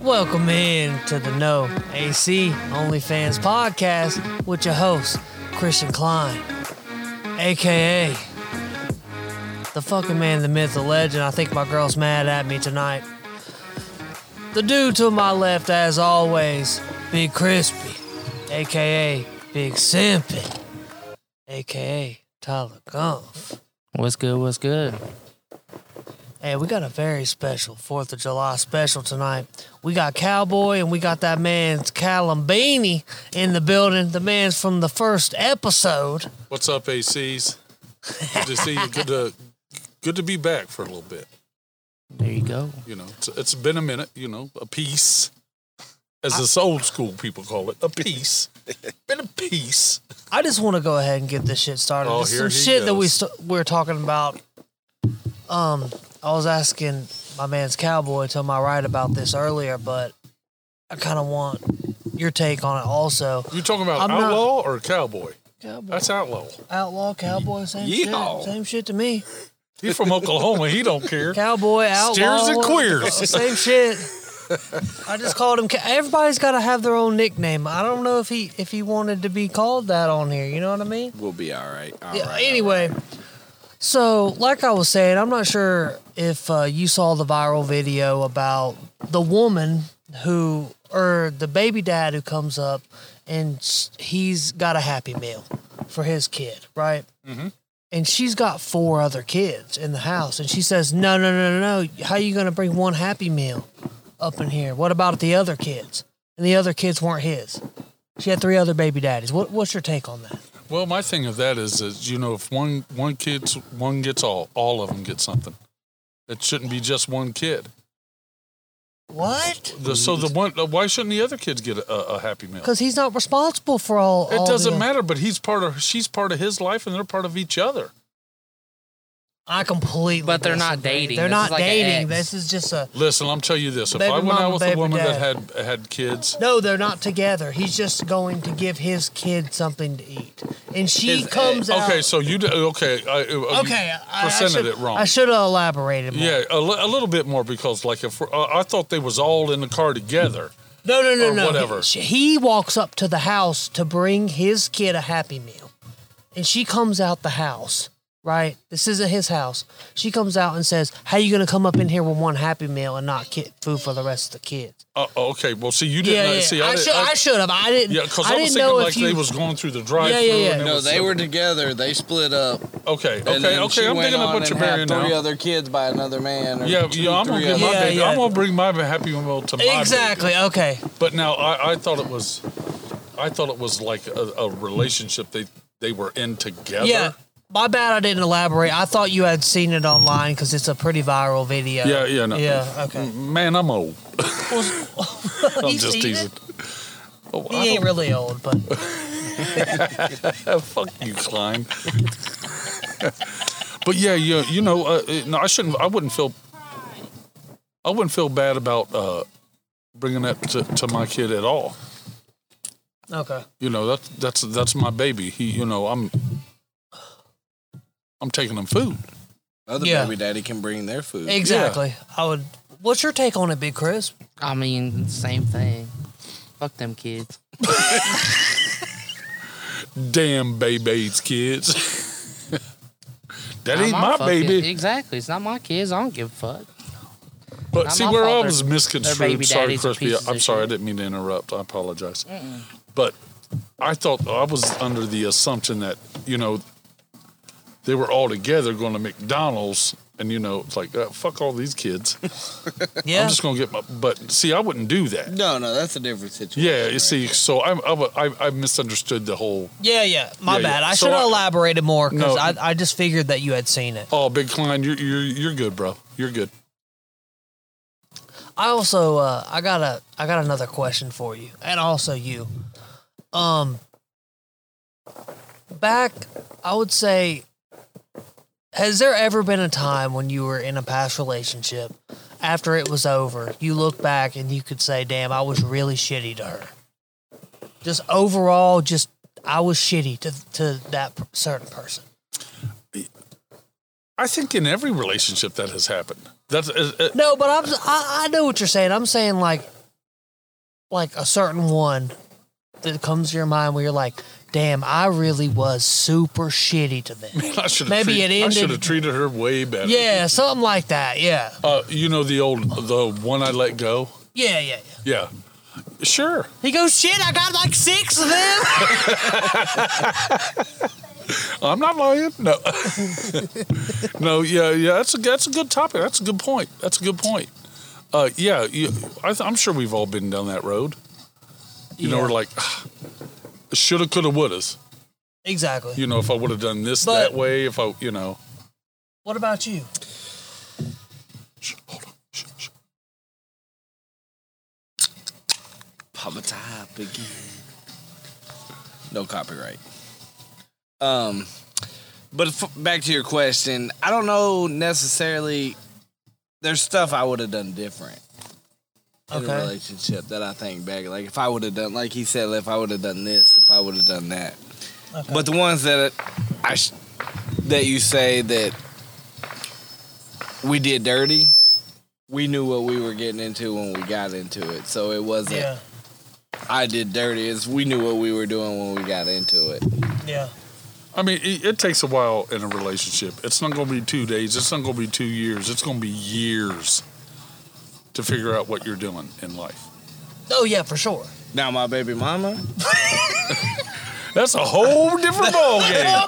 Welcome in to the No AC OnlyFans podcast with your host, Christian Klein, aka the fucking man, the myth, the legend. I think my girl's mad at me tonight. The dude to my left, as always, Big Crispy, aka Big Simpin, aka Tyler Gumph. What's good? What's good? Hey, we got a very special 4th of July special tonight. We got Cowboy and we got that man's Callum Beanie in the building. The man's from the first episode. What's up, ACs? Good to see you. Good to good to be back for a little bit. There you go. You know, it's, it's been a minute. You know, a piece, as this old school people call it, a piece. been a piece. I just want to go ahead and get this shit started. Oh, There's here some he shit that we goes. st- we're talking about. Um, I was asking my man's Cowboy to my right about this earlier, but I kind of want your take on it also. You talking about I'm not- outlaw or cowboy? Cowboy, That's outlaw. outlaw, cowboy, same Yeehaw. shit, same shit to me. He's from Oklahoma. He don't care. Cowboy, outlaw, Steers and queers. same shit. I just called him. ca- Everybody's got to have their own nickname. I don't know if he if he wanted to be called that on here. You know what I mean? We'll be all right. All Yeah, right. anyway, so like I was saying, I'm not sure if uh, you saw the viral video about the woman who, or the baby dad who comes up and s- he's got a happy meal for his kid, right? Mm-hmm. And she's got four other kids in the house, and she says, "No, no, no, no, no. How you gonna bring one happy meal up in here? What about the other kids?" And the other kids weren't his. She had three other baby daddies. What, what's your take on that? Well, my thing of that is, is you know, if one one kid's one gets all, all of them get something. It shouldn't be just one kid. What? The, Mm-hmm. so the one, why shouldn't the other kids get a, a happy meal? Because he's not responsible for all. all It the- doesn't matter. But he's part of, she's part of his life, and they're part of each other. I completely. But they're not disagree. dating. They're This not is like an ex. dating. This is just a. Listen, I'm telling you this: if Baby I went mama, out with a baby woman that had had kids, No, they're not together. He's just going to give his kid something to eat, and she His comes out. eh, okay, so you d- okay, I, uh, okay, you I, I presented should, it wrong. I should have elaborated more. yeah, a, li- a little bit more because like if we're, uh, I thought they was all in the car together. No, no, no, Or no. whatever. He, he walks up to the house to bring his kid a happy meal. And she comes out the house, right? This isn't his house. She comes out and says, How you gonna come up in here with one happy meal and not get food for the rest of the kids? Uh, okay, well, see, you Yeah, didn't yeah. uh, see. I, I, did, should I, I, should have. I didn't yeah, because I, I, didn't was thinking know like if you they was going through the drive-through. Yeah, yeah, yeah. and it No, was- they were together. They split up. okay, And okay, then she okay. I'm went digging up on what and you're had burying three now. other kids by another man. Or Yeah, two, yeah, I'm three gonna get my other- Yeah, baby. yeah. I'm gonna bring my happy meal to my baby. Exactly, okay. But now I, I thought it was, I thought it was like a, a relationship they they were in together. Yeah. My bad I didn't elaborate. I thought you had seen it online because it's a pretty viral video. Yeah, yeah, no. Yeah, okay. Man, I'm old. I'm You've just seen teasing. it? Oh, He ain't really old, but I, fuck you, Klein. but yeah, you you know, uh, uh, no, I shouldn't. I wouldn't feel. I wouldn't feel bad about uh, bringing that to, to my kid at all. okay. You know, that's that's that's my baby. He, you know, I'm. I'm taking him food. Other Yeah. baby daddy can bring their food. Exactly. I would. What's your take on it, Big Chris? I mean, same thing. Fuck them kids. Damn, babies, kids. that ain't Not my fucking- baby. Exactly. It's not my kids. I don't give a fuck. But Not see, my where I fault. was They're- they're misconstrued. baby Sorry, daddies and Crispy. pieces I'm of sorry, I shit. didn't mean to interrupt. I apologize. But I thought I was under the assumption that you know they were all together going to McDonald's, and you know it's like uh, fuck all these kids. Yeah. I'm just gonna get my. But see, I wouldn't do that. No, no, that's a different situation. Yeah, you right? see, so I'm, I, wa- I, I misunderstood the whole. yeah, yeah. My Yeah, bad. yeah. I So should have I- elaborated more because No. I, I just figured that you had seen it. Oh, Big Klein, you're you're you're good, bro. You're good. I also uh, I got a I got another question for you, and also you. Um, back I would say, has there ever been a time when you were in a past relationship, after it was over, you look back and you could say, "Damn, I was really shitty to her." Just overall, just I was shitty to to that per- certain person. I think in every relationship that has happened. That's uh, uh, No, but I'm I, I know what you're saying. I'm saying like like a certain one that comes to your mind where you're like, damn, I really was super shitty to them. I should Maybe it I should have ended- treated her way better. yeah, something like that. Yeah. Uh, you know the old the one I let go. Yeah, yeah, yeah. Yeah. Sure. He goes, shit, I got like six of them. I'm not lying. No. no. Yeah. Yeah. That's a that's a good topic. That's a good point. That's a good point. Uh, yeah. You, I th- I'm sure we've all been down that road. You know, Yeah. we're like, "Ah, shoulda, coulda, wouldas. exactly. You know, if I would have done this But- that way, if I, you know, What about you? Shh, hold on. Shh, shh. Pop a top again. No copyright. Um, but f- back to your question, I don't know necessarily. There's stuff I would have done different in Okay. a relationship that I think back. Like if I would have done, like he said, if I would have done this, if I would have done that. But the ones that I sh- that you say that we did dirty, we knew what we were getting into when we got into it. So it wasn't Yeah. I did dirty. It's we knew what we were doing when we got into it. Yeah. I mean, it, it takes a while in a relationship. It's not going to be two days. It's not going to be two years. It's going to be years to figure out what you're doing in life. Oh yeah, for sure. Now my baby mama. That's a whole different ball game.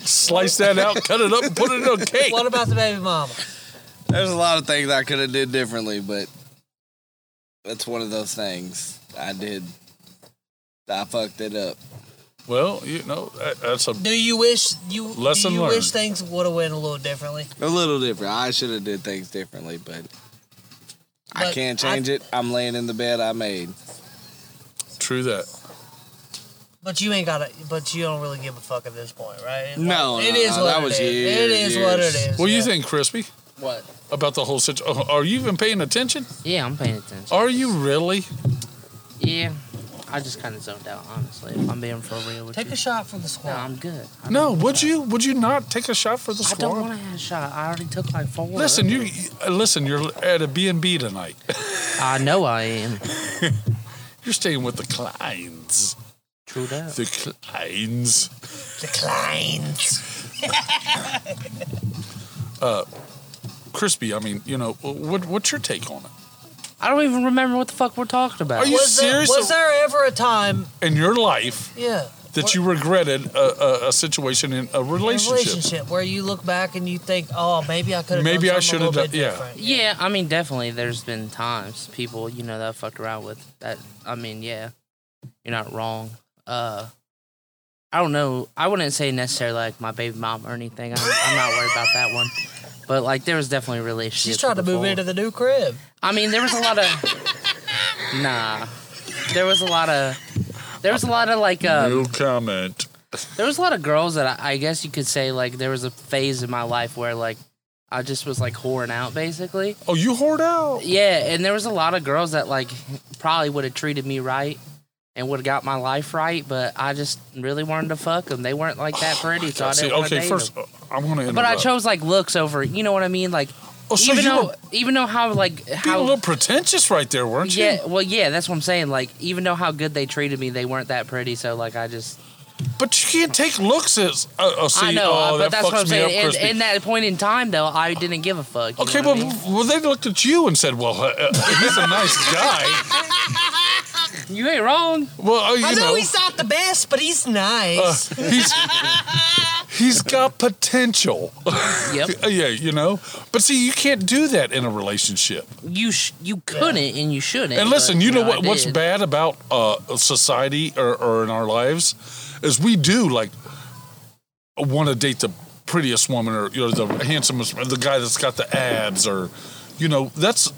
Slice that out, cut it up, and put it in a cake. What about the baby mama? There's a lot of things I could have did differently, but that's one of those things I did. I fucked it up. Well, you know, that, that's a Do you wish you Lesson do you learned. wish things would have went a little differently? A little different. I should have did things differently, but, I But can't I- change it. I'm laying in the bed I made. true that. But you ain't got to But you don't really give a fuck at this point, right? It's No, like- it no, is no, what that it was is. years, It is what it years. is. What do you yeah. think, Crispy, What? about the whole situation? Are you even paying attention? Yeah, I'm paying attention. Are you really? Yeah, I just kind of zoned out, honestly. If I'm being for real with Take you. a shot for the squad. no, I'm good. I No, don't- would you? Would you not take a shot for the I don't squad? want to have a shot. I already took like four. Listen, you uh, listen. You're at a B and B tonight. I know I am. You're staying with the Kleins. True that. The Kleins. Declines. Crispy, I mean, you know, what, what's your take on it? I don't even remember what the fuck we're talking about. Are you Was there, serious? was there ever a time? in your life Yeah. that where- you regretted a, a, a situation in a in a relationship? relationship where you look back and you think, oh, maybe I could have. Maybe I done shoulda something a little done- bit yeah. different. Yeah, I mean, definitely. There's been times people, you know, that I fucked around with. That I mean, yeah, you're not wrong. Uh, I don't know. I wouldn't say necessarily like my baby mom or anything. I'm, I'm not worried about that one. But like, there was definitely relationships. She's trying to move before. into the new crib. I mean, there was a lot of. Nah, there was a lot of. There was a lot of like. Um, No comment. there was a lot of girls that I, I guess you could say like there was a phase in my life where like I just was like whoring out basically. Oh, you hoard out. Yeah, and there was a lot of girls that like probably would have treated me right and would have got my life right, but I just really wanted to fuck them. They weren't like that pretty, so I Oh See, didn't want to okay, date first, 'em. uh, I want to interrupt. But I chose like looks over, you know what I mean? Like Oh, so even you though were even though how like being a how little pretentious right there, weren't you? yeah, well, yeah, that's what I'm saying. Like, even though how good they treated me, they weren't that pretty. So, like, I just, But you can't take looks as. Uh, oh, see, I know, uh, oh, but that that's fucks what I'm me saying. up, In, Crispy. in that point in time, though, I didn't give a fuck. you okay, know well, what I mean? well, they looked at you and said, "Well, uh, uh, he's a nice guy." you ain't wrong. Well, uh, you I know, know he's not the best, but he's Uh, nice. he's he's got potential. Yep, Uh, yeah, you know. But see, you can't do that in a relationship. you sh- you couldn't and you shouldn't. And listen, but, you know I what? What's did. bad about uh, society or, or in our lives is we do like want to date the prettiest woman or you know, the handsomest, the guy that's got the abs or, you know, that's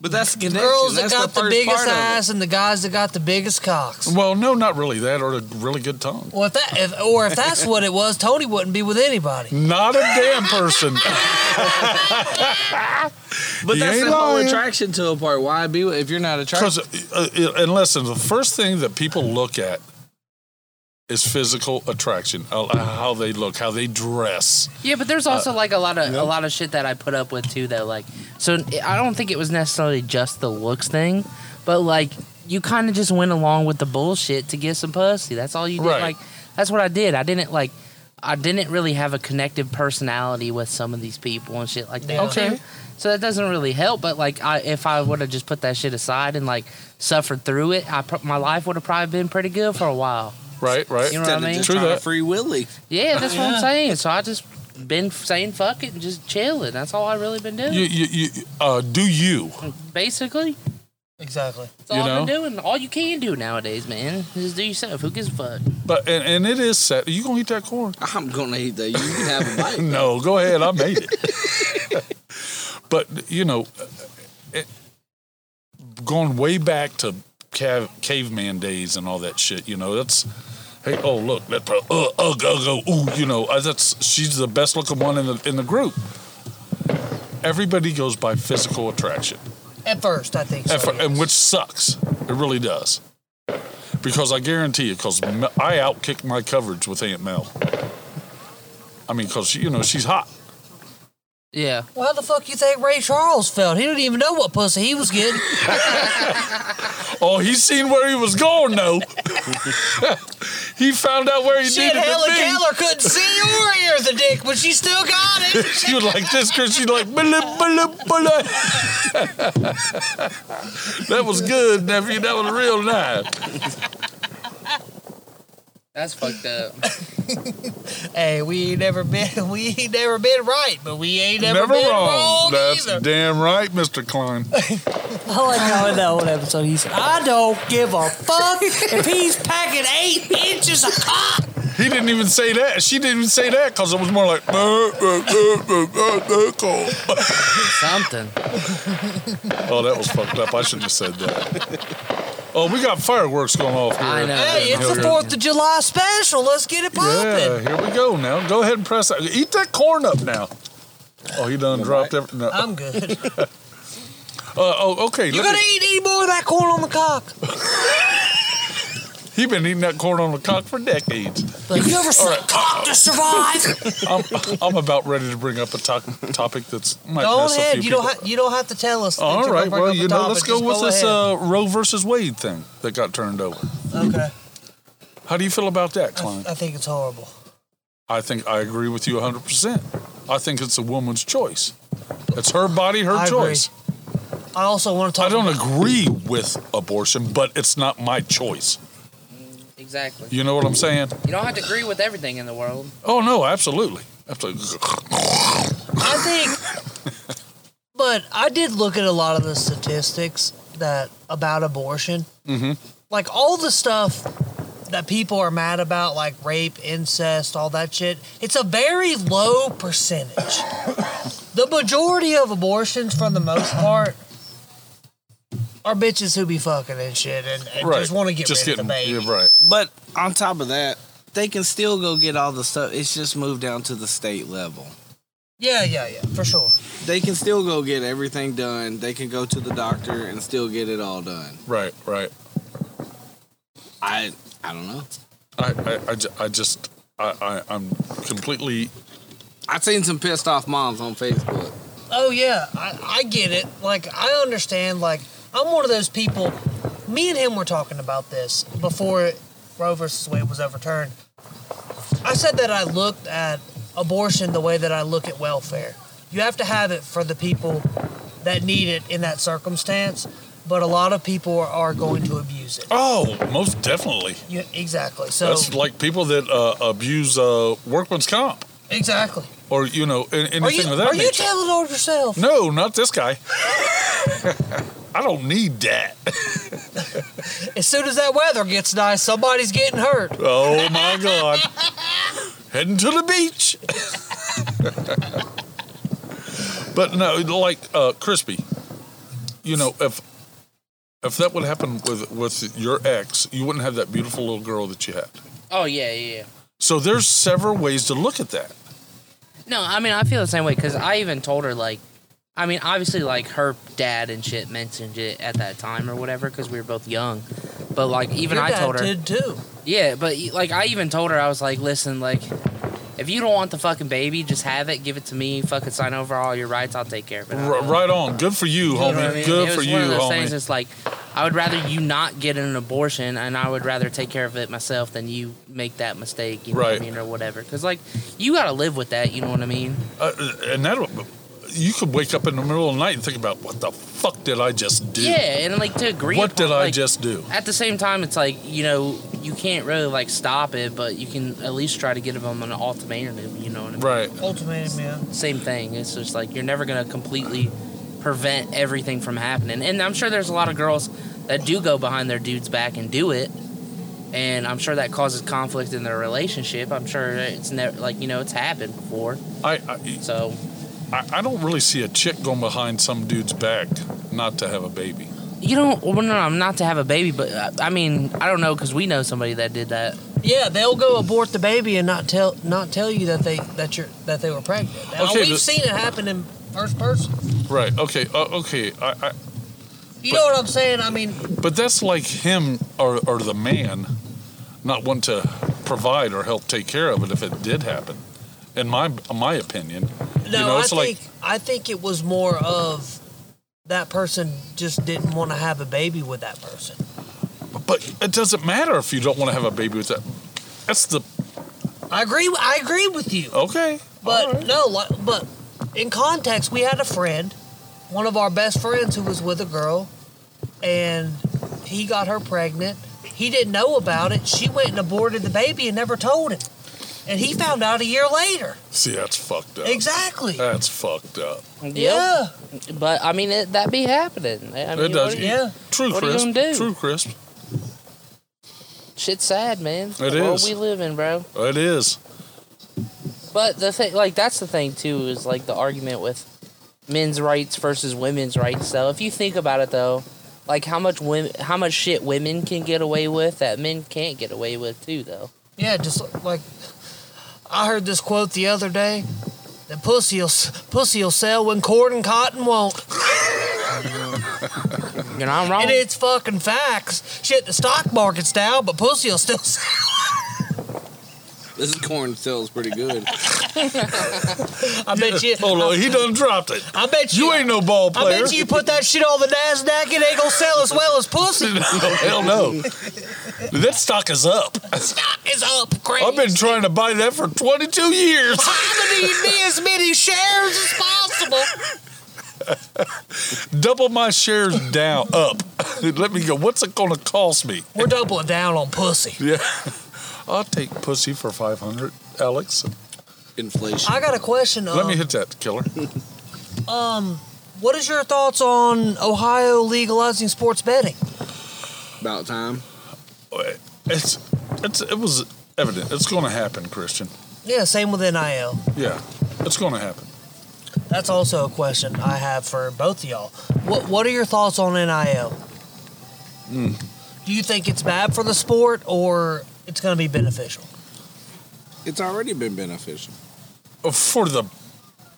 But that's the connection. Girls that that's got the, first biggest part of it. ass and the guys that got the biggest cocks. well, no, not really that or a really good tongue. Well, if that, if, or if that's what it was, Tony wouldn't be with anybody. Not a damn person. But You that's ain't the whole lying. attraction to a part. Why be with- if you're not attracted? Because uh, uh, and listen, the first thing that people look at is physical attraction, uh, how they look, how they dress. Yeah, but there's Uh, also like a lot of a lot of shit that I put up with too, though. Like, so I don't think it was necessarily just the looks thing, but like you kind of just went along with the bullshit to get some pussy. That's all you did. Right. Like, that's what I did. I didn't like, I didn't really have a connected personality with some of these people and shit like that. Okay. too. So that doesn't really help. But like, I if I would have just put that shit aside and like suffered through it, I pro- my life would have probably been pretty good for a while. Right, right. You know Instead what I of mean? just True trying to that. free Willy. Yeah, that's what I'm saying. So I just been saying fuck it and just chilling. That's all I really been doing. You, you, you, uh, do you? Basically, Exactly. that's all You I've know? been doing. All you can do nowadays, man, is do yourself. Who gives a fuck? But and, and it is sad. You gonna eat that corn? I'm gonna eat that. You can have a bite. No, go ahead. I made it. but you know, uh, it, going way back to cav, caveman days and all that shit. You know, that's hey, oh look, that pro- uh, ugh, ugh, ugh, ooh, you know, uh, that's she's the best looking one in the in the group. Everybody goes by physical attraction, At first, I think. So. and, for, and which sucks. It really does. Because I guarantee you, because I outkicked my coverage with Aunt Mel. I mean, because, you know, she's hot. Yeah, Well, how the fuck you think Ray Charles felt? He didn't even know what pussy he was getting. Oh, he seen where he was going though. he found out where he Shit, needed Helen to Keller couldn't see or hear the dick, but she still got be. it. She was like this, Chris. She like "Blah, blah, blah." that was good, nephew. That was real nice. that's fucked up. hey, we ain't never been, we ain't never been right, but we ain't never, Never been wrong. wrong, That's either. damn right, Mr. Klein. I like how in that one episode he said, "I don't give a fuck if he's packing eight inches of cock." He didn't even say that. She didn't even say that because it was more like. "Uh, "Bah, bah, bah, bah, bah, bah, cool." Something. Oh, that was fucked up. I shouldn't have said that. Oh, we got fireworks going off here. I know. Hey, it's the Yeah. Fourth of July special. Let's get it Yeah, popping. here we go now. Go ahead and press that. Eat that corn up now. Oh, he done dropped everything. No. Uh, I'm good. oh, okay. Um, You Look gonna at, eat any more of that corn on the cock? he been eating that corn on the cock for decades. Like, you ever suck cock to survive? I'm, I'm about ready to bring up a to- topic that's might Go mess a ahead. few You don't. people. Ha- you don't have to tell us. that All you're right. gonna bring Well, up a you know, topic. let's go Just with this ahead. uh, Roe versus Wade thing that got turned over. okay. How do you feel about that, I, uh, Klein? I think it's horrible. I think I agree with you 100. percent I think it's a woman's choice. It's her body, her I agree. choice. I also want to talk. I don't agree with abortion, but it's not my choice. Exactly. You know what I'm saying? You don't have to agree with everything in the world. Oh no, absolutely, absolutely. I think, but I did look at a lot of the statistics that about abortion. Mm-hmm. Like all the stuff that people are mad about, like rape, incest, all that shit. It's a very low percentage. the majority of abortions, for the most part. Are bitches who be fucking and shit and, and just want to get rid of the baby. yeah, right. But on top of that, they can still go get all the stuff. It's just moved down to the state level. Yeah, yeah, yeah, for sure. They can still go get everything done. They can go to the doctor and still get it all done. Right, right. I I don't know. I, I, I, ju- I just, I, I, I'm completely. I've seen some pissed off moms on Facebook. Oh yeah, I, I get it. Like I understand. Like I'm one of those people. Me and him were talking about this before Roe versus Wade was overturned. I said that I looked at abortion the way that I look at welfare. You have to have it for the people that need it in that circumstance, but a lot of people are going to abuse it. Oh, most definitely. You, exactly. So That's like people that uh, abuse uh, workman's comp exactly. or you know an- Are anything you of that are you nature. telling on yourself? no, not this guy. I don't need that. As soon as that weather gets nice, somebody's getting hurt. Oh my god. Heading to the beach. But no, like uh, crispy. You know, if if that would happen with with your ex, you wouldn't have that beautiful little girl that you had. Oh yeah, yeah. yeah. So there's several ways to look at that. No, I mean I feel the same way because I even told her like, I mean obviously like her dad and shit mentioned it at that time or whatever because we were both young, but like even Your I dad told her did too. yeah, but like I even told her I was like, listen, like if you don't want the fucking baby, just have it, give it to me, fucking sign over all your rights, I'll take care of it. R- right on. Good for you, Uh-huh. homie. You know what I mean? Good it for was you, one of those homie. things that's like, I would rather you not get an abortion, and I would rather take care of it myself than you make that mistake, you know what Right. I mean, or whatever. Because like, you gotta live with that, you know what I mean? Uh, and that you could wake up in the middle of the night and think about what the fuck did I just do? Yeah, and like to agree. What upon- did I like, just do? At the same time, it's like you know you can't really like stop it, but you can at least try to give them an ultimatum. You know what I mean? Right. Ultimatum, yeah. Same thing. It's just like you're never gonna completely prevent everything from happening, and I'm sure there's a lot of girls that do go behind their dude's back and do it, and I'm sure that causes conflict in their relationship. I'm sure it's never like you know it's happened before, I, I so I I don't really see a chick going behind some dude's back not to have a baby. you don't. Well, no, I'm not to have a baby, but uh, I mean I don't know because we know somebody that did that. Yeah, they'll go abort the baby and not tell not tell you that they that you're that they were pregnant. Now, Okay, we've Oh, but- seen it happen in first person. Right. Okay. Uh, okay. I, I, You know what I'm saying? I mean, but that's like him or, or the man not wanting to provide or help take care of it if it did happen. In my my opinion, no, know, I it's think like- I think it was more of that person just didn't want to have a baby with that person. but it doesn't matter if you don't want to have a baby with that. That's the I agree. I agree with you. okay. But All right. no, li- but in context, we had a friend, one of our best friends, who was with a girl, and he got her pregnant. He didn't know about it. She went and aborted the baby and never told him. And he found out a year later. see, that's fucked up. Exactly. That's fucked up. Yeah. But I mean it, that be happening. I mean, it does. what- yeah. True What are you crisp. gonna do? True crisp. Shit's sad, man. It the world is. we live in, bro. It is. But the thing, like, that's the thing too, is like the argument with men's rights versus women's rights. Though, if you think about it, though, like how much women, how much shit women can get away with that men can't get away with too, though. Yeah, just like I heard this quote the other day. That pussy'll pussy'll sell when corn and cotton won't. You're not wrong. And Oh. it's fucking facts. Shit, the stock market's down, but pussy'll still sell. This corn sells pretty good. I bet you. Hold on, he done dropped it. I bet you. You ain't no ball I player. bet you put that shit on the Nasdaq, it ain't gonna sell as well as pussy. Hell no. that stock is up. Stock is up, crazy. I've been trying to buy that for 22 years. I need me as many shares as possible. Double my shares down up. Let me go. What's it gonna cost me? We're doubling down on pussy. Yeah. I'll take pussy for 500, Alex. Inflation. I got a question. Let Um, me hit that killer. what is your thoughts on Ohio legalizing sports betting? About time. It's, it's it was evident. It's gonna happen, Christian. Yeah, same with NIL. Yeah. It's gonna happen. That's also a question I have for both of y'all. What What are your thoughts on NIL? Hmm. Do you think it's bad for the sport or it's going to be beneficial? It's already been beneficial. For the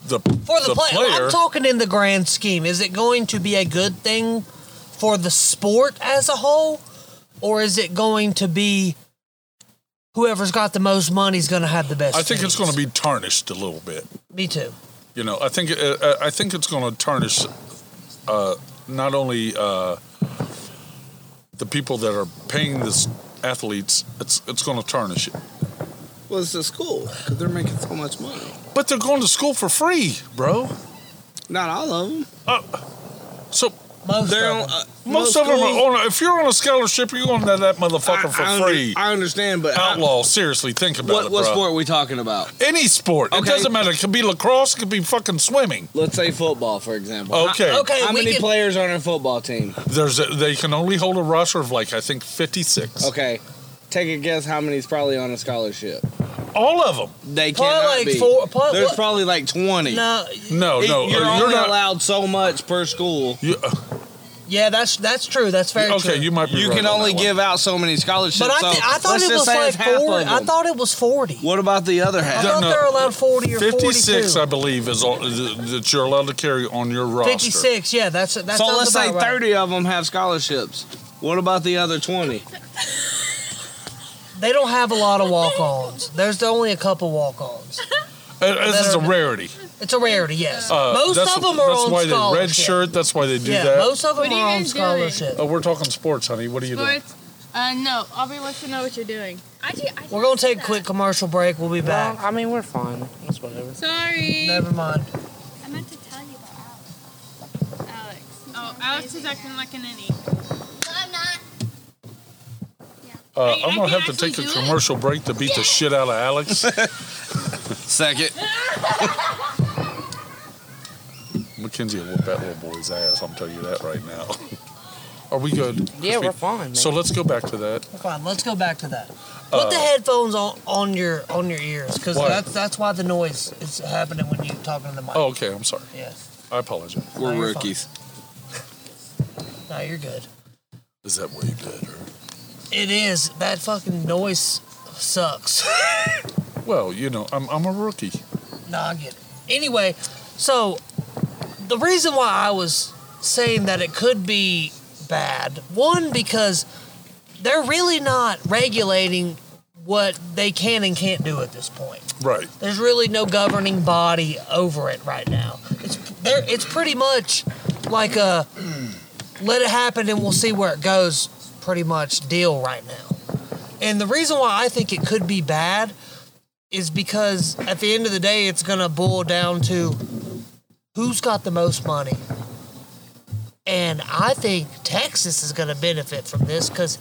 the For the, play- player. I'm talking in the grand scheme. Is it going to be a good thing for the sport as a whole, or is it going to be whoever's got the most money is going to have the best? I think it's fees? gonna be tarnished a little bit. Me too. You know, I think uh, uh, I think it's going to tarnish uh, not only uh, the people that are paying this athletes. It's it's going to tarnish it. Well, it's a school because they're making so much money. But they're going to school for free, bro. Not all of them. So Most They're of on, them. uh, most of them schools- are on. If you're on a scholarship, you're going to that motherfucker for I, I under- free. I understand, but I- Outlaw, seriously, think about what it, what bro. sport are we talking about? Any sport, it Okay. doesn't matter. It could be lacrosse, it could be fucking swimming. Let's say football, for example. Okay, okay. How we many can- players are on a football team? there's a, they can only hold a roster of like I think 56. Okay, take a guess. How many's probably on a scholarship? all of them. They Probably cannot like be. four- probably- There's what? probably like twenty. No, No, It- no, you're, uh, only allowed so much per school. you- uh, yeah, that's that's true. That's very true. okay, you might be. You right can on only that one. give out so many scholarships. but I, so thi- I thought let's it just was say like it's half forty. of I them. thought it was forty. What about the other I half? thought no. they're allowed forty or 56, I forty-two. believe, is all th- that you're allowed to carry on your roster. Fifty-six. Yeah, that's that's. So let's say thirty of them have scholarships. What about the other twenty? They don't have a lot of walk-ons. There's only a couple walk-ons. Uh, this is a Better- rarity. It's a rarity. Yes, Uh, most that's, of them are that's on why they scholarship. red shirt. That's why they do yeah, that. most of them What are you are on guys doing? scholarship. Uh, we're talking sports, honey. What are you doing? Sports? Uh, no. Aubrey wants to know what you're doing. I do, I We're gonna take a quick commercial break. We'll be Well, back. I mean, we're fine. It's whatever. Sorry. Never mind. I meant to tell you about Alex. Alex. he's Oh, an Alex is amazing acting like an innie. guy. No, I'm not. Uh, I- I I'm gonna can have to actually take a do it. commercial break to beat the shit out of Alex. Second. Mackenzie will whoop that little boy's ass. I'm telling you that right now. Are we good? Yeah, 'Cause we- we're fine. Man. So let's go back to that. Fine. Let's go back to that. Put Uh, the headphones on, on your on your ears because Why? that's that's why the noise is happening when you're talking to the mic. Oh, okay. I'm sorry. yes. I apologize. We're No, you're fine. rookies. No, you're good. Is that way better? It is that fucking noise sucks. Well, you know, I'm I'm a rookie. No, I get it. Anyway, so the reason why I was saying that it could be bad, one, because they're really not regulating what they can and can't do at this point. Right. There's really no governing body over it right now. It's there. It's pretty much like a let it happen and we'll see where it goes. Pretty much deal right now. And the reason why I think it could be bad is because at the end of the day, it's gonna boil down to who's got the most money. And I think Texas is gonna benefit from this because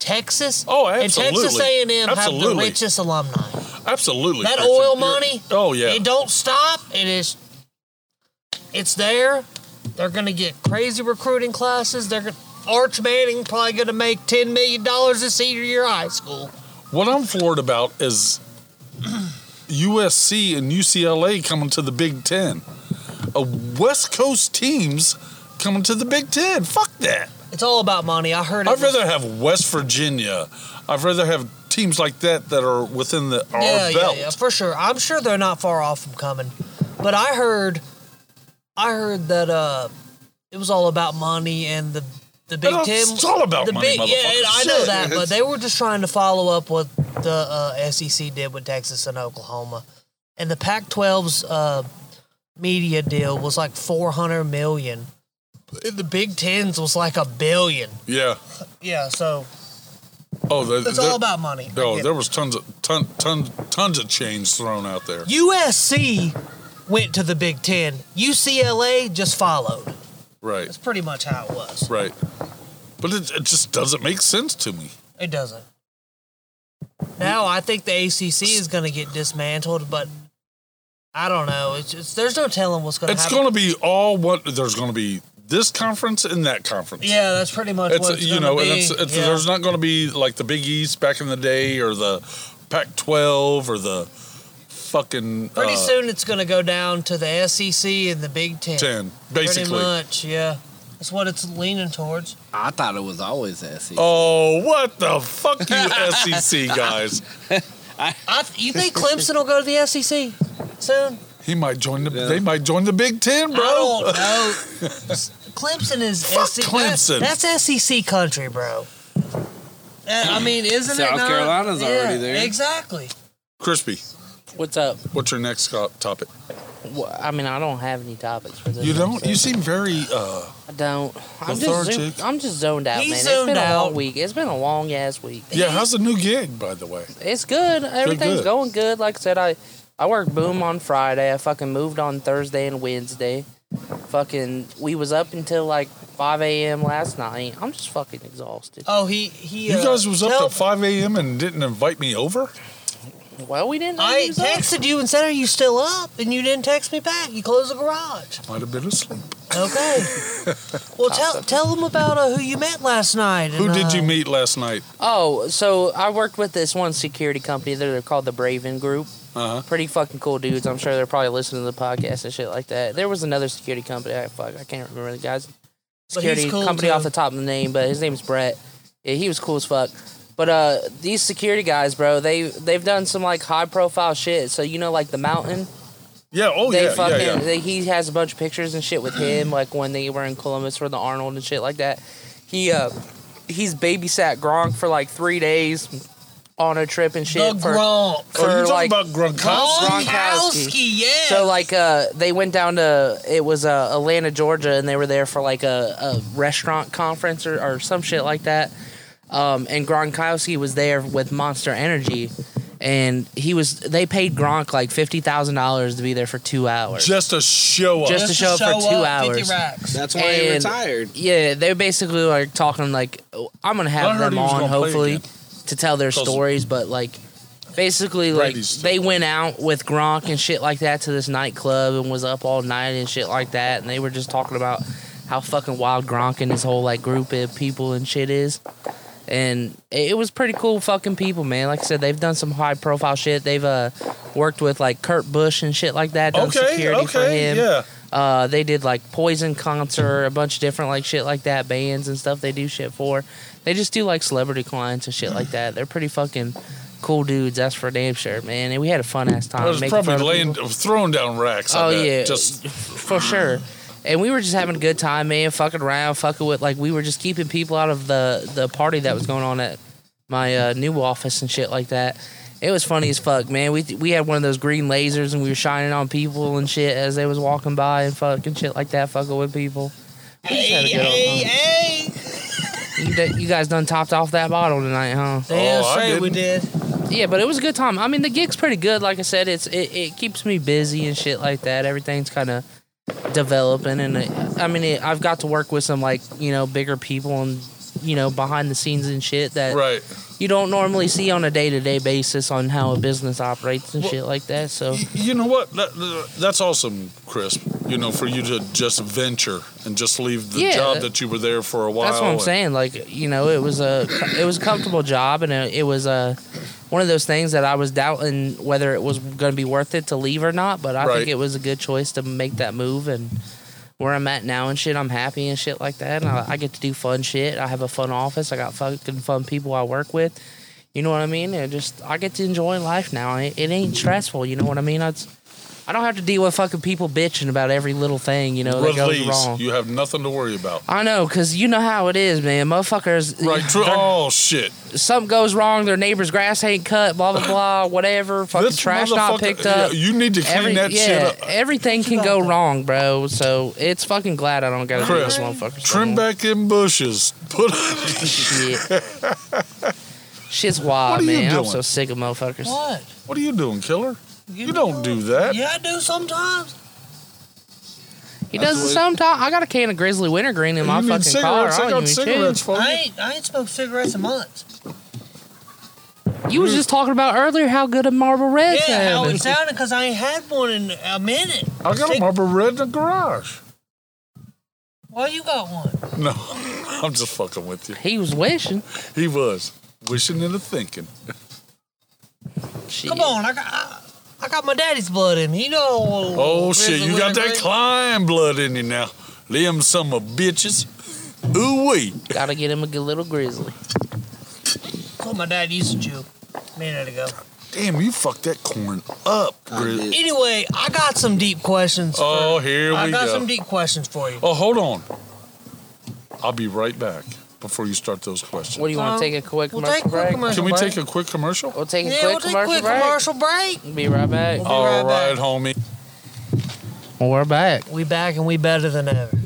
Texas Oh, and Texas absolutely. A&M have the Absolutely. richest alumni. Absolutely. That Christian. oil You're- money, Oh yeah. It don't stop. It is. It's there. They're gonna get crazy recruiting classes. They're gonna, Arch Manning probably gonna make ten million dollars this senior year of high school. What I'm floored about is USC and UCLA coming to the Big Ten. A West Coast teams coming to the Big Ten. Fuck that. It's all about money. I heard. It I'd was- rather have West Virginia. I'd rather have teams like that that are within the our yeah, belt. yeah, yeah, for sure. I'm sure they're not far off from coming, but I heard, I heard that uh, it was all about money and the the Big It's Ten. all about the money, Big, yeah, motherfucker. and I know Shit. that, but they were just trying to follow up what the uh, SEC did with Texas and Oklahoma, and the Pac-12's uh, media deal was like 400 million. And The Big Ten's was like a billion. Yeah. Yeah, so Oh, there, it's there- all about money. I No, get it. there was tons of ton, ton, tons of change thrown out there. USC went to the Big Ten. UCLA just followed. Right, That's pretty much how it was. right. But it, it just doesn't make sense to me. It doesn't. Now I think the ACC is going to get dismantled, but I don't know. It's just, there's no telling what's going to It's happen. going to be all what there's going to be this conference and that conference. yeah, that's pretty much it's what it's you gonna know, be. and it's, it's yeah. there's not going to be like the Big East back in the day or the Pac-12 or the fucking pretty uh, soon it's going to go down to the SEC and the Big Ten. ten Pretty basically. much, yeah. That's what it's leaning towards. I thought it was always E. SEC. Oh, what the fuck, you SEC guys! I th- you think Clemson will go to the SEC soon? He might join the. They might join the Big Ten, bro. Uh, I don't know. Clemson is Fuck SEC. Clemson. That's, that's SEC country, bro. Uh, I mean, isn't it? South not? Carolina's already there. Exactly. Crispy, What's up? what's your next co- topic? Wha- I mean, I don't have any topics for this. You don't. episode. You seem very. uh I don't. I'm just, Lethargic. zoned, I'm just zoned out, He's man. zoned it's been a out. long week. It's been a long ass week. Yeah. How's the new gig, by the way? It's good. Everything's good. going good. Like I said, I I worked boom on Friday. I fucking moved on Thursday and Wednesday. Fucking, we was up until like 5 a.m. last night. I'm just fucking exhausted. Oh, he he. You uh, guys was up tell- at five a.m. and didn't invite me over. Well, we didn't. know I you was up. texted you and said, "Are you still up?" And you didn't text me back. You closed the garage. Might have been asleep. Okay. Well, tell tell them about uh, who you met last night. Who and, did uh, you meet last night? Oh, so I worked with this one security company. They're they're called the Braven Group. Uh huh. Pretty fucking cool dudes. I'm sure they're probably listening to the podcast and shit like that. There was another security company. I fuck, I can't remember the guy's But he's security cool, company too. off the top of the name, but his name's Brett. Yeah, he was cool as fuck. But uh, these security guys, bro, they they've done some like high profile shit. So you know, like the mountain. Yeah. Oh they yeah. fucking yeah. Yeah. They, he has a bunch of pictures and shit with him like when they were in columbus for the arnold and shit like that he uh he's babysat gronk for like three days on a trip and shit The for, Gronk. for Oh, you talking like about Gronkowski? Gronkowski. yeah. so like uh they went down to it was uh atlanta georgia and they were there for like a, a restaurant conference or, or some shit like that um and gronkowski was there with monster energy and he was they paid gronk like $50000 to be there for two hours Just a show up. Just- to show up for two hours. racks. That's why he And- retired. Yeah, they're basically like talking like oh, I'm gonna I have heard them he was on gonna play hopefully again. to tell their 'Cause- stories, but like basically like Brady's still- they went out with Gronk and shit like that to this nightclub and was up all night and shit like that, and they were just talking about how fucking wild Gronk and his whole like group of people and shit is. And it it was pretty cool fucking people, man. Like I said, they've done some high profile shit. They've uh worked with like Kurt Bush and shit like that, done okay. security for Okay. him. Yeah. Uh, they did like Poison concert, a bunch of different like shit like that, bands and stuff. They do shit for. They just do like celebrity clients and shit like that. They're pretty fucking cool dudes. That's for damn sure, man. And we had a fun ass time. I was making probably fun of laying, people. throwing down racks. I Oh bet. yeah, Just for sure. And we were just having a good time, man. Fucking around, fucking with like we were just keeping people out of the the party that was going on at my uh, new office and shit like that. It was funny as fuck, man. We we had one of those green lasers and we were shining on people and shit as they was walking by and fucking shit like that, fucking with people. We just had a good old time. hey. You, d- you guys done topped off that bottle tonight, huh? Damn Oh, I straight we did. Yeah, but it was a good time. I mean, the gig's pretty good. Like I said, it's it, it keeps me busy and shit like that. Everything's kind of developing, and it, I mean, it, I've got to work with some like you know bigger people and you know behind the scenes and shit that right. you don't normally see on a day to day basis on how a business operates and shit like that. So Y- You know what? That- that- that's awesome, Chris. You know, for you to just venture and just leave the Yeah, job that- that you were there for a while. that's what I'm and- saying. Like you know, it was a it was a comfortable job, and it, it was a one of those things that I was doubting whether it was going to be worth it to leave or not. But I Right. think it was a good choice to make that move and. Where I'm at now and shit, I'm happy and shit like that. And I, I get to do fun shit. I have a fun office. I got fucking fun people I work with. You know what I mean? And just I get to enjoy life now. It, it ain't stressful. You know what I mean? I, I don't have to deal with fucking people bitching about every little thing. You know that goes Release. wrong. You have nothing to worry about. I know, cause you know how it is, man. Motherfuckers, Right. True. they're- Oh shit. something goes wrong. Their neighbor's grass ain't cut. Blah blah blah. Whatever. Fucking trash not motherfucker- picked up. Yeah, you need to clean Every- that yeah, shit up. everything can go wrong, bro. So it's fucking glad I don't gotta do Chris, this motherfucker. Trim back them bushes. Put. Shit. Shit's wild, What are you man. I'm doing? so sick of motherfuckers. What? what are you doing, killer? You don't do that. Yeah, I do sometimes. He doesn't sometimes. I got a can of Grizzly Wintergreen in my you need fucking car. cigarettes. I I don't got even cigarettes chew. for I you. ain't I ain't smoked cigarettes in months. You was just talking about earlier how good a Marble Red yeah, how it sounded. sounded because I ain't had one in a minute. I got a Cig- Marlboro Red in the garage. Why you got one? No, I'm just fucking with you. He was wishing. He was wishing and a thinking. Shit. Come on, I got I, I got my daddy's blood in me. You know. Oh shit, Grizzly you got Wintergreen. that Klein blood in you now. Them summer bitches. Ooh wee. Gotta get him a good little grizzly. That's what my dad used to chew a minute ago. Damn, you fucked that corn up, Grizz. Anyway, I got some deep questions. Oh, for, here I we got go. some deep questions for you. Oh, hold on. I'll be right back before you start those questions. What do you want Um, to take a quick we'll commercial take a quick break? commercial Can we break. take a quick commercial? We'll take a yeah, quick we'll take a commercial quick break. commercial break. Be right back. We'll be All right right, back. homie. We're back. We back and we better than ever.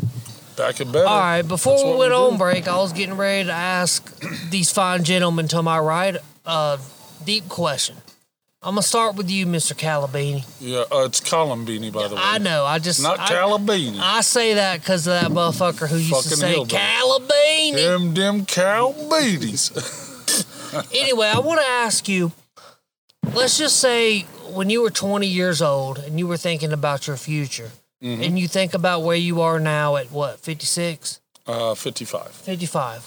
Back and better. All right, That's before what we went we on do. break, I was getting ready to ask these fine gentlemen to my right a deep question. I'm gonna start with you, Mr. Calabini. Yeah, uh, it's Columbini, by the way. I know, I just Not I, Calabini. I say that because of that motherfucker who used to Fucking say hillbilly. Calabini. Them, them cow babies. anyway, I want to ask you. Let's just say when you were 20 years old and you were thinking about your future, Mhm. and you think about where you are now at what 56 Uh, 55. 55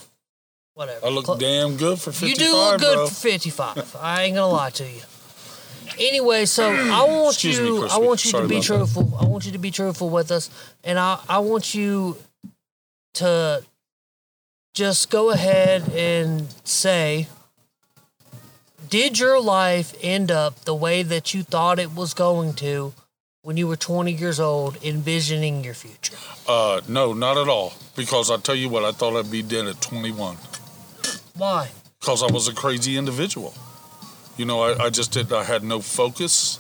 whatever I look Cl- damn good for 55, you do look good bro. for 55 i ain't gonna lie to you anyway so i want Excuse me, you i Crispy. want you Sorry to be about that. truthful i want you to be truthful with us and i i want you to just go ahead and say did your life end up the way that you thought it was going to when you were 20 years old envisioning your future Uh, no, not at all. Because I tell you what, I thought I'd be dead at 21. why because I was a crazy individual. You know, I, I just did. I had no focus.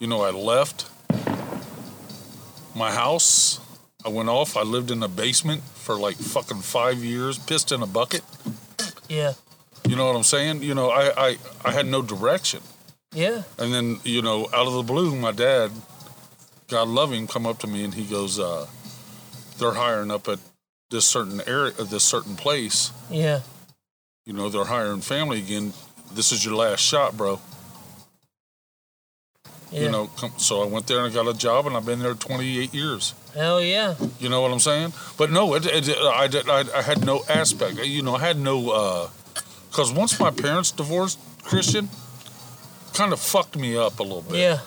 You know, I left my house. I went off. I lived in the basement for like fucking five years, pissed in a bucket. yeah You know what I'm saying? You know, I I, I had no direction. yeah And then you know, out of the blue, my dad, God love him, come up to me and he goes, uh, "They're hiring up at this certain area, this certain place." yeah you know they're hiring family again this is your last shot bro yeah you know come, so i went there and got a job and i've been there 28 years hell yeah you know what i'm saying but no it, it, I, did- I, I had no aspect you know i had no because once my parents divorced christian kind of fucked me up a little bit yeah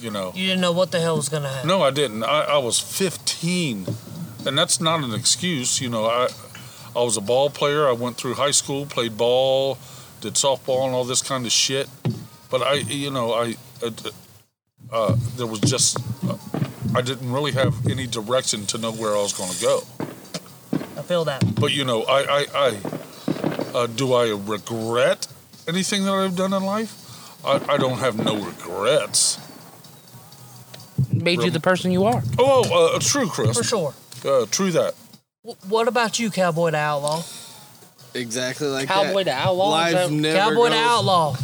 you know you didn't know what the hell was gonna happen No, I didn't. I, I was 15, and that's not an excuse. You know, I I was a ball player. I went through high school, played ball, did softball, and all this kind of shit. But I, you know, I, I uh, there was just uh, I didn't really have any direction to know where I was going to go. I feel that. But you know, I, I, I uh, do I regret anything that I've done in life? I, I don't have no regrets. Made you Rem- the person you are. Oh, uh, true, Chris. For sure. Uh, true that. W- What about you, Cowboy to Outlaw? Exactly like Cowboy that. to outlaw, is Life that- never Cowboy goes, to Outlaw.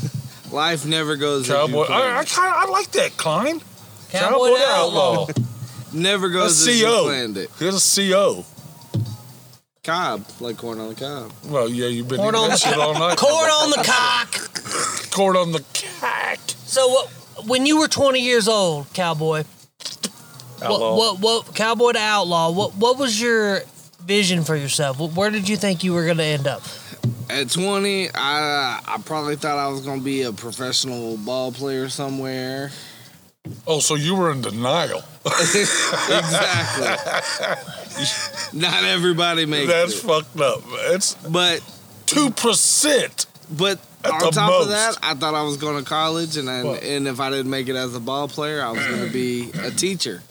Life never goes. as you Cowboy. planned. I, I, kinda, I like that, Klein. Cowboy to Outlaw. never goes A as you CO. planned it. Here's a CO. Cobb, like corn on the cob. Well, yeah, you've been Corn eating on that the- shit all night. Corn on the cock. Corn on the cack. So, what, when you were 20 years old, Cowboy, Outlaw. What, what, what, Cowboy to Outlaw, what, what was your vision for yourself? Wh- Where did you think you were going to end up? At 20, I I probably thought I was gonna be a professional ball player somewhere. Oh, so you were in denial. exactly. Not everybody makes That's it. fucked up. It's but two percent. but At on the top most. of that, I thought I was going to college, and then, What? and if I didn't make it as a ball player, I was going to be a teacher,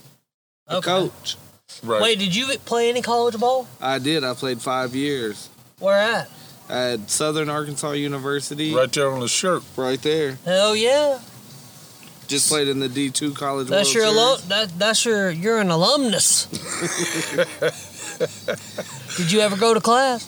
a Okay. coach. Right. Wait, did you play any college ball? I did. I played five years Where at? at Southern Arkansas University, right, Right there on the shirt. there. Hell yeah. Just played in the D two college. That's World your Series. alum. That, that's your. You're an alumnus. Did you ever go to class?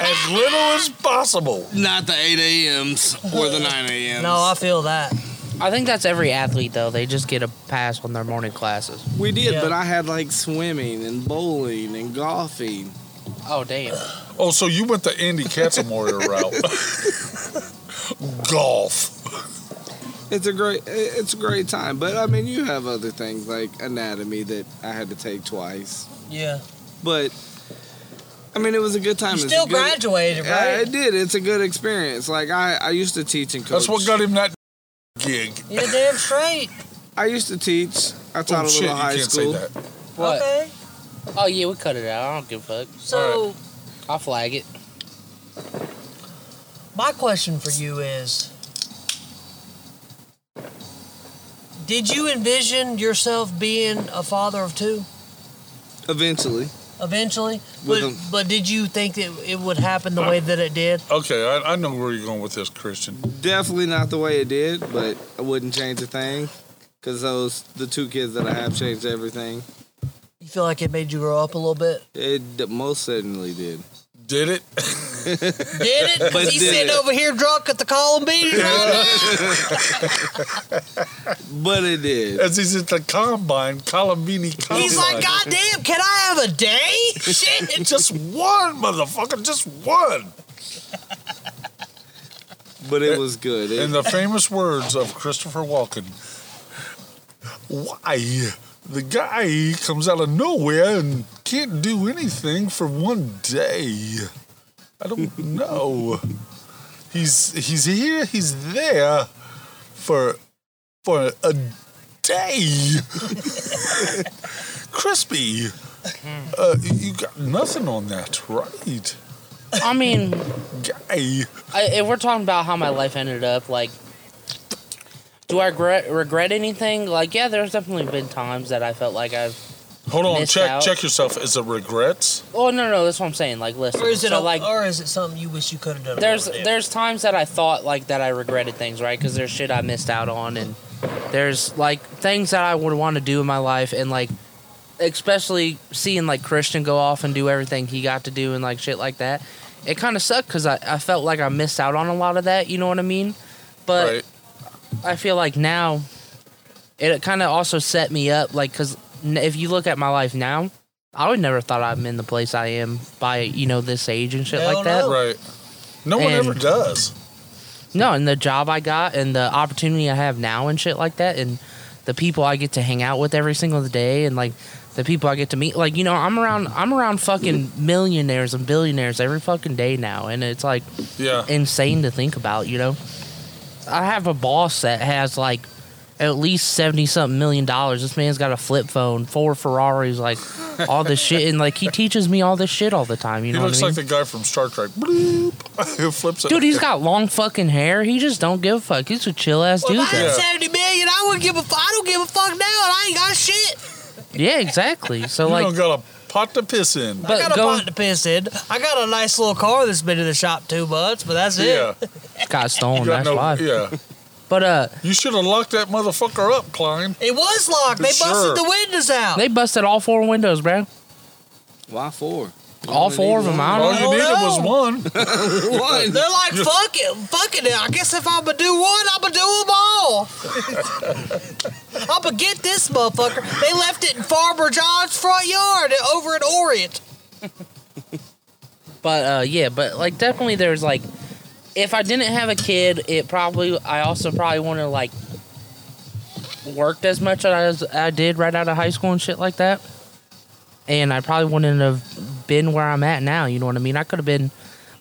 As little as possible. Not the eight a.m.s or the nine a.m.s. No, I feel that. I think that's every athlete though. They just get a pass on their morning classes. we did, Yeah. but I had like swimming and bowling and golfing. Oh damn. Oh, so you went the Andy Katzenmoyer route. Golf. It's a great, it's a great time. But I mean, you have other things like anatomy that I had to take twice. Yeah. But I mean, it was a good time. You It's a still good- Uh, graduated, I, I right? did. It's a good experience. Like I, I used to teach and coach. That's what got him that gig. You're damn straight. I used to teach. I taught Oh, a little shit, you high can't school. say that. What? Okay. Oh yeah, we cut it out. I don't give a fuck. So I'll flag it. my question for you is Did you envision yourself being a father of two Eventually, eventually? With But, a- but did you think that it would happen the way that it did? Okay, I, I know where you're going with this, Christian. definitely not the way it did, but I wouldn't change a thing. Cause those the two kids that I have changed everything. You feel like it made you grow up a little bit? It d- most certainly did. Did it? Did it? But He's did sitting it. over here drunk at the Columbine. But it did. As he's at the combine, Colombini Oh combine. He's like, God damn, can I have a day? Shit. just one, motherfucker, just one. But it was good. It- In the famous words of Christopher Walken, why the guy comes out of nowhere and can't do anything for one day. I don't know. He's he's here, he's there for for a day. Crispy. Uh, you got nothing on that, right? I mean, Guy. I, if we're talking about how my life ended up, like, do I regret, regret anything? Like, yeah, there's definitely been times that I felt like I've. Hold on, Missed check out. check yourself. Is it regrets? Oh no, no, that's what I'm saying. Like, listen, Or is it so, a, like or is it something you wish you could have done? there's more? there's times that I thought like that I regretted things, right? Because there's shit I missed out on, and there's like things that I would want to do in my life, and like especially seeing like Christian go off and do everything he got to do and like shit like that. It kind of sucked because I, I felt like I missed out on a lot of that. You know what I mean? But right. I feel like now it kind of also set me up, like, because if you look at my life now, I would never thought I'm in the place I am by you know this age and shit Hell like that. no. Right. No one And- ever does. No, and the job I got and the opportunity I have now and shit like that, and the people I get to hang out with every single day, and like the people I get to meet, like you know, I'm around, I'm around fucking millionaires and billionaires every fucking day now, and it's like Yeah. insane to think about, you know. I have a boss that has like at least seventy something million dollars. This man's got a flip phone, four Ferraris, like all this shit, and like he teaches me all this shit all the time. You know he what looks I mean? like the guy from Star Trek. Bloop. He flips it. Dude, he's got long fucking hair. He just don't give a fuck. He's a chill ass Well, dude. if I had Yeah. seventy million, I wouldn't give a. fu- I don't give a fuck now, and I ain't got shit. Yeah, exactly. So You like, don't got a pot to piss in. But I got a go- pot to piss in. I got a nice little car that's been in the shop two months, but that's yeah. it. got stolen. You got That's no- why. yeah. But uh, You should have locked that motherfucker up, Klein. It was locked. They Sure. busted the windows out. they busted all four windows, bro. Why four? All four of them. I All don't know. you needed was one. One. They're like, fuck it, fuck it. I guess if I'ma do one, I'ma do them all. I'ma get this motherfucker. They left it in Farmer John's front yard over in Orient. But uh, yeah, but like definitely there's like, if I didn't have a kid, it probably I also probably wouldn't have like worked as much as I did right out of high school and shit like that. And I probably wouldn't have been where I'm at now. You know what I mean? I could have been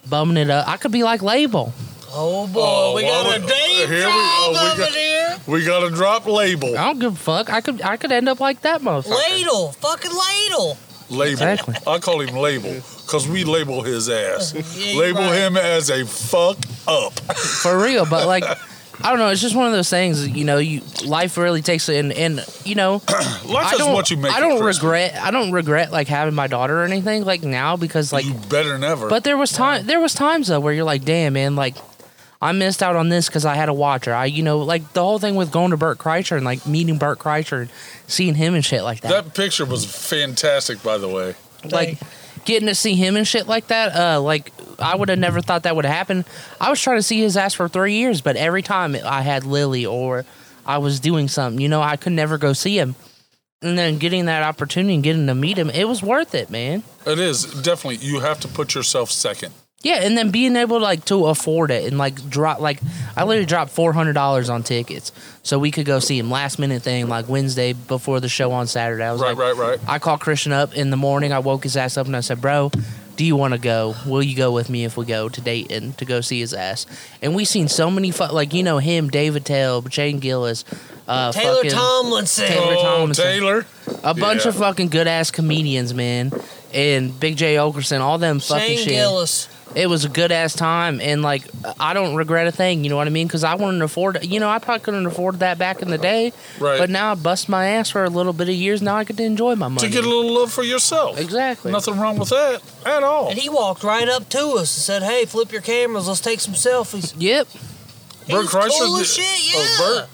bumming it up. I could be like label. Oh boy, Oh, we well, got a we- Dave here we- Job oh, we over got- there. We got a drop label. I don't give a fuck. I could I could end up like that motherfucker. Ladle, fucking ladle. Label. Exactly. I call him label because we label his ass. Yeah, you're label right. him as a fuck up. for real. But like, I don't know. It's just one of those things. that, You know, you life really takes it, and and you know, Life I is don't. what you make. I don't it, Chris. regret. I don't regret like having my daughter or anything like now because like, You better never. but there was time. There was times though where you're like, damn man, like. I missed out on this because I had a watcher. I, you know, like the whole thing with going to Burt Kreischer and like meeting Burt Kreischer and seeing him and shit like that. that picture was fantastic, by the way. like getting to see him and shit like that uh like i would have never thought that would happen i was trying to see his ass for three years but every time i had lily or i was doing something you know i could never go see him and then getting that opportunity and getting to meet him it was worth it man It is definitely. You have to put yourself second. yeah and then being able like to afford it and like drop like i literally dropped $400 on tickets so we could go see him last minute thing like wednesday before the show on saturday i was Right, like right, right. I called Christian up in the morning. I woke his ass up and I said, "Bro, do you want to go? Will you go with me if we go to Dayton to go see his ass?" And we seen so many fu- like you know him, David Tell, Shane Gillis, uh, Taylor fucking- Tomlinson. Taylor Oh, Tomlinson. Taylor. a bunch Yeah. of fucking good ass comedians, man, and Big J Okerson, all them fucking Shane shit. Gillis. It was a good ass time, and like I don't regret a thing. You know what I mean? Because I wouldn't afford. You know, I probably couldn't afford that back in the day. Right. But now I bust my ass for a little bit of years. Now I get to enjoy my money. To get a little love for yourself. Exactly. Nothing wrong with that at all. And he walked right up to us and said, Hey, flip your cameras, let's take some selfies. Yep. He Bert was Kreischer cool did- as shit, yeah. oh, Bert.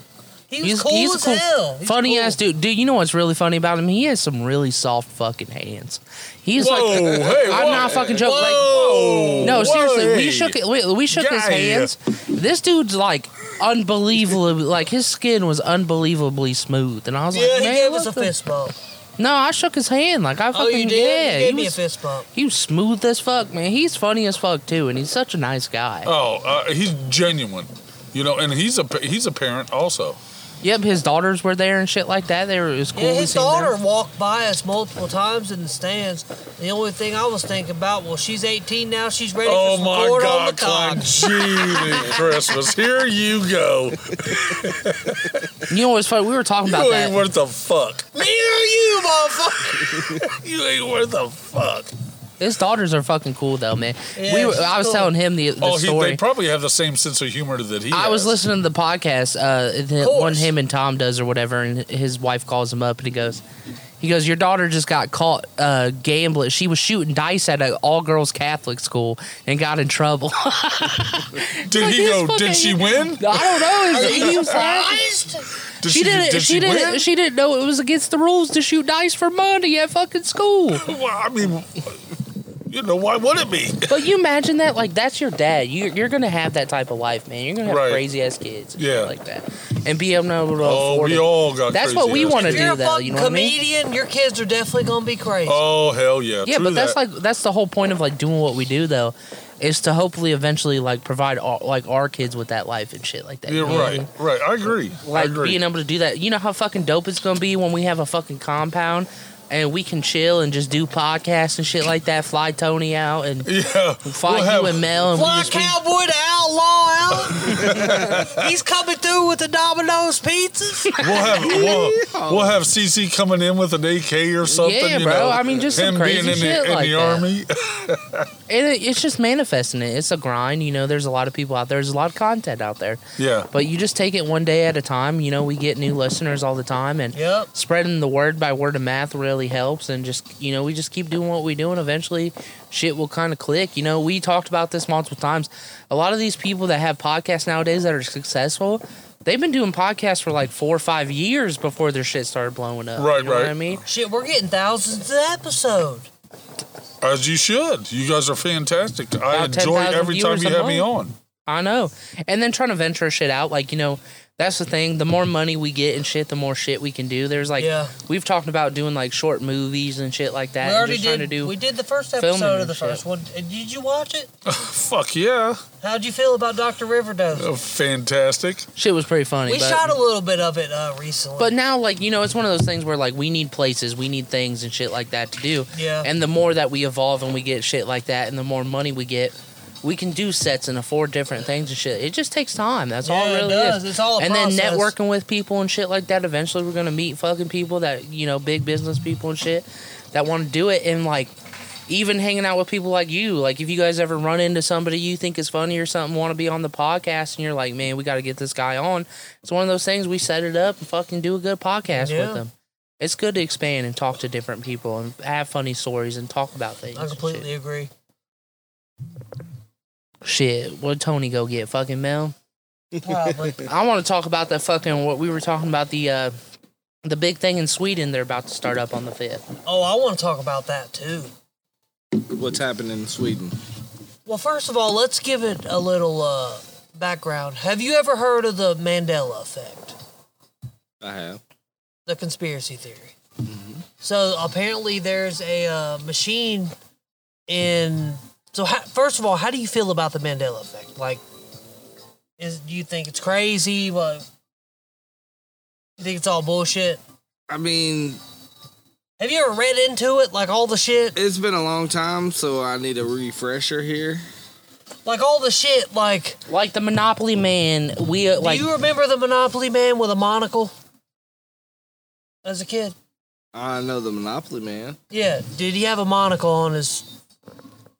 He was cool a as cool- hell. He's funny cool. ass dude. Dude, you know what's really funny about him? He has some really soft fucking hands. He's Whoa, like, hey, I'm whoa. not fucking joking. Whoa, like, no, seriously, we hey. shook it. We, we shook his Yeah. hands. This dude's like unbelievably, like his skin was unbelievably smooth, and I was Yeah, like, he man, gave what us a the-" fist bump. No, I shook his hand. Like I fucking Oh, you did? yeah. you gave he me a was, fist bump. he was smooth as fuck, man. He's funny as fuck too, and he's such a nice guy. Oh, uh, he's genuine, you know, and he's a he's a parent also. Yep, his daughters were there and shit like that. They were it was cool. Yeah, to his see them. daughter walked by us multiple times in the stands. The only thing I was thinking about, well, she's 18 now. She's ready Oh for some my corn on the God, cob. Clanchini Christmas. Here you go. You know what's funny? We were talking about You that. ain't worth a fuck. Me or you, motherfucker. you ain't worth a fuck. His daughters are fucking cool though, man. Yeah, we were, she's I was cool. telling him the, the oh, he, story. they probably have the same sense of humor that he I was has. listening to the podcast, uh, the course. one him and Tom does or whatever, and his wife calls him up and he goes, he goes, your daughter just got caught uh, gambling. She was shooting dice at an all girls Catholic school and got in trouble. I Did Like, he he's go, fucking- did she win? don't know. Is it- he was laughing. Did She didn't. She, didn't. win? She didn't know it was against the rules to shoot dice for money at fucking school. Well, I mean, you know, why would it be? But you imagine that, like that's your dad. You, you're gonna have that type of life, man. You're gonna have Right. crazy ass kids, and Yeah. shit like that, and be able to Oh, afford we it. all got That's crazy what we ass wanna kids. If you're a do, though, fucking you know what I mean? comedian, your kids are definitely gonna be crazy. Oh, hell yeah. yeah, true but that's that. like that's the whole point of like doing what we do, though, is to hopefully eventually like provide all, like our kids with that life and shit like that. you know Yeah, what I right, mean? right. I agree. I mm-hmm. Like agree. being able to do that. You know how fucking dope it's gonna be when we have a fucking compound. And we can chill and just do podcasts and shit like that. Fly Tony out and yeah. fly We'll you have- and Mel. And we Fly just be- cowboy to outlaw out. He's coming through with the Domino's pizzas. We'll have we'll, we'll have CC coming in with an AK or something. Yeah, you bro. Know, I mean, just some him crazy being in shit the, in like the that. army. And it, it's just manifesting it. It's a grind. You know, there's a lot of people out there. There's a lot of content out there. Yeah, But you just take it one day at a time. You know, we get new listeners all the time, and Yep. spreading the word by word of mouth really helps. And just you know, we just keep doing what we do, and eventually, shit will kind of click. You know, we talked about this multiple times. A lot of these people that have podcasts nowadays that are successful, they've been doing podcasts for like four or five years before their shit started blowing up. Right, you know what right. I mean, Shit, we're getting thousands of episodes. as you should. You guys are fantastic. I About enjoy 10,000 every time viewers you a have me on. I know. And then trying to venture shit out, like, you know, that's the thing. The more money we get and shit, the more shit we can do. There's like, Yeah. we've talked about doing like short movies and shit like that. We and already just trying did. to do. we did the first filming episode of and the shit. first one. And Did you watch it? Fuck yeah, How'd you feel about Doctor Riverdose? Uh, fantastic. shit was pretty funny. We Oh, but, shot a little bit of it uh, recently. But now, like, you know, it's one of those things where, like, we need places, we need things and shit like that to do. Yeah. And the more that we evolve and we get shit like that and the more money we get, we can do sets and afford different things and shit. It just takes time. That's all Yeah, it it really does. is. It's all a And then process. networking with people and shit like that. Eventually, we're going to meet fucking people that, you know, big business people and shit that want to do it. And, like, even hanging out with people like you, like if you guys ever run into somebody you think is funny or something, want to be on the podcast, and you're like, man, we got to get this guy on. It's one of those things we set it up and fucking do a good podcast Yeah. with them. It's good to expand and talk to different people and have funny stories and talk about things. I and completely agree. shit. shit. What Tony go get fucking Mel? Probably. I want to talk about that fucking what we were talking about the uh the big thing in Sweden they're about to start up on the fifth. oh, I want to talk about that too. What's happening in Sweden? Well, first of all, let's give it a little uh, background. Have you ever heard of the Mandela effect, I have. the conspiracy theory? So apparently, there's a uh, machine in. So how, first of all, how do you feel about the Mandela effect? Like, is do you think it's crazy? What you think it's all bullshit? I mean, Have you ever read into it? Like all the shit, it's been a long time, so I need a refresher here. like all the shit. Like, Like the Monopoly Man, we uh, like do you remember the Monopoly man with a monocle as a kid? I know the Monopoly man. Yeah, did he have a monocle on his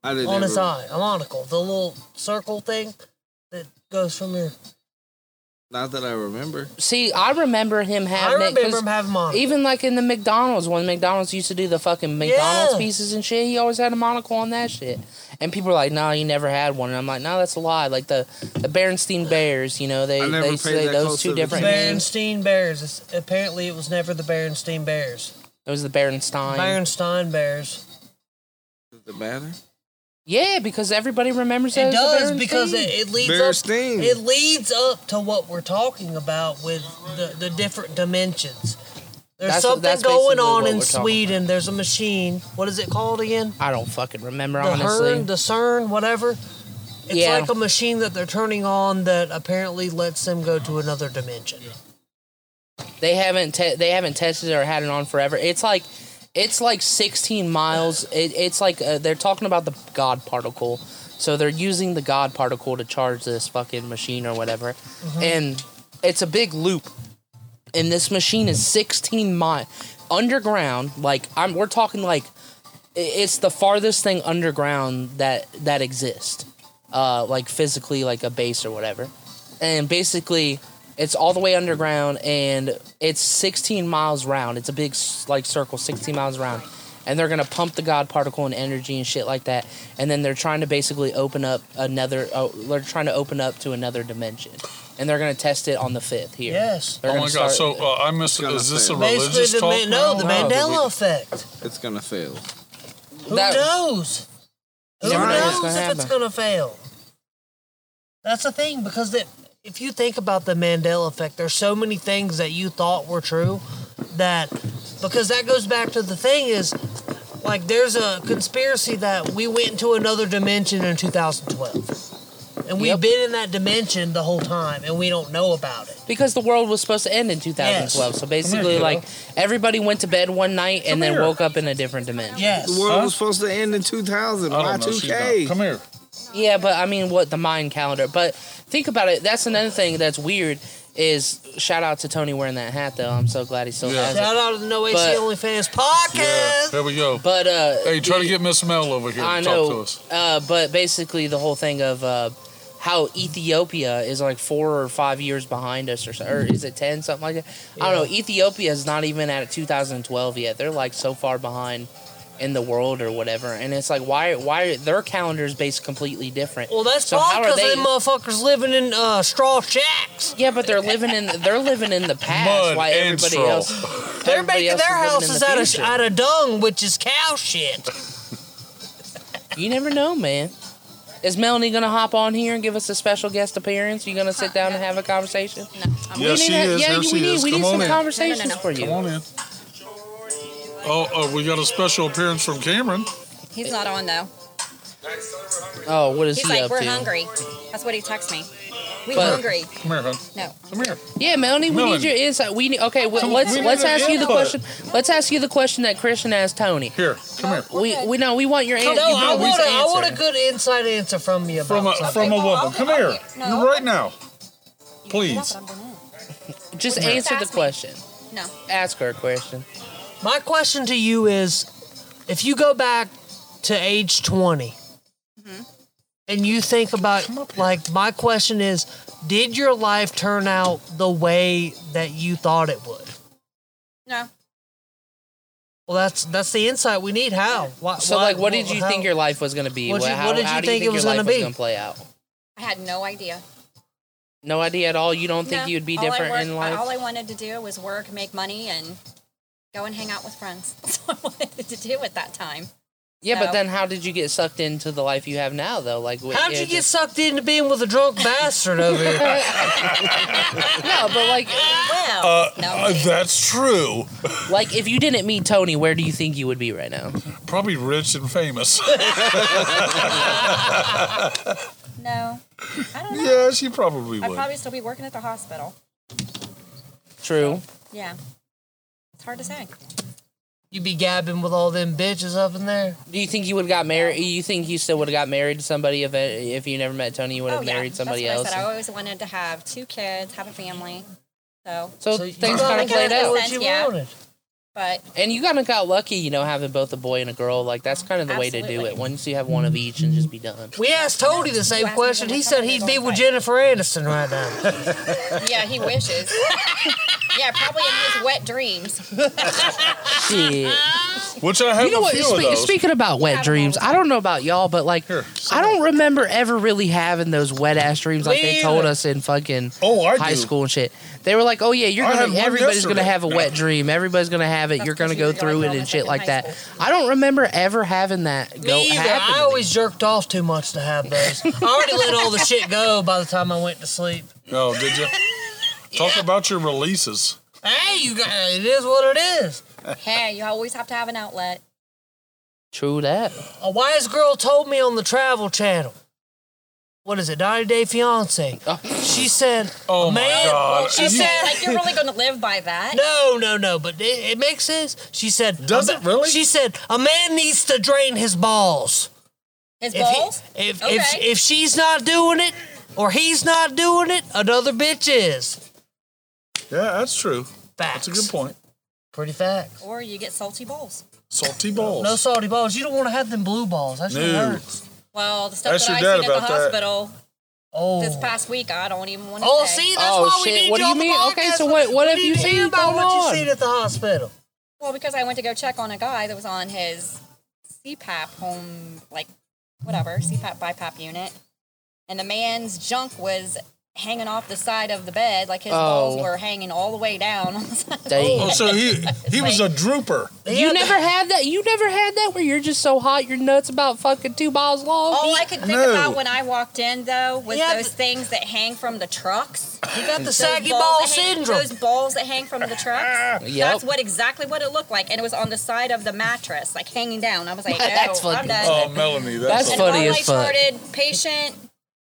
I didn't. on his ever- eye? A monocle, the little circle thing that goes from your. Not that I remember. see. I remember him I having it 'cause- remember him having a monocle. Even like in the McDonald's, when McDonald's used to do the fucking McDonald's Yeah. pieces and shit, he always had a monocle on that shit. And people are like, "Nah, you never had one." And I'm like, "No, that's a lie." Like the the Berenstein Bears, you know, they I never they paid say that those close two of different names. Berenstein Bears. It's, apparently, it was never the Berenstein Bears. It was the Berenstein. Berenstein Bears. Does it matter? yeah, because everybody remembers that It as the does because Berenstein. it, it leads Berenstein. up. It leads up to what we're talking about with the, the different dimensions. There's That's- something that's going basically on what in we're talking Sweden. There's a machine. What is it called again? I don't fucking remember the honestly. Hearn, the CERN, whatever. It's Yeah. like a machine that they're turning on that apparently lets them go to another dimension. They haven't te- they haven't tested it or had it on forever. It's like it's like 16 miles. It, it's like uh, they're talking about the God particle. So they're using the God particle to charge this fucking machine or whatever. And it's a big loop. And this machine is 16 miles underground. Like I'm we're talking like i- it's the farthest thing underground that that exists. Uh like physically like a base or whatever. And basically it's all the way underground and it's 16 miles round. It's a big s- like circle 16 miles round. And they're gonna pump the God particle and energy and shit like that, and then they're trying to basically open up another. Uh, they're trying to open up to another dimension, and they're gonna test it on the fifth here. Yes. They're oh gonna my god! start- So uh, I missed. Gonna Is this a fail. Basically, religious the, talk? man, no, the now? No, Mandela the- effect. It's gonna fail. Who That- knows? Who Never know what's knows gonna if it's happen. going to fail? That's the thing, because that, if you think about the Mandela effect, there's so many things that you thought were true that, because that goes back to the thing is, like, there's a conspiracy that we went into another dimension in 2012. And we've Yep. been in that dimension the whole time, and we don't know about it. because the world was supposed to end in 2012. Yes. So basically, like everybody went to bed one night and then woke up in a different dimension. Yes. The world Huh? was supposed to end in 2000. I Why don't know. She's 2K? not- Come here. Yeah, but I mean, what the mind calendar? But think about it. That's another thing that's weird. Is shout out to Tony wearing that hat though. I'm so glad he still Yeah. has it. Shout out to the No AC But- OnlyFans podcast. Yeah. There we go. But uh, Hey, try to get Miss Mel over here. I to know. Talk to us. Uh, but basically, the whole thing of uh, how Ethiopia is like four or five years behind us, or, so- or is it ten, something like that? I don't know. Ethiopia is not even at 2012 yet. They're like so far behind in the world or whatever. And it's like, why? Why their calendar is based completely different? Well, that's so why, how are because they? them motherfuckers living in uh, straw shacks. yeah, but they're living in they're living in the past. Mud why and everybody straw. else? They're everybody making else is their living in houses the out of, future. out of dung, which is cow shit. You never know, man. Is Melanie gonna hop on here and give us a special guest appearance? You gonna sit down and have a conversation? No, I'm Yeah, We she need a- is. uh, Yeah, Here we she need, is. We Come need on some in. conversations No, no, no. for you. Come on in. Oh, oh, we got a special appearance from Cameron. He's not on though. Oh, what is He's he like, up we're to? hungry. That's what he texts me. We But- hungry. Come here, hon. No. Come here. Yeah, Melanie, we need Melanie. your insight. We need, okay. Well, Come- let's we need let's an ask you the input. question. Let's ask you the question that Christian asked Tony. Here. Come here. We we no, we want your an- No, you want I his want, a, I want a answer. good inside answer from you about From a something. from a well, woman. I'll- Come I'll here. get- no. You right now. Please. No. Just answer the Ask me. question. Ask her a question. My question to you is if you go back to age 20 and you think about, like, my question is did your life turn out the way that you thought it would? No. Well, that's that's the insight we need. How? Why, So, why- like, what did you how- think your life was gonna be? What'd you- how, what did how you do think it you think was your life gonna was be? gonna play out? I had no idea. No idea at all. You don't think No. you'd be All I different work- in life? All I wanted to do was work, make money, and go and hang out with friends. That's all I wanted to do at that time. yeah, but no. then how did you get sucked into the life you have now, though? Like, wh- How'd yeah, you get just- sucked into being with a drunk bastard over here? No, but like, Well, no. Uh, that's true. like if you didn't meet Tony, where do you think you would be right now? Probably rich and famous. no. I don't know. yeah, she probably I'd would. probably still be working at the hospital. True. Yeah. It's hard to say. You be gabbing with all them bitches up in there. Do you think you would have got married? You think you still would have got married to somebody if if you never met Tony? You would have married somebody Oh, That's what else. I, said. I always wanted to have two kids, have a family. So, so, So you things gotta kind of kinda played get out, What you Yeah. wanted. but and you kind of got lucky, you know, having both a boy and a girl. Like that's kind of the way to do Absolutely. it. Once you have one of each and just be done. We asked Tony the You same asked me question. when He the said company he'd was be on with site. Jennifer Aniston right now. yeah, he wishes. yeah, probably in his wet dreams. Shit. Which I have You know a what? few of spe- those. speaking about wet dreams, I don't know about y'all, but like, Here, sit I don't remember ever really having those wet ass dreams like they Me told either. us in fucking Oh, I high do. school and shit. They were like, "Oh yeah, you're I had gonna one everybody's gonna yesterday. have a wet dream. Everybody's gonna have it. That's you're gonna 'cause go you're through like it all and this shit in like high that." I don't remember ever having that go Me either. happen. I to always jerked off too much to have those. I already let all the shit go by the time I went to sleep. Oh, did you? Talk about your releases. Hey, you guys, it is what it is. Hey, you always have to have an outlet. True that. A wise girl told me on the Travel Channel. What is it? 90 Day Fiance. Oh. she said, Oh my man, God. she You- said, Like you're really going to live by that? no, no, no, but it, it makes sense. She said, Does a it ma- really? She said, a man needs to drain his balls. His If, he- balls? if, Okay. if if she's not doing it or he's not doing it, another bitch is. Yeah, that's true. Facts. That's a good point. Pretty facts. or you get salty balls. Salty balls. No salty balls. You don't want to have them blue balls. That shit No. hurts. Well, the stuff Ask that I your dad seen at the about that. hospital Oh. this past week, I don't even want to Oh, say. see, that's Oh, why we shit. need What you do you on the mean? Okay, podcast. so what- what We have need you to seen hear about going what on? you seen at the hospital? Well, because I went to go check on a guy that was on his CPAP home, like whatever CPAP BiPAP unit, and the man's junk was hanging off the side of the bed, like his balls Oh. were hanging all the way down on the side. of the Dang. Oh, so he he was a drooper. You never had that. You never had that where you're just so hot you're nuts about fucking two miles long. All I could think No. about when I walked in, though, was Yeah, those but- things that hang from the trucks. You got the Those saggy balls ball that hang- syndrome. Those balls that hang from the trucks. Yep. That's what exactly what it looked like, and it was on the side of the mattress, like hanging down. I was like, That's "No, I'm fucking done." Oh, Melanie, that's, That's and all. funny all as I fuck. started patient,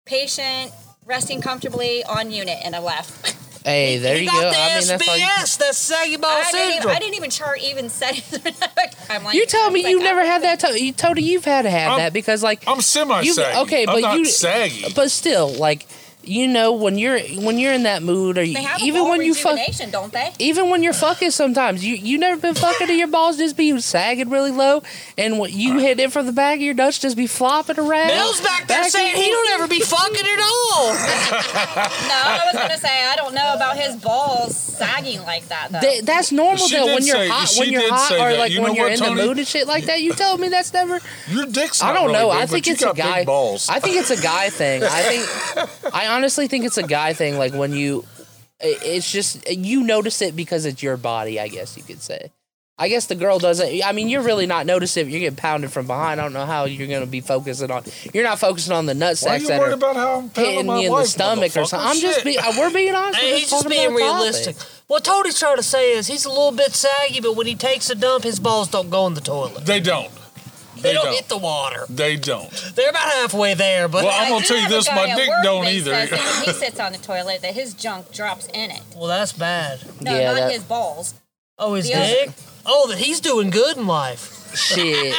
patient, resting comfortably on unit, and I left. hey, there you, got go. the I mean, that's SBS, all you, that's saggy ball I, didn't even, syndrome. I didn't even chart even said it. I'm like, you tell me I was you like, never I'm- had that. To- you, Tony, you've had to have I'm- that because like I'm semi saggy. You- okay, I'm but not you- saggy. but still like you know when you're when you're in that mood or you, They have a even ball when you fuck rejuvenation, don't they? even when you're fucking sometimes you you never been fucking to your balls just be sagging really low and when you hit it from the back of your nuts just be flopping around Bill's back there Back saying and- he don't ever be fucking at all. No, I was gonna say I don't know about his balls sagging like that though. Th- that's normal She though did when you're say- hot she when you're did hot say or that. like You when know you're what, in Tony? the mood and shit like that you telling me that's never Your dick's not I don't really know big, I but think you it's a got big guy balls. I think it's a guy thing I think I honestly think it's a guy thing like when you i- it's just you notice it because it's your body I guess you could say I guess the girl doesn't I mean you're really not noticing it you're getting pounded from behind I don't know how you're gonna be focusing on you're not focusing on the nut Why are sacks you that worried are about how I'm pounding hitting my me in the wife, stomach or something motherfucker? I'm just Shit. being we're being honest Hey, we're he's just talking about being a topic. realistic. What Tony's trying to say is he's a little bit saggy, but when he takes a dump, his balls don't go in the toilet. They don't. They, They don't, don't. hit the water. They don't. They're about halfway there, but Well, I'm I gonna do tell you have a this, guy my at dick work don't that either. says that when he sits on the toilet, that his junk drops in it. well, that's bad. No, Yeah, not that- his balls. Oh, his The other- dick. Oh, that he's doing good in life. Shit.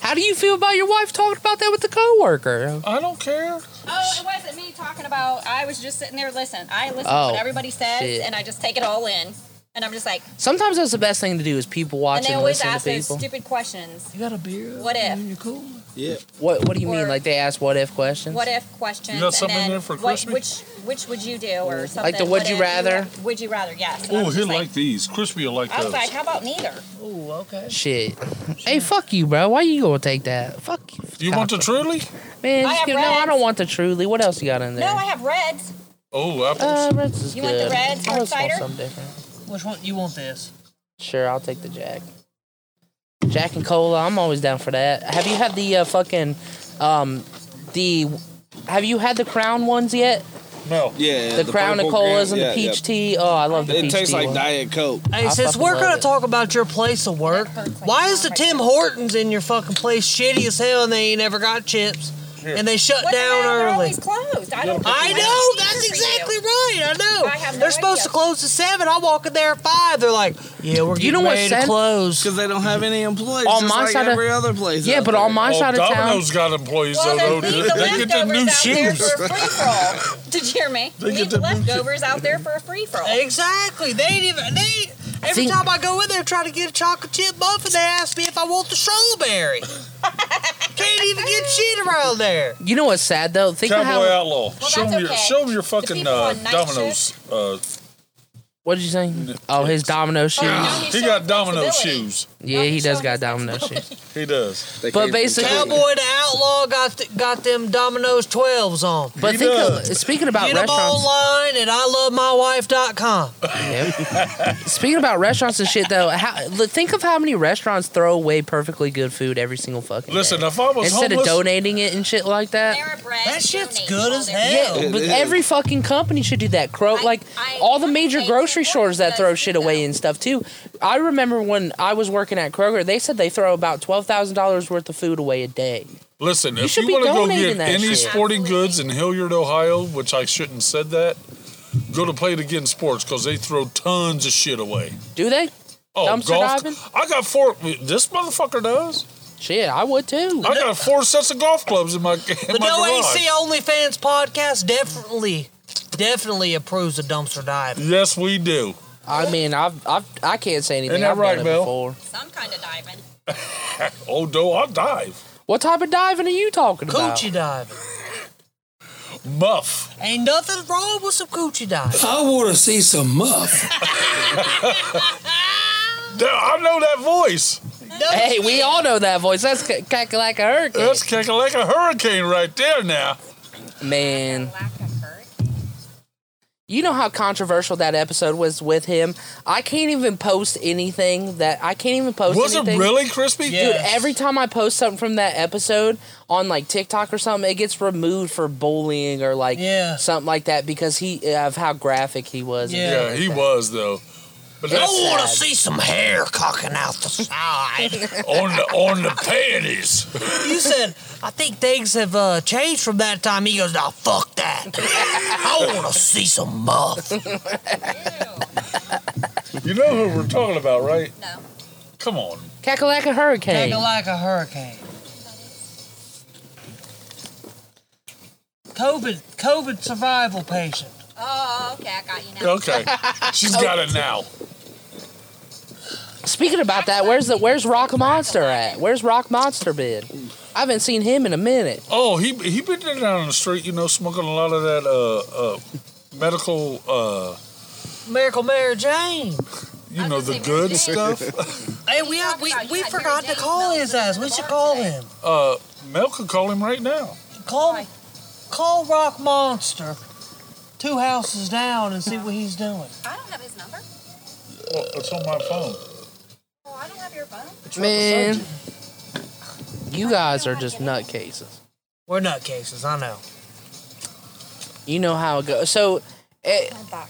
How do you feel about your wife talking about that with the coworker? I don't care. Oh, it wasn't me talking about. I was just sitting there listening. I listen Oh, to what everybody says, shit. and I just take it all in. And I'm just like, Sometimes that's the best thing to do is people watch and and, they always listen to ask those people. stupid questions. You got a beer? What if? You're cool. Yeah. what What do you mean? or- Like they ask what if questions? What if questions? You got something and then there for what, Christmas? which which would you do or something? the would What you if rather? have- would you rather? Yes. And I Oh, was he'll just like these. Crispy will like I was those. like, how about neither? Oh, okay. Shit. Hey, fuck you, bro. Why you gonna take that? Fuck you. You want the truly? Man, I just have give, no, I reds. don't want the truly. What else you got in there? No, I have reds. Oh, apples. uh, reds is You want good. the reds I or just want cider? something different. Which one? You want this? Sure, I'll take the Jack. Jack and cola. I'm always down for that. Have you had the uh, fucking um the Have you had the crown ones yet? no. Yeah. the, crown of purple colas and gram- yeah, the peach yeah. tea. Oh, I love the It peach tastes tea. like one. Diet Coke. Hey, I since fucking we're love gonna it. talk about your place of work, why is the Tim Hortons in your fucking place shitty as hell and they ain't ever got chips and they shut What the down hell? They're early? always closed. I don't. I think know, it's that's easier for exactly you. right. I know. I have no They're supposed idea. to close at seven. I walk in there at five. They're like, yeah, we're getting know what's ready to sad? close. Because they don't have any employees. On just my like side of- every other place. Yeah, out but there. on my Oh, side of town, Domino's got employees Well, though. then though. leave the They get them new leftovers out there shoes. for a free for all. Did you hear me? They get Leave the them new shit. leftovers out there for a free for all. Exactly. They ain't even they. Every See- time I go in there try to get a chocolate chip muffin, they ask me if I want the strawberry. Can't even get shit around there. you know what's sad though? Think of Cowboy how. Outlaw. Well, show that's them your okay. show them your The fucking people uh, on night Domino's. Uh, What did you say? Oh, his domino shoes. now he's he showing got Domino flexibility. shoes. Yeah, Now he he's does showing got his domino shoes. He does. They but can't even basically- cook. Cowboy the outlaw got th- got them Domino's twelves on. But He think of, does. speaking about Get them restaurants. online at ilovemywife.com. yeah. speaking about restaurants and shit though, how, look, think of how many restaurants throw away perfectly good food every single fucking Listen, day. if I was Instead homeless, of donating it and shit like that. Panera Bread That shit's donates good all as their- hell. Yeah, but is. every fucking company should do that. Cro- I- like I- all the major they grocery do. stores that throw That's shit good, away though. and stuff too. I remember when I was working at Kroger, they said they throw about twelve thousand dollars worth of food away a day. Listen, if should you be want to go donating get that any shit. sporting goods in Hilliard, Ohio, which I shouldn't said that, go to Play It Again Sports because they throw tons of shit away. Do they? Oh, Dumpster golf! diving? I got four. This motherfucker does. Shit, I would too. I got four sets of golf clubs in my in The my No garage. AC OnlyFans podcast definitely, definitely approves of dumpster diving. Yes, we do. I mean, I've, I've, I can't say anything. Ain't that I've right, done it Mel? before. Some kind of diving. Oh, do I dive? What type of diving are you talking about? Coochie diving. Muff. Ain't nothing wrong with some coochie diving. I want to see some muff. There- I know that voice. Hey, we all know that voice. That's c- cack like a hurricane. That's kicking like a hurricane right there now. Man, Lack of hurt. you know how controversial that episode was with him. I can't even post anything that I can't even post. Was anything. it really crispy? Yeah. Dude, Yes. every time I post something from that episode on like TikTok or something, it gets removed for bullying or like Yeah. something like that because he of how graphic he was. and Yeah. stuff Yeah, like he that. was though. But I that's want to see some hair cocking out the side. on the on the panties. you said, I think things have uh, changed from that time. He goes, nah, fuck that. I want to see some muff. You know who we're talking about, right? No. Come on. Kakalaka Hurricane. like a hurricane. COVID, COVID survival patient. Oh, okay, I got you now. Okay, she's got it now. Speaking about that, where's the where's Rock Monster at? Where's Rock Monster been? I haven't seen him in a minute. Oh, he he been there down on the street, you know, smoking a lot of that uh uh medical uh Miracle Mary Jane. you know the good stuff. Hey, we have, we, we forgot to call his ass. We should call him. Uh, Mel could call him right now. Call call Rock Monster two houses down and see what he's doing. I don't have his number. Well, it's on my phone. Oh, I don't have your phone. Man, you guys are just nutcases. We're nutcases, I know. You know how it goes. So, eh, I'm back.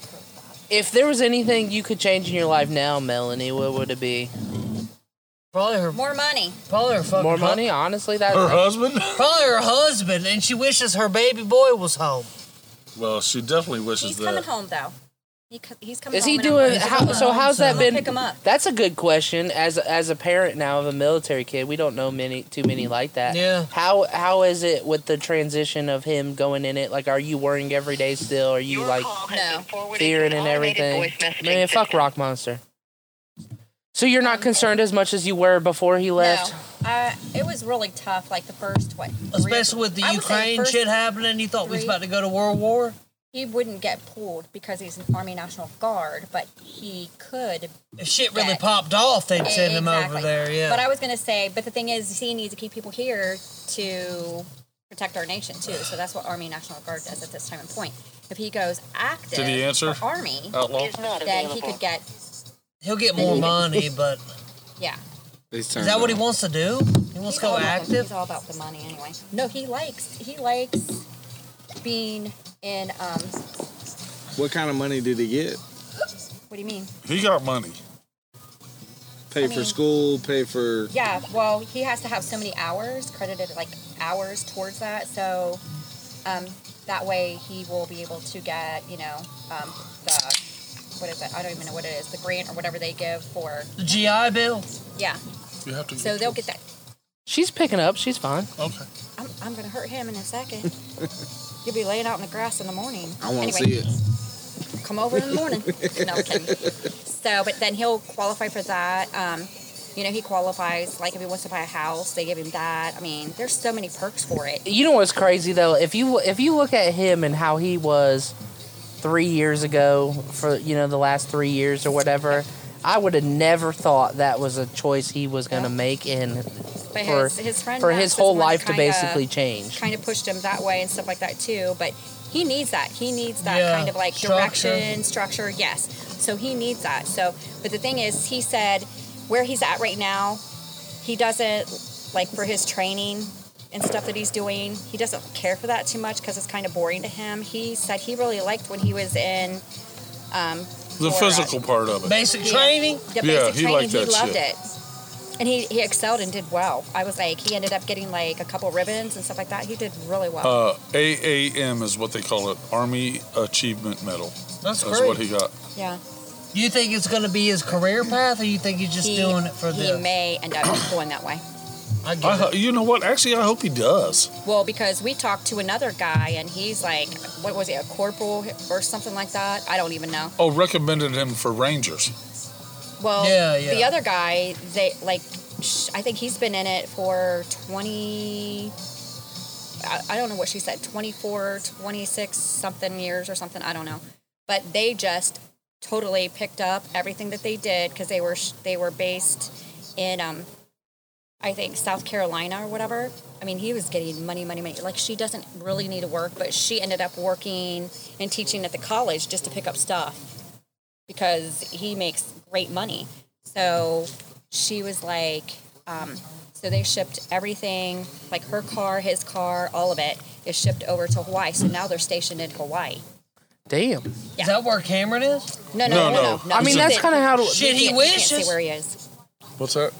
if there was anything you could change in your life now, Melanie, what would it be? Probably her, More money. probably her fucking More hu- money, honestly. That Her husband? probably her husband, and she wishes her baby boy was home. Well, she definitely wishes He's that. coming home though. He, co- he's coming. is home he and I'm doing? gonna pick How, him so up. how's that I'm gonna been? Pick him up. That's a good question. As as a parent now of a military kid, we don't know many too many like that. Yeah. How how is it with the transition of him going in it? Like, are you worrying every day still? Are you like No. fearing and everything? Man, fuck Rock Monster. So you're not concerned as much as you were before he left. No. Uh, it was really tough. Like the first what? three- Especially with the I would say Ukraine first- shit happening, you thought we was three- about to go to World War. He wouldn't get pulled because he's an Army National Guard, but he could If shit really That- popped off, they'd send him over Exactly. there. Yeah. But I was gonna say, but the thing is, he needs to keep people here to protect our nation too. So that's what Army National Guard does at this time and point. If he goes active, Did he answer? for Army, Outlaw? then he could get He'll get more money, but yeah. Is is that what he wants to do? He wants to go all about- active. He's all about the money anyway. No, he likes he likes being in. Um, What kind of money did he get? what do you mean? He got money. Pay I for mean- school, pay for. Yeah, well, he has to have so many hours credited, like hours towards that. So um, that way he will be able to get, you know, um, the what is it? I don't even know what it is. The grant or whatever they give for. The GI Bill. Yeah. You have to. So they'll get that. She's picking up. She's fine. Okay. I'm, I'm gonna hurt him in a second. You'll be laying out in the grass in the morning. I want to anyway, see it. Come over in the morning. no I'm kidding. So, but then he'll qualify for that. Um, you know, he qualifies. Like if he wants to buy a house, they give him that. I mean, there's so many perks for it. You know what's crazy though? If you if you look at him and how he was three years ago for you know the last three years or whatever, I would have never thought that was a choice he was gonna Yeah. make in But for his, his friend for Max his is whole one that life to kinda- basically change. kind of pushed him that way and stuff like that too. But he needs that. He needs that Yeah, kind of like structure. direction, structure. Yes. So he needs that. So, but the thing is, he said where he's at right now, he doesn't like for his training and stuff that he's doing. He doesn't care for that too much because it's kind of boring to him. He said he really liked when he was in um, The Florida. physical part of it. Basic training. The basic Yeah, he training. liked he that loved shit. it. And he, he excelled and did well. I was like, he ended up getting like a couple ribbons and stuff like that. He did really well. Uh, AAM is what they call it, Army Achievement Medal. That's what great. he got. yeah. You think it's going to be his career path, or you think he's just he, doing it for he this? may end up going that way. I I, ho- you know what? Actually, I hope he does. Well, because we talked to another guy and he's like, what was he, a corporal or something like that? I don't even know. Oh, recommended him for Rangers. Well, Yeah, yeah. the other guy, they like, sh- I think he's been in it for 20. I, I don't know what she said, 24, 26 something years or something. I don't know. But they just totally picked up everything that they did because they were sh- they were based in um, I think South Carolina or whatever. I mean, he was getting money, money, money. Like she doesn't really need to work, but she ended up working and teaching at the college just to pick up stuff because he makes great money. So she was like, um, so they shipped everything, like her car, his car, all of it is shipped over to Hawaii. So now they're stationed in Hawaii. Damn. Is that where Cameron is? No, no, no, no. no. I mean, that's kind of how. You Shit, he can't- You can't wishes. see where he is. What's that?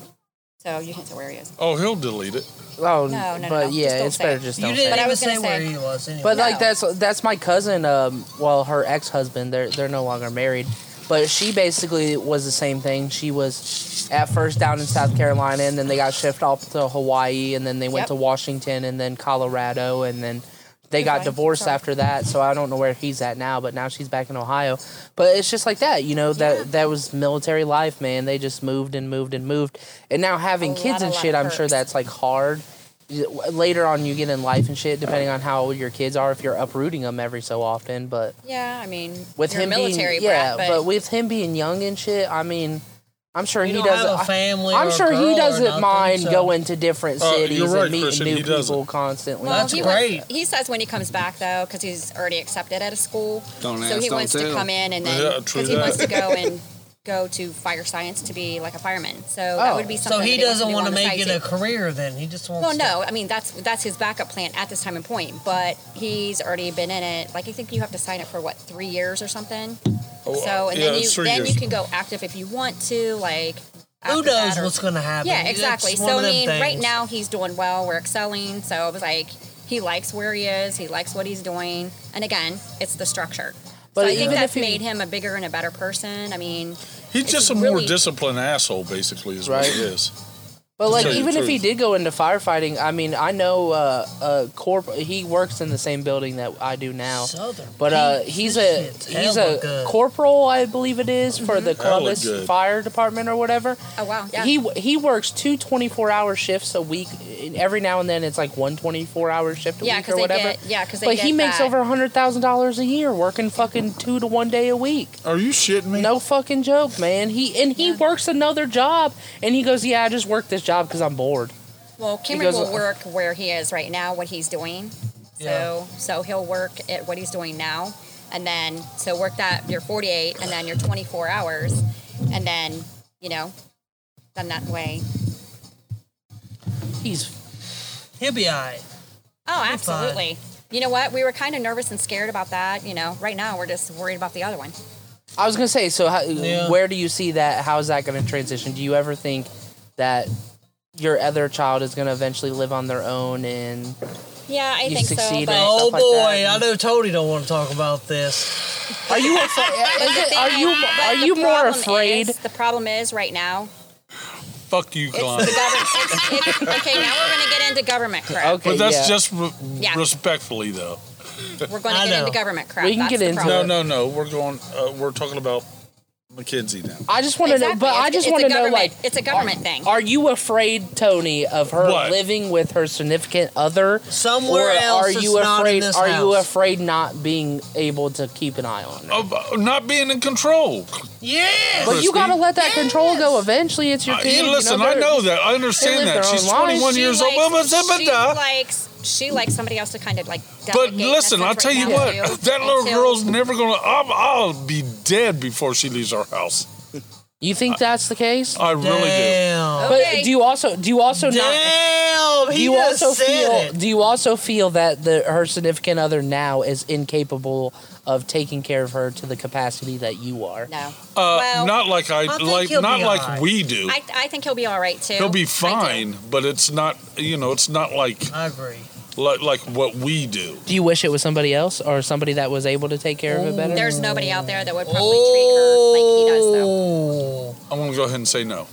So you can't see where he is. Oh, he'll delete it. Oh, No, no, no, but no. Just yeah, don't it's say better it. just You don't didn't say. it. But I even was say gonna where say- he was. Anyway. But like No. that's that's my cousin. Um, well, her ex husband. They're they're no longer married. But she basically was the same thing. She was at first down in South Carolina, and then they got shipped off to Hawaii, and then they went Yep. to Washington, and then Colorado, and then they got Goodbye. divorced Sorry. after that. So I don't know where he's at now. But now she's back in Ohio. But it's just like that, you know. That that was military life, man. They just moved and moved and moved, and now having A kids lot, a and lot shit. of I'm sure perks. that's like hard later on you get in life and shit depending on how old your kids are if you're uprooting them every so often but Yeah, I mean, with you're him a military being yeah brat, but, with him being young and shit i mean i'm sure You he don't have doesn't a family i'm or a sure girl he or doesn't nothing, mind so- going to different Uh, cities you're right, and meeting Christian, new he people doesn't. constantly well, That's he great. Wants, he says when he comes back though, because he's already accepted at a school. Don't so ask, he don't wants to tell. come in and Yeah, then true because he wants to that. go and go to fire science to be like a fireman. So Oh. that would be something. So he that wants doesn't do want to on the make side, it a too. career then. He just wants. Well, to- no, I mean that's that's his backup plan at this time and point. But he's already been in it. Like I think you have to sign up for what three years or something. so and Oh, yeah, then it's you three then years. you can go active if you want to. Like Who after that knows or- what's going to happen? yeah, It's exactly. one So of I them mean, right things. now he's doing well. We're excelling. So I was like, he likes where he is. He likes what he's doing. And again, it's the structure. But But so I even think that's if he- made him a bigger and a better person. I mean, He's It's just a more really- disciplined asshole, basically, is Right. what it is. But To like, tell you the even if he truth. did go into firefighting, I mean, I know uh, uh, corp. He works in the same building that I do now. Southern but uh, Peach, he's this a shit's he's hella a good. corporal, I believe it is, for the Hella Columbus good. Fire Department or whatever. oh wow, yeah. He he works two 24 hour shifts a week. and Every now and then, it's like one 24 hour shift a Yeah, week 'cause or they whatever. get- yeah, 'cause they but he get makes that. over hundred thousand dollars a year working fucking two to one day a week. Are you shitting me? No fucking joke, man. He and he works another job, and he goes, "Yeah, I just work this job because I'm bored." well, Cameron goes- will work where he is right now, what he's doing. Yeah. So so he'll work at what he's doing now, and then so work that your 48, and then your 24 hours, and then you know, then that way. He's He'll be all right. Oh, fine. absolutely. You know what? We were kind of nervous and scared about that. You know, right now we're just worried about the other one. I was gonna say, so how, Yeah. where do you see that? How is that gonna transition? Do you ever think that your other child is gonna eventually live on their own? And Yeah, I You think so. succeeded. But stuff Oh like boy, that. I know Tony don't want to talk about this. are you afraid, is it, are you but are the you more problem afraid? Is, the problem is right now. Fuck you, It's Glenn. the government. It's, it's, okay, now we're going to get into government crap. Okay, But that's yeah. just re- Yeah. respectfully, though. We're going I to get know. into government crap. We can That's get the into No, problem. no, no. We're going. Uh, we're talking about McKenzie now. I just want to know, but I just want to know, like, it's a government thing. are you afraid, Tony, of her What? living with her significant other? Somewhere or else are that's you not in afraid? this are you house. afraid not being able to keep an eye on her? Of uh, not being in control. Yeah. But you Christy. gotta let that control go eventually. It's your I- kid. you Uh, listen, I they're- know that. I they understand live that. their She's own lives. 21 She years old. Blah, likes, blah, blah, she blah. likes she likes somebody else to kind of like. But delegate. That's listen, us I'll right tell you now, what. too. That little Until- girl's never gonna. I'll, I'll be dead before she leaves our house. You Uh, think that's the case? I really do. Damn. But Okay. do you also do you also not? Damn. Do He you just also said feel? it. Do you also feel that the her significant other now is incapable of taking care of her to the capacity that you are. No. Uh, Well, not like I, I think like he'll not be like alright. we do. I, I think he'll be all right too. He'll I be do. fine, but it's not you know it's not like I agree. like like what we do. Do you wish it was somebody else or somebody that was able to take care of it better? There's nobody out there that would probably treat her like he does though. Oh, I'm gonna go ahead and say no.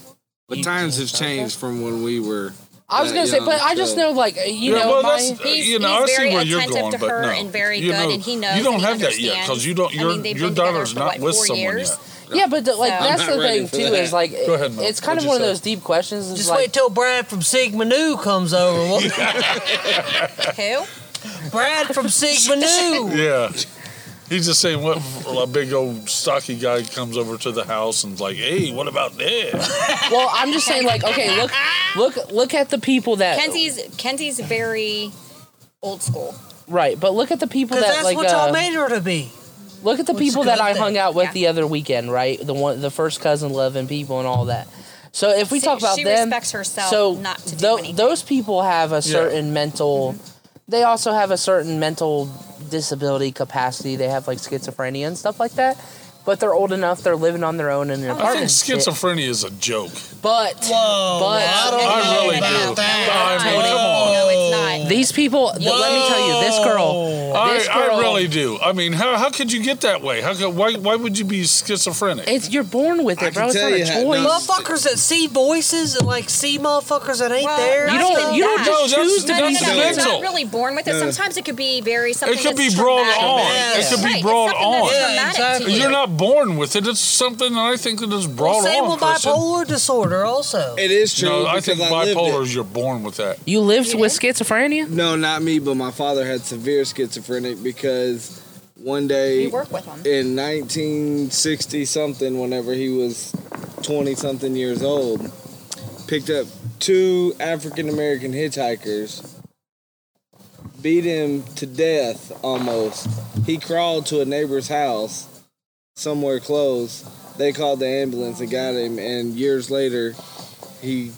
But times have changed from when we were. I was uh, gonna say, young, but I just so- know, like, you Yeah, know, well, my, that's- uh, He's- you know, he's I see very where you're attentive going, to but her no. and very you good, know, and he knows You don't and he have that yet because you don't. understands. I Your mean, they've your been together daughter's for, not what, with four someone years? yet. yeah, but the, like I'm that's not the ready thing for too that. is like Go ahead, Mo. it's kind of What'd you one of say? those deep questions. It's just like, wait till Brad from Sigma Nu comes over. Well, Who? Brad from Sigma Nu. Yeah. He's just saying, what a big old stocky guy comes over to the house and's like, hey, what about this? well, I'm just saying, like, okay, look, look, look at the people that Kenzie's Kenzie's very old school. right, but look at the people 'Cause that that's like what y'all uh, made her to be. Look at the Which is people a that good I thing. hung out with Yeah. the other weekend, right? The one, the first cousin loving people and all that. So if we See, talk about she them, respects herself so not to do tho- anything. Mm-hmm. those people have a certain mental. They also have a certain mental disability capacity. They have like schizophrenia and stuff like that. But they're old enough. They're living on their own in their Oh, I think apartment. schizophrenia is a joke. But Whoa, But- I don't I know really about do. that. I mean, come on. No, it's not. these people. th- let me tell you, this girl. I, This girl. I really do. I mean, how, how could you get that way? How could, why, why would you be schizophrenic? It's you're born with I it, bro. can It's tell not a you had choice. no- Motherfuckers that see voices and like see motherfuckers that ain't Well, there. you not don't. even You don't that. No, just that's- choose to No, be no, no, That's no, it's mental. not really born with it. Sometimes it could be very something. It could that's be brought traumatic. on. Yes. It could be Right, brought it's something on. That's Yeah, traumatic exactly. to you. You're not born with it. It's something that I think that is Well, brought same on. with person. bipolar disorder also. It is true. No, I because think lived it. bipolar is you're born with that. You lived with schizophrenia. No, not me, but my father had severe schizophrenic because one We day work with them. in 1960 something, whenever he was 20 something years old, picked up two African American hitchhikers, beat him to death almost. He crawled to a neighbor's house somewhere close. They called the ambulance and got him, and years later, he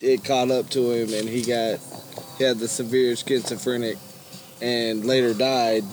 it caught up to him and he got he had the severe schizophrenic and later died.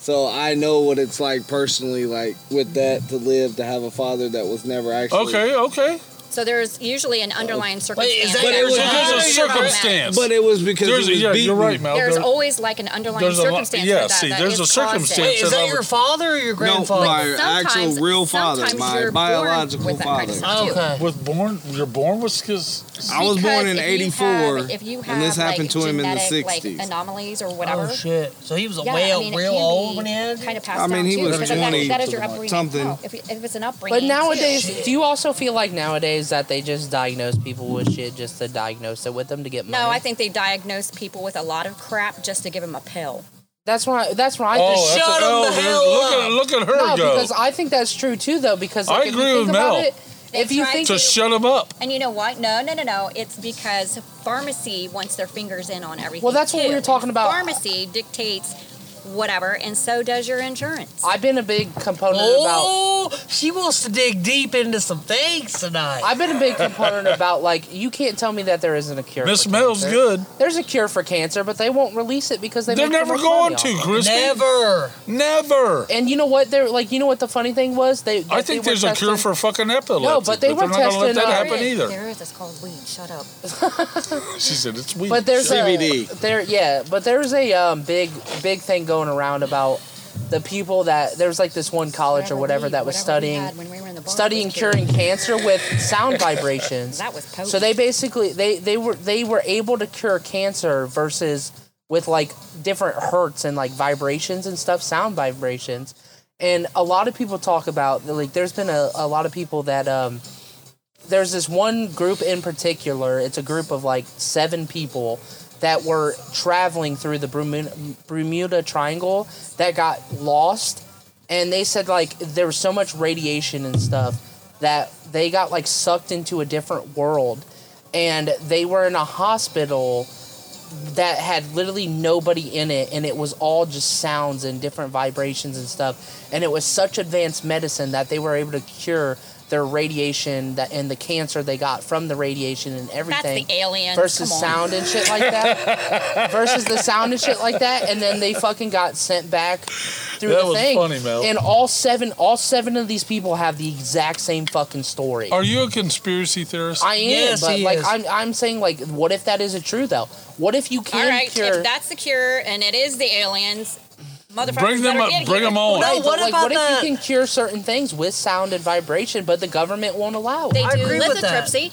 So I know what it's like personally, like with that to live to have a father that was never actually Okay, okay. So there's usually an underlying circumstance. is that- that But it was- So happens. there's a It's problematic. circumstance. But it was because There's, he was yeah, you're beaten. right, Mel. There's There- always like an underlying there's a lot- circumstance. yeah, for that, see, that there's is a circumstance. caused it. Wait, is that your father or your No, grandfather? my Sometimes- actual real father, sometimes my you're born biological with that kind of father. stuff. too. okay. Was born? You're born with schiz. I was Because born in if you '84, have- if you have, and this happened like, to him in the genetic, like, '60s. anomalies or whatever. Oh shit! So he was a Yeah, way I out mean, it real can old be when he had. it? Kind of passed I mean, down he too, was because that- 20 that is your upbringing. something. No, if, if it's an upbringing. But too. nowadays, do you also feel like nowadays that they just diagnose people with shit just to diagnose it with them to get money? No, I think they diagnose people with a lot of crap just to give them a pill. that's why. That's why I Oh, think. that's shut a, him oh, the there- hell up. look at look at her no, go because I think that's true too, though. Because like, I if agree you think with about Mel. It, if They you try think to shut him up. And you know what? No, no, no, no. It's because pharmacy wants their fingers in on everything. Well, that's what we too. were talking about. Pharmacy dictates whatever, and so does your insurance. I've been a big component about. Oh, she wants to dig deep into some things tonight. I've been a big component about like you can't tell me that there isn't a cure. Miss for Mel's cancer. good. There's a cure for cancer, but they won't release it because they They're make so never much going money off to, it. Chris. Never. Never. And you know what? They're like, you know what the funny thing was? They. I that they were think there's a cure testing- for fucking epilepsy. No, but they they're were not gonna testing, let that uh, happen There is- either. There is. It's called weed. Shut up. She said it's weak. But there's CBD. a there yeah, but there's a um, big big thing going around about the people that there's like this one college or whatever weed, that was whatever we studying had when we were in the bar studying with kids. curing cancer with sound vibrations. That was potent. So they basically they they were they were able to cure cancer versus with like different hertz and like vibrations and stuff, sound vibrations. And a lot of people talk about like there's been a, a lot of people that um there's this one group in particular. It's a group of like seven people that were traveling through the Bermuda, Bermuda Triangle that got lost, and they said like there was so much radiation and stuff that they got like sucked into a different world, and they were in a hospital that had literally nobody in it and it was all just sounds and different vibrations and stuff and it was such advanced medicine that they were able to cure their radiation that and the cancer they got from the radiation and everything aliens. versus Come on. sound and shit like that versus the sound and shit like that and then they fucking got sent back through That the was thing funny, Mel. and all seven all seven of these people have the exact same fucking story Are you a conspiracy theorist? I am, but like I'm, I'm saying, like, what if that isn't true though? What if you can All right, cure? if that's the cure and it is the aliens, motherfuckers Bring them better up, get bring here. them on. Right, but, like, what if you that- can cure certain things with sound and vibration, but the government won't allow it? They do lithotripsy.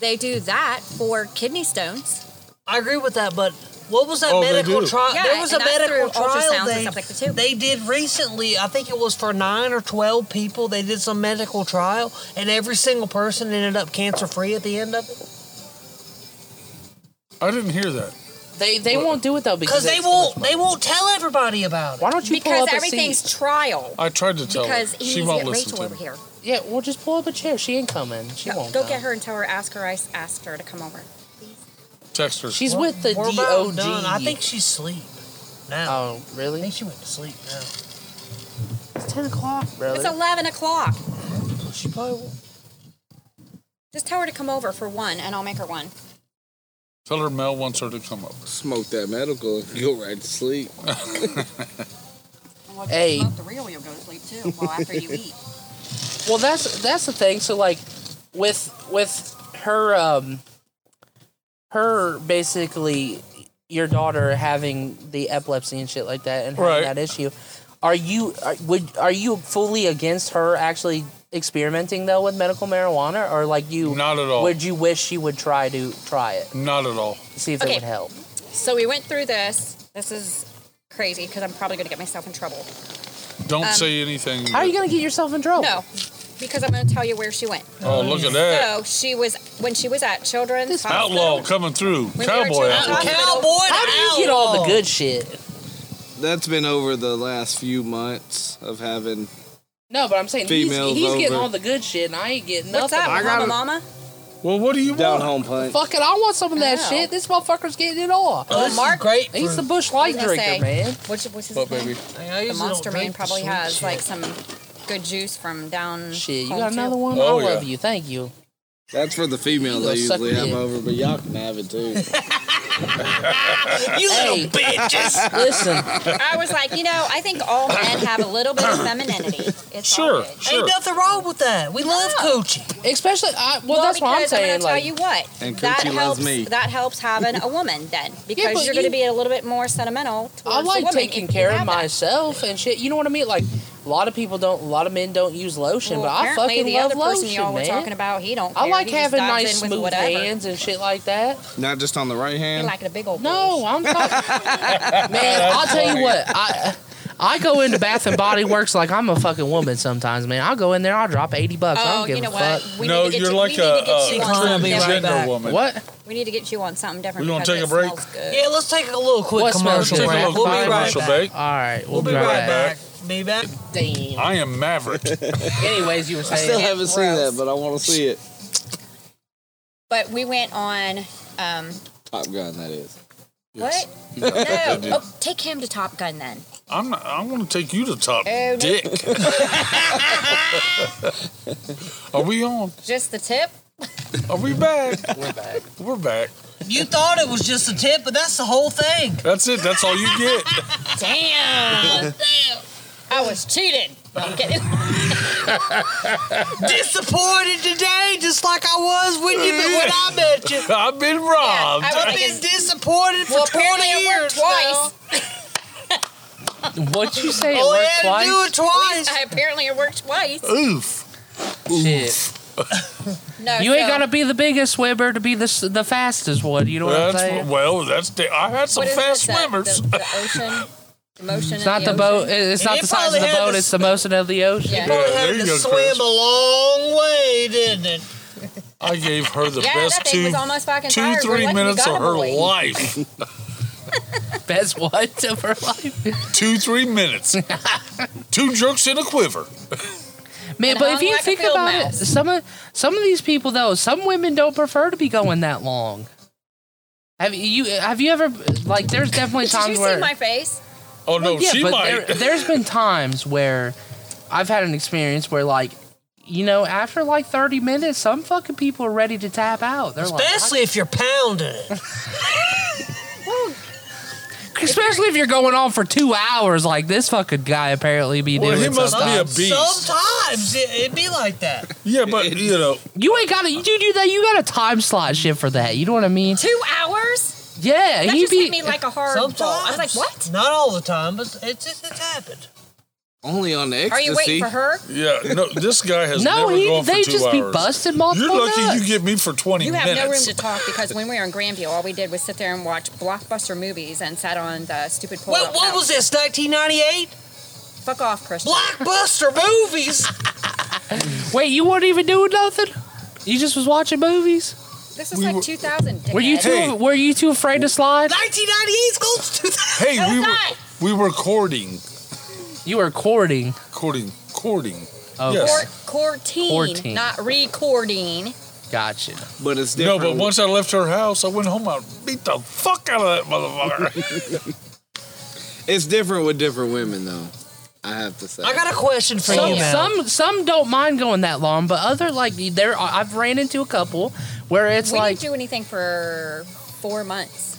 They do that for kidney stones. I agree with that, but what was that Oh, they medical do. trial? Yeah, there was a and that's medical through ultrasounds trial and they, stuff like they did recently. I think it was for nine or twelve people. They did some medical trial, and every single person ended up cancer free at the end of it. I didn't hear that. They they won't do it though because they won't they won't tell everybody about it. Why don't Because everything's trial. I tried to tell Because her. he Uh, She needs to won't get listen Rachel to over me. here. Yeah, well, just pull up a chair. She ain't coming. She Go, won't. go come. get her and tell her. Ask her. I s- asked her to come over. Text her. She's with the We're about DOG. done. I think she's asleep now. Oh, really? I think she went to sleep now. It's ten o'clock, brother. It's eleven o'clock. She probably will. Just tell her to come over for one, and I'll make her one. Tell her Mel wants her to come up. Smoke that medical and go right to sleep. Well, if you Hey. smoke the real, you'll go to sleep too. well, after you eat. Well, that's that's the thing. So like, with with her um, her basically your daughter having the epilepsy and shit like that and having Right. that issue. Are you are, would are you fully against her actually experimenting though with medical marijuana or like you? Not at all. Would you wish she would try to try it? Not at all. See if Okay. it would help. So we went through this. This is crazy because I'm probably going to get myself in trouble. Don't Um, say anything. how are you You're gonna get yourself in trouble. No, because I'm going to tell you where she went. Oh, look at that. So she was when she was at Children's Hospital. outlaw coming through. When we were Cowboy children- outlaw. Cowboy How do you get all the good shit? That's been over the last few months of having. No, but I'm saying he's, Females he's getting over. all the good shit, and I ain't getting What's nothing. that, I got Mama it. Mama? Well, what do you down home punch? Fuck it, I want some of that Wow. shit. This motherfucker's getting it all. Well, Mark, great. He's the bush light drinker, man. What's, what's his What, name? baby? I The usually don't Monster Man drink probably sweet has shit. like some good juice from down. Shit, you home, got too. another one? Oh, I love yeah. you. Thank you. That's for the females You I go suck usually have dick. over, but y'all can have it too. You little Hey. bitches. Listen. I was like, you know, I think all men have a little bit of femininity. It's Sure, Ain't nothing wrong with that. We love coochie, especially. I, well, that's what I'm because saying, gonna like- tell you what, And that coochie loves helps. me. That helps having a woman then, because but you're going you- to be a little bit more sentimental. Towards I the like woman taking if you care have of that. myself and shit. You know what I mean? Like a lot of people don't, a lot of men don't use lotion, Well, but I apparently fucking the love other lotion, person y'all man. were talking about, he don't. Care. I like He just having dives nice in with smooth whatever. hands and shit like that. Not just on the right He hand. like it a big old. No, I'm talking. man, I'll tell you what. I I go into Bath and Body Works like I'm a fucking woman sometimes, man. I'll go in there, I'll drop eighty bucks. I Oh, don't give you know a what? fuck. We No, need to get you're you- like we need to a, get uh, you on something different. transgender woman. What? We need to get you on something different. We gonna because take it a break? smells Good. Yeah, let's take a little quick What commercial smells break. good? Take a We'll little be quick right commercial back. break. All right, We'll be right back. Be back. Damn. I am Maverick. Anyways, you were I still haven't seen that, but I want to see it. But we went on. Um, Top Gun, that is. what? Yeah, I did. no. Oh, take him to Top Gun then. I'm not, I'm going to take you to top Oh, no. dick. Are we on? Just the tip. Are we back? We're back. We're back. You thought it was just a tip, but that's the whole thing. That's it. That's all you get. Damn. I was cheated. No, I'm kidding. Disappointed today, just like I was when you when I met you. I've been robbed. I I've been disappointed for Well, 20 apparently it years worked twice. What you say? It All you worked had to twice. do was twice. I apparently it worked twice. Oof. Shit. No, You ain't so- gotta be the biggest swimmer to be the s- the fastest one. You know what I'm That's, saying? well, that's the, I had some What is fast it? The- swimmers. The, the ocean. The motion. It's in not the, ocean? boat. It's not It the size of the probably had boat. to It's the motion of the ocean. Yeah. Probably Yeah, had there to you go, swim Chris. a long way, didn't it? I gave her the Yeah, that best thing two, was almost fucking two tired. We're three lucky we minutes got of a her boy. life. best what of her life. two, three minutes. two jerks in a quiver. Man, And but hung if you like a think field about it, mouse. some of some of these people though, some women don't prefer to be going that long. Have you have you ever like? There's definitely Did you times see where my face? Oh no, yeah, she but might. There, there's been times where I've had an experience where like you know, after like 30 minutes, some fucking people are ready to tap out. They're Especially if you're pounding it. like, especially if you're going on for two hours, like this fucking guy apparently be Well, doing. he must be a sometimes. beast. Sometimes it, it'd be like that. Yeah, but you know, You ain't got to, you do that. You got a time slot shit for that. You know what I mean? Two hours? Yeah, That he just be. hit me like a hard Sometimes. ball. I was like, what? Not all the time, but it's, it's, it's happened. Only on the Are ecstasy. you waiting for her? yeah, no, this guy has no, never he, gone for they two just hours. be busting multiple You're lucky nuts. you get me for 20 You have minutes. no room to talk because when we were in Grandview, all we did was sit there and watch blockbuster movies and sat on the stupid pole. What, what was this, 1998? Fuck off, Christian. Blockbuster movies! Wait, you weren't even doing nothing. You just was watching movies. This was like 2000. Were you dickhead. too? Hey. Were you too afraid to slide? 1998's goes to that. hey, was we were, I. we were courting, You were courting. courting, courting. Oh, Court, Yes. courtine, Courtine. not recording. gotcha. But it's No, but different. once I left her house, I went home. I beat the fuck out of that motherfucker. it's different with different women, though. I have to say. I got a question for Some, Oh, you, man. some some don't mind going that long, but other like there are, I've ran into a couple where it's we like, didn't do anything for four months.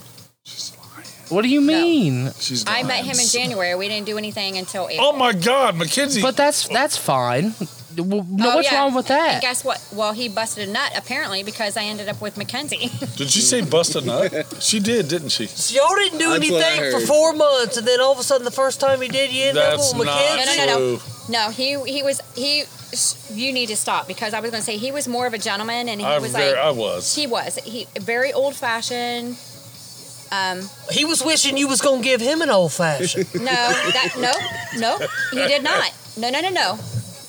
what do you mean? She's I met lying. him in January. We didn't do anything until April. Oh my God, Mackenzie. But that's that's fine. Well, No, Oh, what's yeah. wrong with And that? guess what? Well, he busted a nut apparently because I ended up with Mackenzie. Did she say bust a nut? she did, didn't she? So y'all didn't do That's what I anything for heard. four months, and then all of a sudden, the first time he did, you ended up That's with not No, McKenzie. no, no, no. true. no, he he was he. You need to stop because I was going to say he was more of a gentleman and he I, was very, like I was. he was he very old fashioned. Um, He was wishing you was gonna give him an old fashioned. no, that no, no, he did not. No, no, no, no,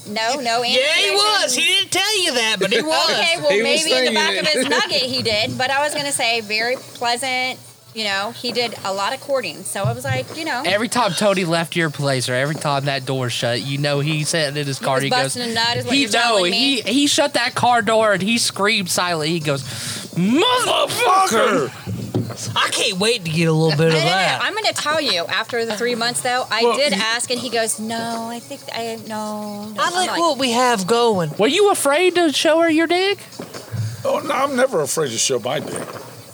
no, no. yeah, he information. was. He didn't tell you that, but he was. Okay, well, He was maybe singing in the back it. of his nugget he did, but I was gonna say very pleasant. You know, he did a lot of courting, so I was like, you know, Every time Tony left your place, or every time that door shut, you know he sat in his car. was He, goes, busting a nut is what he you're telling he me. he shut that car door and he screamed silently. He goes, motherfucker. I can't wait to get a little bit of No, no, no, that. I'm gonna tell you. After the three months, though, I Well, did you- ask, and he goes, "No, I think I no." no." I I'm like what we have going. Were you afraid to show her your dick? Oh, no, I'm never afraid to show my dick.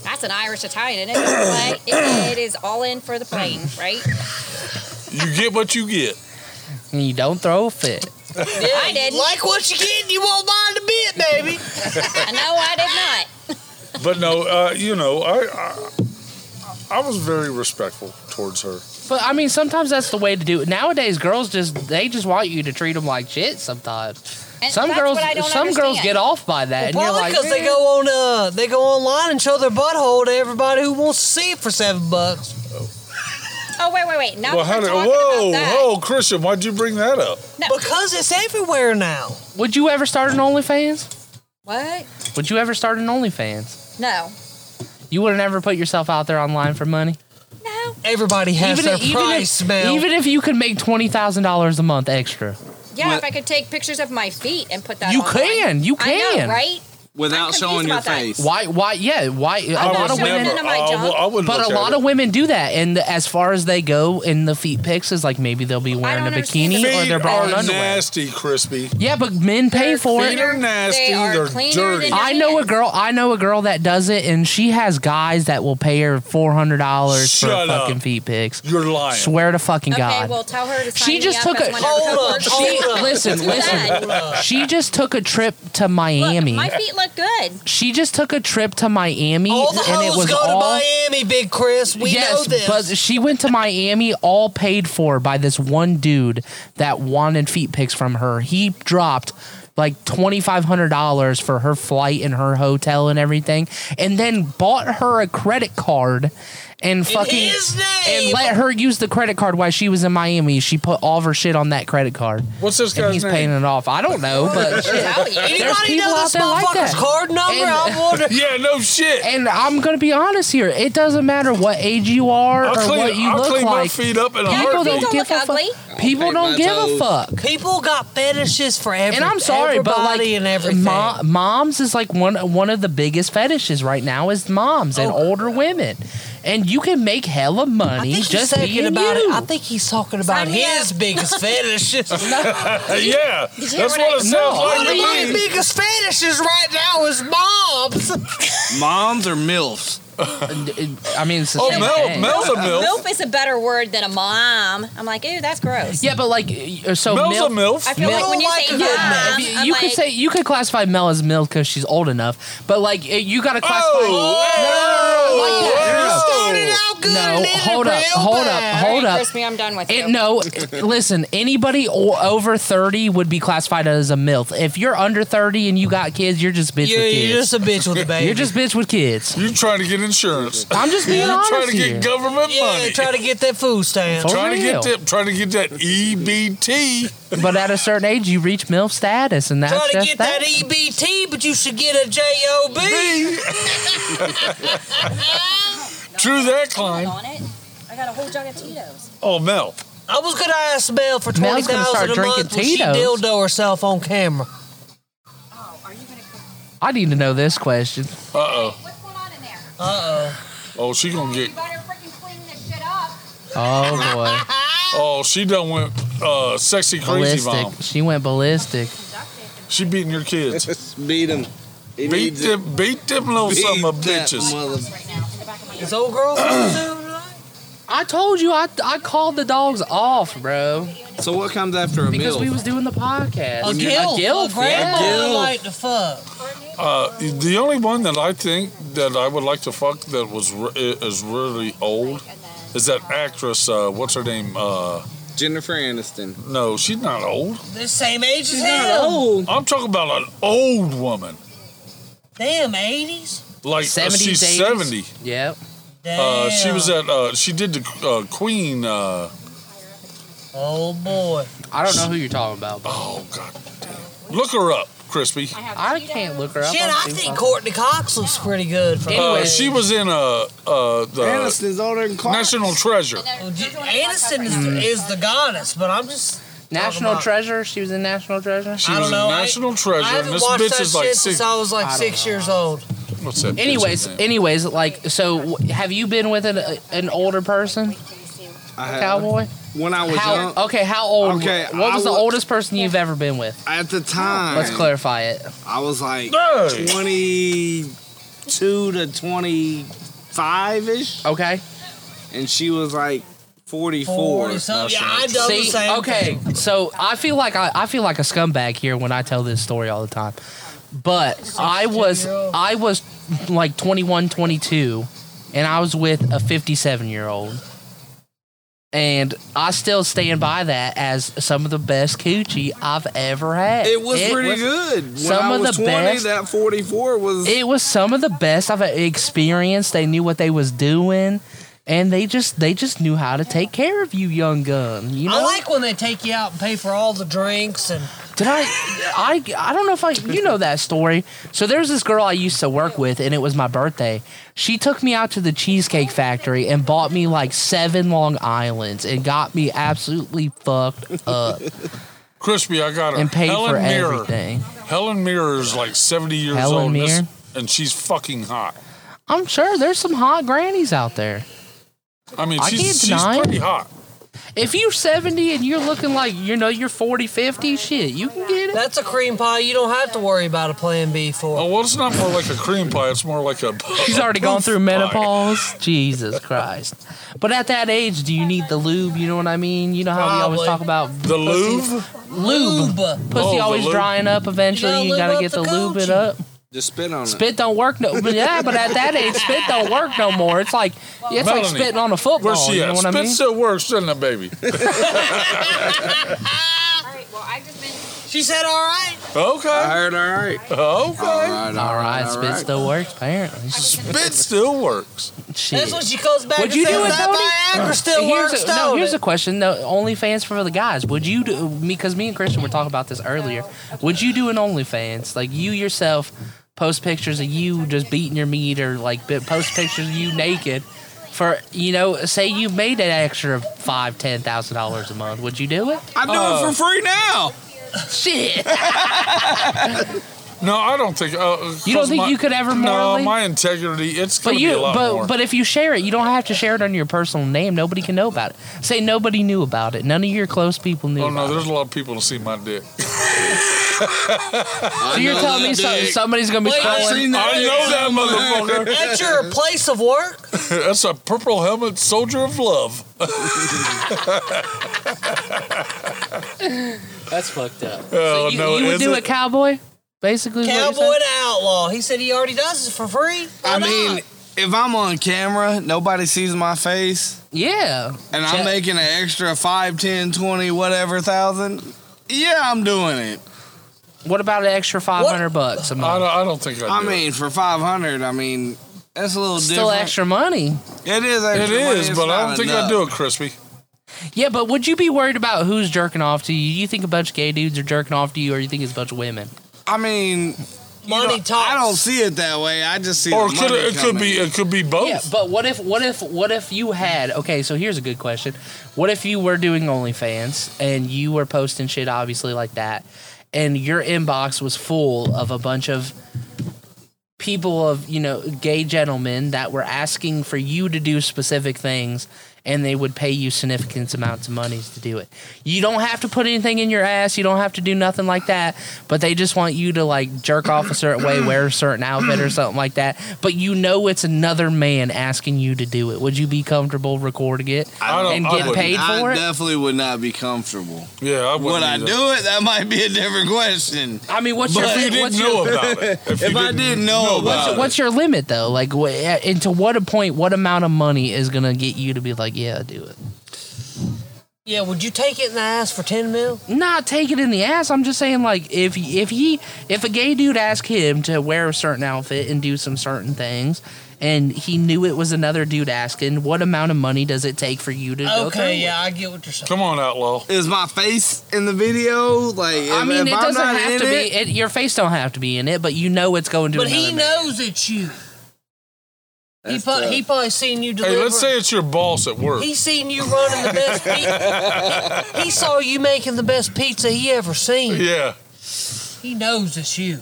That's an Irish Italian, isn't it? It's like, it is all in for the plane, right? You get what you get. And you don't throw a fit. I didn't. Like what you get, you won't mind a bit, baby. I know I did not. But no, uh, you know, I, I I was very respectful towards her. But I mean, sometimes that's the way to do it. Nowadays, girls just they just want you to treat them like shit. Sometimes And some that's girls what I don't some girls understand. get off by that, and you're Probably like, because they go on, uh, they go online and show their butthole to everybody who wants to see it for seven bucks. Oh wait, wait, wait. Now well, well, how we're did? talking Whoa, about that. whoa, Christian, why'd you bring that up? Because it's everywhere now. Would you ever start an OnlyFans? What? Would you ever start an OnlyFans? No, You would have never put yourself out there online for money. no. Everybody has their price, if, man. even if you could make twenty thousand dollars a month extra, Yeah, What? if I could take pictures of my feet and put that. you online. can. You I can. know, right? I'm Without confused showing your about that. face. Why? Why? Yeah. Why? A I lot was of women. never. into my I, junk. w- I wouldn't. But look a at lot it. of women do that, and as far as they go in the feet pics, is like maybe they'll be wearing a understand bikini the or Feet their bra are and underwear. nasty, crispy. Yeah, but men pay They're for Feet it. are nasty. They are They're cleaner dirty. than- I know a girl. I know a girl that does it, and she has guys that will pay her four hundred dollars for Shut up. fucking feet pics. You're lying. Swear to fucking Okay, god. well, tell her to sign She just me took up a- as one of her Hold up, coworkers. she hold up. listen, Hold listen. She just took a trip to Miami. Look, my feet look good. she just took a trip to Miami, all the and it hoes was go all. to Miami, Big Chris. We know yes, this. but she went to Miami, all paid for by this one dude that wanted feet pics from her. He dropped like twenty five hundred dollars for her flight and her hotel and everything, and then bought her a credit card and fucking his and name. let her use the credit card while she was in Miami. She put all of her shit on that credit card. What's this And guy's he's name? paying it off. I don't know, but shit. Tell you. There's Anybody people know out this there like motherfucker's that. card number? And- I wonder. Yeah, no shit. And I'm gonna be honest here. It doesn't matter what age you are I'll or clean, what you I'll look clean like. my feet up in a Yeah, People Your feet heartbeat. don't, don't give look a fuck. ugly. People I'll paint don't my give a toes. fuck. People got fetishes for everything. And I'm sorry, but like everybody and everything. mo- moms is like one one of the biggest fetishes right now is moms and older women. and you can make hella money I think he's just talking being about you. it. I think he's talking about me his biggest fetish. yeah, Did that's you hear what what I- it sounds No. like to One of me. my biggest fetishes right now is moms. Moms or MILFs? I mean, it's oh, Mel, Mel's a MILF. Milf is a better word than a mom. I'm like, ew, that's gross. Yeah, but like, uh, so Mel's Mel- a MILF. I feel like when you say Yeah, mom, if you, I'm you could Um, like- say you could classify Mel as MILF because she's old enough, but like it- you got to classify. Oh, no, hold up, hold up, hold up. Crispy, I'm done with you. It, no, listen. Anybody o- over thirty would be classified as a milf. If you're under thirty and you got kids, you're just bitch Yeah, with you're kids. just a bitch with a baby. You're just bitch with kids. You're trying to get insurance. I'm just being You're honest. trying to here. get government Yeah, money. try to get that food stamp. trying to get real. that, trying to get that EBT. but at a certain age, you reach milf status, and that's Try to just get that. that e- EBT, but you should get a JOB. True that, Klein. on it. I got a whole jug of Tito's. Oh, Mel. I was gonna ask Mel for twenty Mel's gonna start thousand a drinking month when she Tito's. dildo herself on camera. I need to know this question. Uh oh. Uh Oh, she gonna get. Oh boy, Oh, she done went uh, sexy crazy ballistic. mom. She went ballistic. She beating your kids. beat them. Beat them, beat them little summer bitches. oh. This old girl coming soon? I told you I, I called the dogs off, bro, So what comes after a because meal? we was doing the podcast. A A guilt. guilt, A grandma yeah. would like to fuck. Uh, the only one that I think that I would like to fuck that was re- is really old is that actress. Uh, what's her name? Uh, Jennifer Aniston. no, she's not old. The same age as him. I'm talking about an old woman. Damn, eighties. Like uh, 70s, she's 80s. seventy. Yep. Damn. Uh, she was at. Uh, she did the uh, Queen. Uh, Oh boy. I don't know who you're talking about. But oh God, damn. look her up, Crispy. I can't look her up. Shit, on I Steam think Punk. Courtney Cox looks pretty good. For Anyway. Uh, she was in uh, uh, the Aniston's older than Clark. National Treasure. Oh, J- Aniston is, is the goddess, but I'm just. National about- Treasure. She was in National Treasure. She I was don't know, in I- National I Treasure, and haven't this watched bitch that is like shit six. since I was like six years old. What's that? bitch's Anyways, name? anyways, like so, wh- have you been with an, a- an older person, I Uh, had- cowboy? When I was How young, okay? How old? Okay, what was I the wa- oldest person you've ever been with? at the time, Let's clarify it. I was like Hey! 22 to 25 ish, Okay. and she was like 44. Forty something. Yeah, I done the See, same. okay, so I feel like I, I feel like a scumbag here when I tell this story all the time. But I was I was like 21, 22 and I was with a 57-year-old. And I still stand by that as some of the best coochie I've ever had. It was pretty was- good. When some I of was the 20, best- that 44 was. It was some of the best I've experienced. They knew what they was doing, and they just they just knew how to take care of you, young gun. You know, I like when they take you out and pay for all the drinks and Did I? I I don't know if I. You know that story. So there's this girl I used to work with, and it was my birthday. She took me out to the Cheesecake Factory and bought me like seven Long Island's and got me absolutely fucked up Crispy, I got her. and paid Helen for Mirren. everything. Helen Mirror is like 70 years Helen old, and this- Mirren? and she's fucking hot. I'm sure there's some hot grannies out there. I mean, I she's, can't she's deny it. pretty hot. If you're 70 and you're looking like you know you're 40, 50, shit, you can get it. that's a cream pie. You don't have to worry about a plan B for. Oh, well, it's not more like a cream pie. It's more like a. She's already gone through pie. menopause. Jesus Christ. But at that age, do you need the lube? You know what I mean? You know how we always Probably. talk about The Oh, Louvre? lube. Lube. Oh, Pussy the always lube. drying up eventually. You You gotta lube gotta, get up the the lube it coochie. up. Just spit on it. Spit don't work no. But yeah, but at that age, spit don't work no more. It's like yeah, it's like Melanie, spitting on a football. Where's she you at? know what I Spit mean? still works, doesn't it, baby? All right, well, I've just been. She said, "All right." I Okay. heard, all right. All Okay. right, All right, all spit right. still works apparently. Spit still works. Shit. That's when she comes back. Would and you do says, it, That Viagra still Here's works. a, no, don't here's it?" a question. No, OnlyFans for the guys. Would you do me? Because me and Christian were talking about this earlier. Would you do an OnlyFans? Like you yourself post pictures of you just beating your meat, or like bi- post pictures of you naked. For you know, say you made an extra five, ten thousand dollars a Uh. month. Would you do it? I do it for free now. Shit. No, I don't think. Uh, You don't 'cause think my- you could ever No, morally- my integrity. It's But going to you, be a lot but more. but if you share it, you don't have to share it under your personal name. Nobody can know about it. Say nobody knew about it. None of your close people knew. oh about no, it. there's a lot of people that see my dick. So you're telling me so, somebody's gonna be scrolling. I know that motherfucker. At your place of work? That's a purple helmet soldier of love. That's fucked up. so Oh, you, no, you would is do it? a cowboy, basically. Cowboy to outlaw. He said he already does it for free. I Why not? mean, if I'm on camera, nobody sees my face, Yeah. and I'm making an extra 5, 10, 20, whatever thousand, yeah, I'm doing it. What about an extra five hundred bucks a I month? don't, I don't think I. I do mean, for 500, I mean, that's a little Still different. extra money. It is it. extra. it money, is, it's but I not don't think I enough. do it, crispy. Yeah, but would you be worried about who's jerking off to you? You think a bunch of gay dudes are jerking off to you, or you think it's a bunch of women? I mean, Money talks. I don't see it that way. I just see. Or the could money it, it could coming. be it could be both. Yeah, but what if what if what if you had okay, so here's a good question. What if you were doing OnlyFans and you were posting shit obviously like that and your inbox was full of a bunch of people of, you know, gay gentlemen that were asking for you to do specific things and they would pay you significant amounts of monies to do it. You don't have to put anything in your ass, you don't have to do nothing like that, but they just want you to like jerk off a certain way, wear a certain outfit or something like that. But you know it's another man asking you to do it. Would you be comfortable recording it I don't- and I get wouldn't. paid for I it? definitely would not be comfortable. Yeah, I wouldn't Would I either. do it? That might be a different question. I mean, what's But your if If you what's didn't your, know about it. If, you If I didn't know about it, what's your limit though? Like, wh- and to what a point, what amount of money is gonna get you to be like, yeah, do it? Yeah, would you take it in the ass for 10 mil? Not take it in the ass. I'm just saying, like, if if he if a gay dude asked him to wear a certain outfit and do some certain things, and he knew it was another dude asking, what amount of money does it take for you to go through? Okay, yeah, I get what you're saying. Come on, outlaw. is my face in the video? Like, if, I mean, if it I'm doesn't not have in to it, be. It, your face don't have to be in it, but you know it's going to. But he another man. knows it's you. He, That's pro- tough. he probably seen you deliver. Hey, let's say it's your boss at work. He seen you running the best pizza. he, he saw you making the best pizza he ever seen. Yeah. He knows it's you.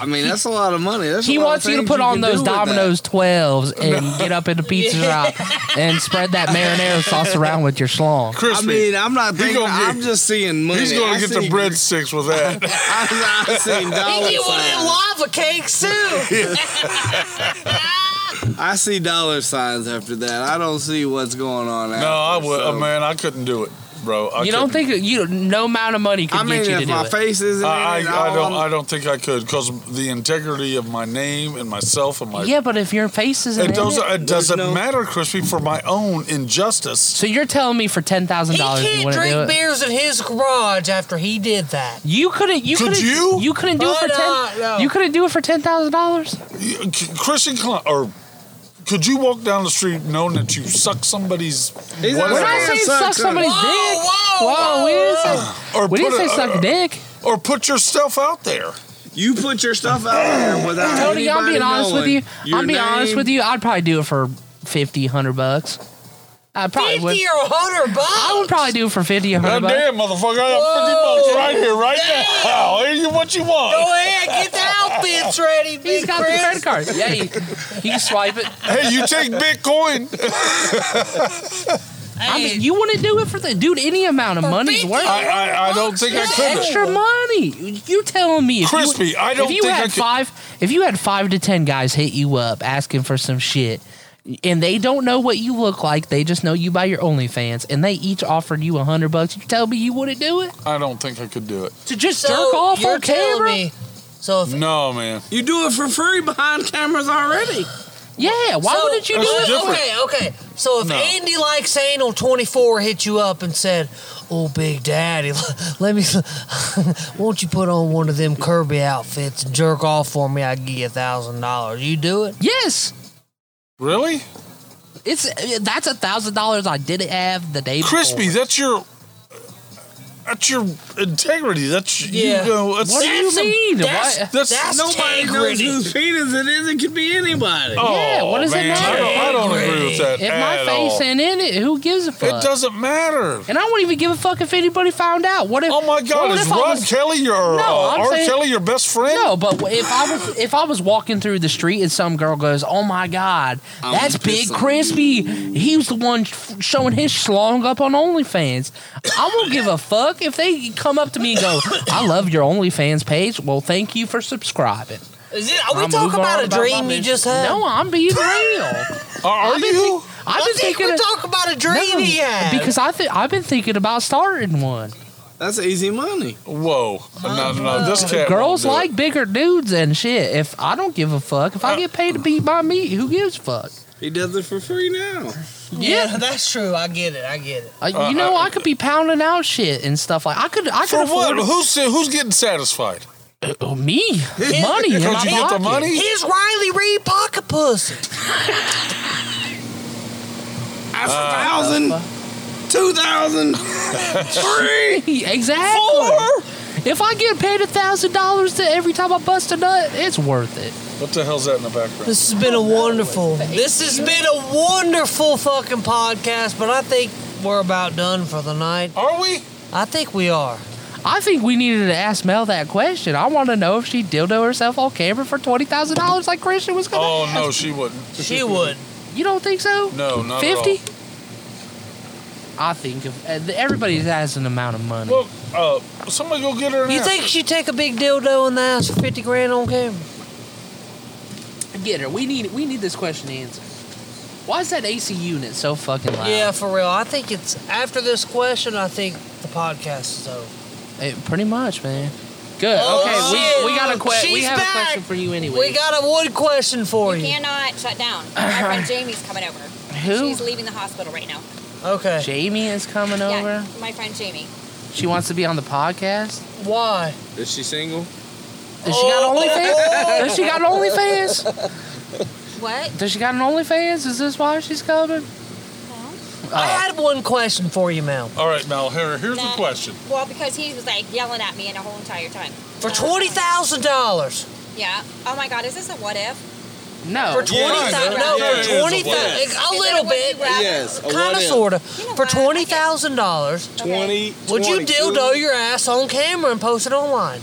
I mean, that's a lot of money. That's He a lot wants of you to things put on can do those with that. Domino's 12s and get up in the pizza shop and spread that marinara sauce around with your schlong. I Crispy. mean, I'm not thinking. gonna get- I'm just seeing money. He's gonna I get the see- breadsticks with that. I, I seen dollar He get one of them signs. lava cakes too. I see dollar signs after that. I don't see what's going on. no, I would. uh, man, I couldn't do it, bro. I You don't couldn't. think you no amount of money could I mean, get you to if do my it. face isn't I, I, in it, I all don't. I'm- I don't think I could because the integrity of my name and myself and my. yeah, but if your face isn't It in doesn't. it, It doesn't no- matter, Crispy, for my own injustice. so you're telling me for ten thousand he dollars you can't wouldn't do drink it? beers in his garage after he did that. You couldn't. You Could couldn't. you? couldn't do it Why for not? ten. No. You couldn't do it for ten thousand dollars. You- C- Christian, Cl- or could you walk down the street knowing that you suck somebody's He's not We're not saying saying suck suck somebody's Whoa, dick. whoa, we didn't say, or we didn't put say a- uh, suck dick. or put yourself out there? You put your stuff out there without Tony, I'm anybody being honest with knowing. you. Your I'm being honest name- with you. I'd probably do it for 50, 100 bucks. I probably 50 would. or 100 bucks. I would probably do it for 50, 100 God bucks. damn, motherfucker! I got fifty bucks right here, right now. Here's what you want. Go ahead, get the outfits ready, He's big got the Chris. credit card. Yeah, you, you can swipe it. Hey, you take Bitcoin. I mean, you wouldn't do it for the dude. Any amount of money's 50 worth. I, I, I don't think I That's could. extra money. You telling me, if Crispy, You, I don't if you think I had could- five, if you had five to ten guys hit you up asking for some shit, and they don't know what you look like, they just know you by your OnlyFans, and they each offered you a hundred bucks. You tell me you wouldn't do it I don't think I could do it. to just So jerk off you're on camera? telling me. So if No, man. You do it for free behind cameras already. Yeah. Why so, wouldn't you do That's it? different. Okay, okay. So if No. Andy likes anal twenty four hit you up and said, "Oh, Big Daddy, let me, won't you put on one of them Kirby outfits and jerk off for me? I give you a thousand dollars. You do it? Yes. Really? It's that's a thousand dollars I didn't have the day before. Crispy, that's your. That's your integrity. That's Yeah. you know. That's, What do you That's mean? That's, What? that's, That's nobody integrity. knows whose penis it is. It could be anybody. Oh, man, I don't, I don't agree with that If my at face all. ain't in it, who gives a fuck? doesn't matter. And I wouldn't even give a fuck if anybody found out. What if? Oh my God, is Rod Kelly your uh, R. Kelly your best friend? No, but if I was if I was walking through the street and some girl goes, "Oh my God, I'm that's Big pissed on Crispy. He was the one f- showing his schlong up on OnlyFans." I won't give a fuck if they come up to me and go, "I love your OnlyFans page. Well, thank you for subscribing." Is it, are we I'll move talking on about a about dream my you business. just had? No, I'm being real. Uh, Are I've been you? I've I been think thinking we're of- talking about a dream No, he had. because I think I've been thinking about starting one. That's easy money. Whoa! No, no, no, this cat. Uh, Girls won't do like bigger dudes and shit. If I don't give a fuck, if Uh, I get paid to beat my meat, who gives a fuck? He does it for free now. Yeah. that's true. I get it. I get it. Uh, you know, I could be pounding out shit and stuff like. I could. I it. for could what? afford Who's who's getting satisfied? Oh, me money in Don't my you get the pocket. money? Here's Riley Reed pocket pussy. A Uh, thousand, two thousand, three. exactly. If I get paid a thousand dollars to every time I bust a nut, it's worth it. What the hell's that in the background? This has been a wonderful. This has been a wonderful fucking podcast, but I think we're about done for the night. Are we? I think we are. I think we needed to ask Mel that question. I want to know if she dildo herself on camera for twenty thousand dollars, like Christian was gonna. Oh ask. no, she wouldn't. She would. You don't think so? No, not at all. Fifty. I think if, uh, everybody has an amount of money. Well, uh, somebody go get her. An You ass. think she'd take a big dildo in the ass for fifty grand on camera? Get her. We need. We need this question answered. Why is that AC unit so fucking loud? Yeah, for real. I think it's after this question. I think the podcast is over. It- pretty much, man. Good. Oh, okay, shit. we, we got a question. We She's have back. a question for you anyway. We got a one question for You you. cannot shut down. My friend Jamie's coming over. Who? She's leaving the hospital right now. Okay. Jamie is coming over. Yeah, my friend Jamie. She wants to be on the podcast. Why? Is she single? Does she got OnlyFans? Does she got OnlyFans? What? Does she got an OnlyFans? Is this why she's coming? I Uh. had one question for you, Mel. All right, Mel. Here, here's the Nah. question. Well, because he was like yelling at me in the whole entire time. For twenty thousand dollars. Yeah. Oh my God, is this a what if? No. For twenty thousand. Yeah, no, yeah, it is for a twenty what thousand. Is A that little what you bit. rather? Yes. a Kind what of, if? sort of. You know For what? I twenty get- thousand dollars, Okay. Twenty. would you 22? dildo your ass on camera and post it online?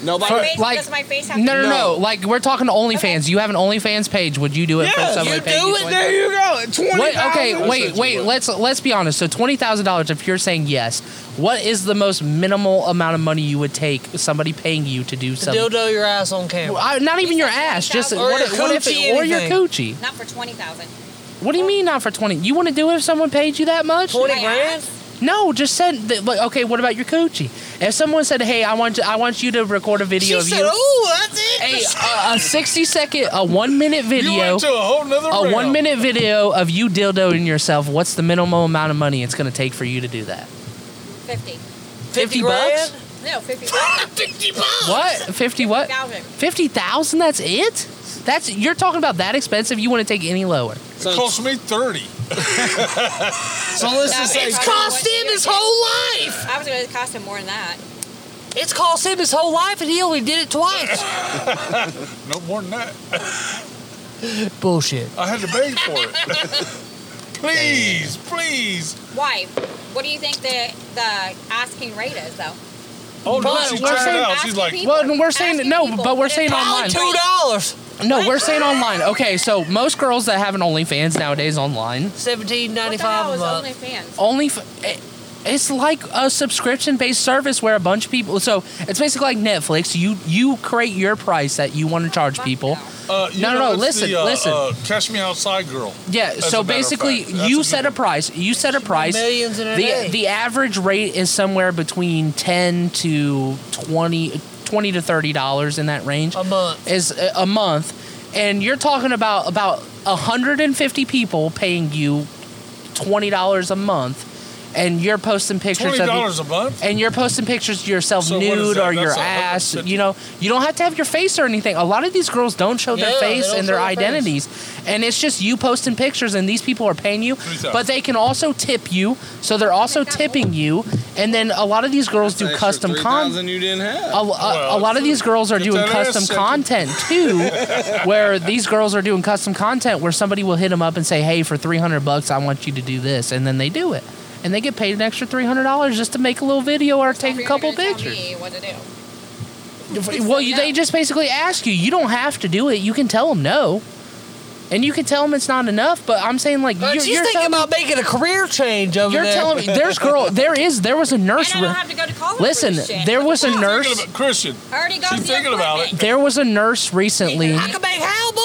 Nobody. My face, like- does my face have No, no, no, No. Like we're talking to OnlyFans. You have an OnlyFans page. Would you do it for Yes, somebody? you paying do it. $20? There you go. Twenty. Wait, okay, thousand. wait, wait. Let's let's be honest. So twenty thousand dollars. If you're saying yes, what is the most minimal amount of money you would take somebody paying you to do To something? dildo your ass on camera. I, not even your ass, just Or what, your if- what if coochie, or your anything. coochie. Not for twenty thousand. What do you mean not for twenty? You want to do it if someone paid you that much? Twenty grand. No, just said that, like, okay. What about your coochie? If someone said, "Hey, I want to, I want you to record a She video of said, you." "Oh, that's a, it." a, a 60 second, a one minute You video, went to a whole nother. a realm. one minute video of you dildoing yourself. What's the minimum amount of money it's going to take for you to do that? Fifty. 50 bucks? No, fifty thousand. What? 50 what? 50,000? That's it? That's you're talking about that expensive. You want to take any lower? It cost me thirty. So let's No, just say. it's Cost him his whole life. I was going to cost him more than that. It's cost him his whole life, and he only did it twice. No more than that. Bullshit. I had to pay for it. please, please. Why? What do you think the the asking rate is though? Oh no, But she we're turned saying- it out. She's Asking like, people. Well, and we're saying Asking no, people. but we're saying It's online. Two dollars. No, we're saying online. Okay, so most girls that have an OnlyFans nowadays online, Seventeen What ninety the hell five a is month. OnlyFans? only f- it- it's like a subscription-based service where a bunch of people. So it's basically like Netflix. You you create your price that you want to charge Fuck people. no. uh, you No, no, know, no, it's listen, the, uh, listen. Uh, Catch me outside, girl. Yeah. As so a matter of basically, fact, that's you a set a good price. You set a price. millions in a the day. the average rate is somewhere between ten to 20, 20 to thirty dollars in that range. A month. is a- a month, and you're talking about about hundred and fifty people paying you twenty dollars a month. and you're posting pictures of $20 you- a month? and you're posting pictures of yourself So what is nude that? or your That's a hundred ass fifty. you know you don't have to have your face or anything a lot of these girls don't show Yeah, their they face don't and their show their face. identities and it's just you posting pictures and these people are paying you thousand. but they can also tip you so they're also tipping you and then a lot of these girls do extra custom con 3,000 you didn't have. a, a, a lot of these girls are Get doing that ass custom shaking. content too, where these girls are doing custom content where somebody will hit them up and say, "Hey, for three hundred bucks, I want you to do this," and then they do it, and they get paid an extra three hundred dollars just to make a little video or take a couple pictures. Me what to do. Well, you, they just basically ask you. You don't have to do it. You can tell them no, and you can tell them it's not enough. But I'm saying like But you're, she's you're thinking telling- about making a career change over You're there. telling me there's girl. There is there was a nurse. And re- I don't have to go to college. Listen, for this shit. there was a Fuck. nurse. Christian. I already got She's the thinking about it. There was a nurse recently. I can make how, boy?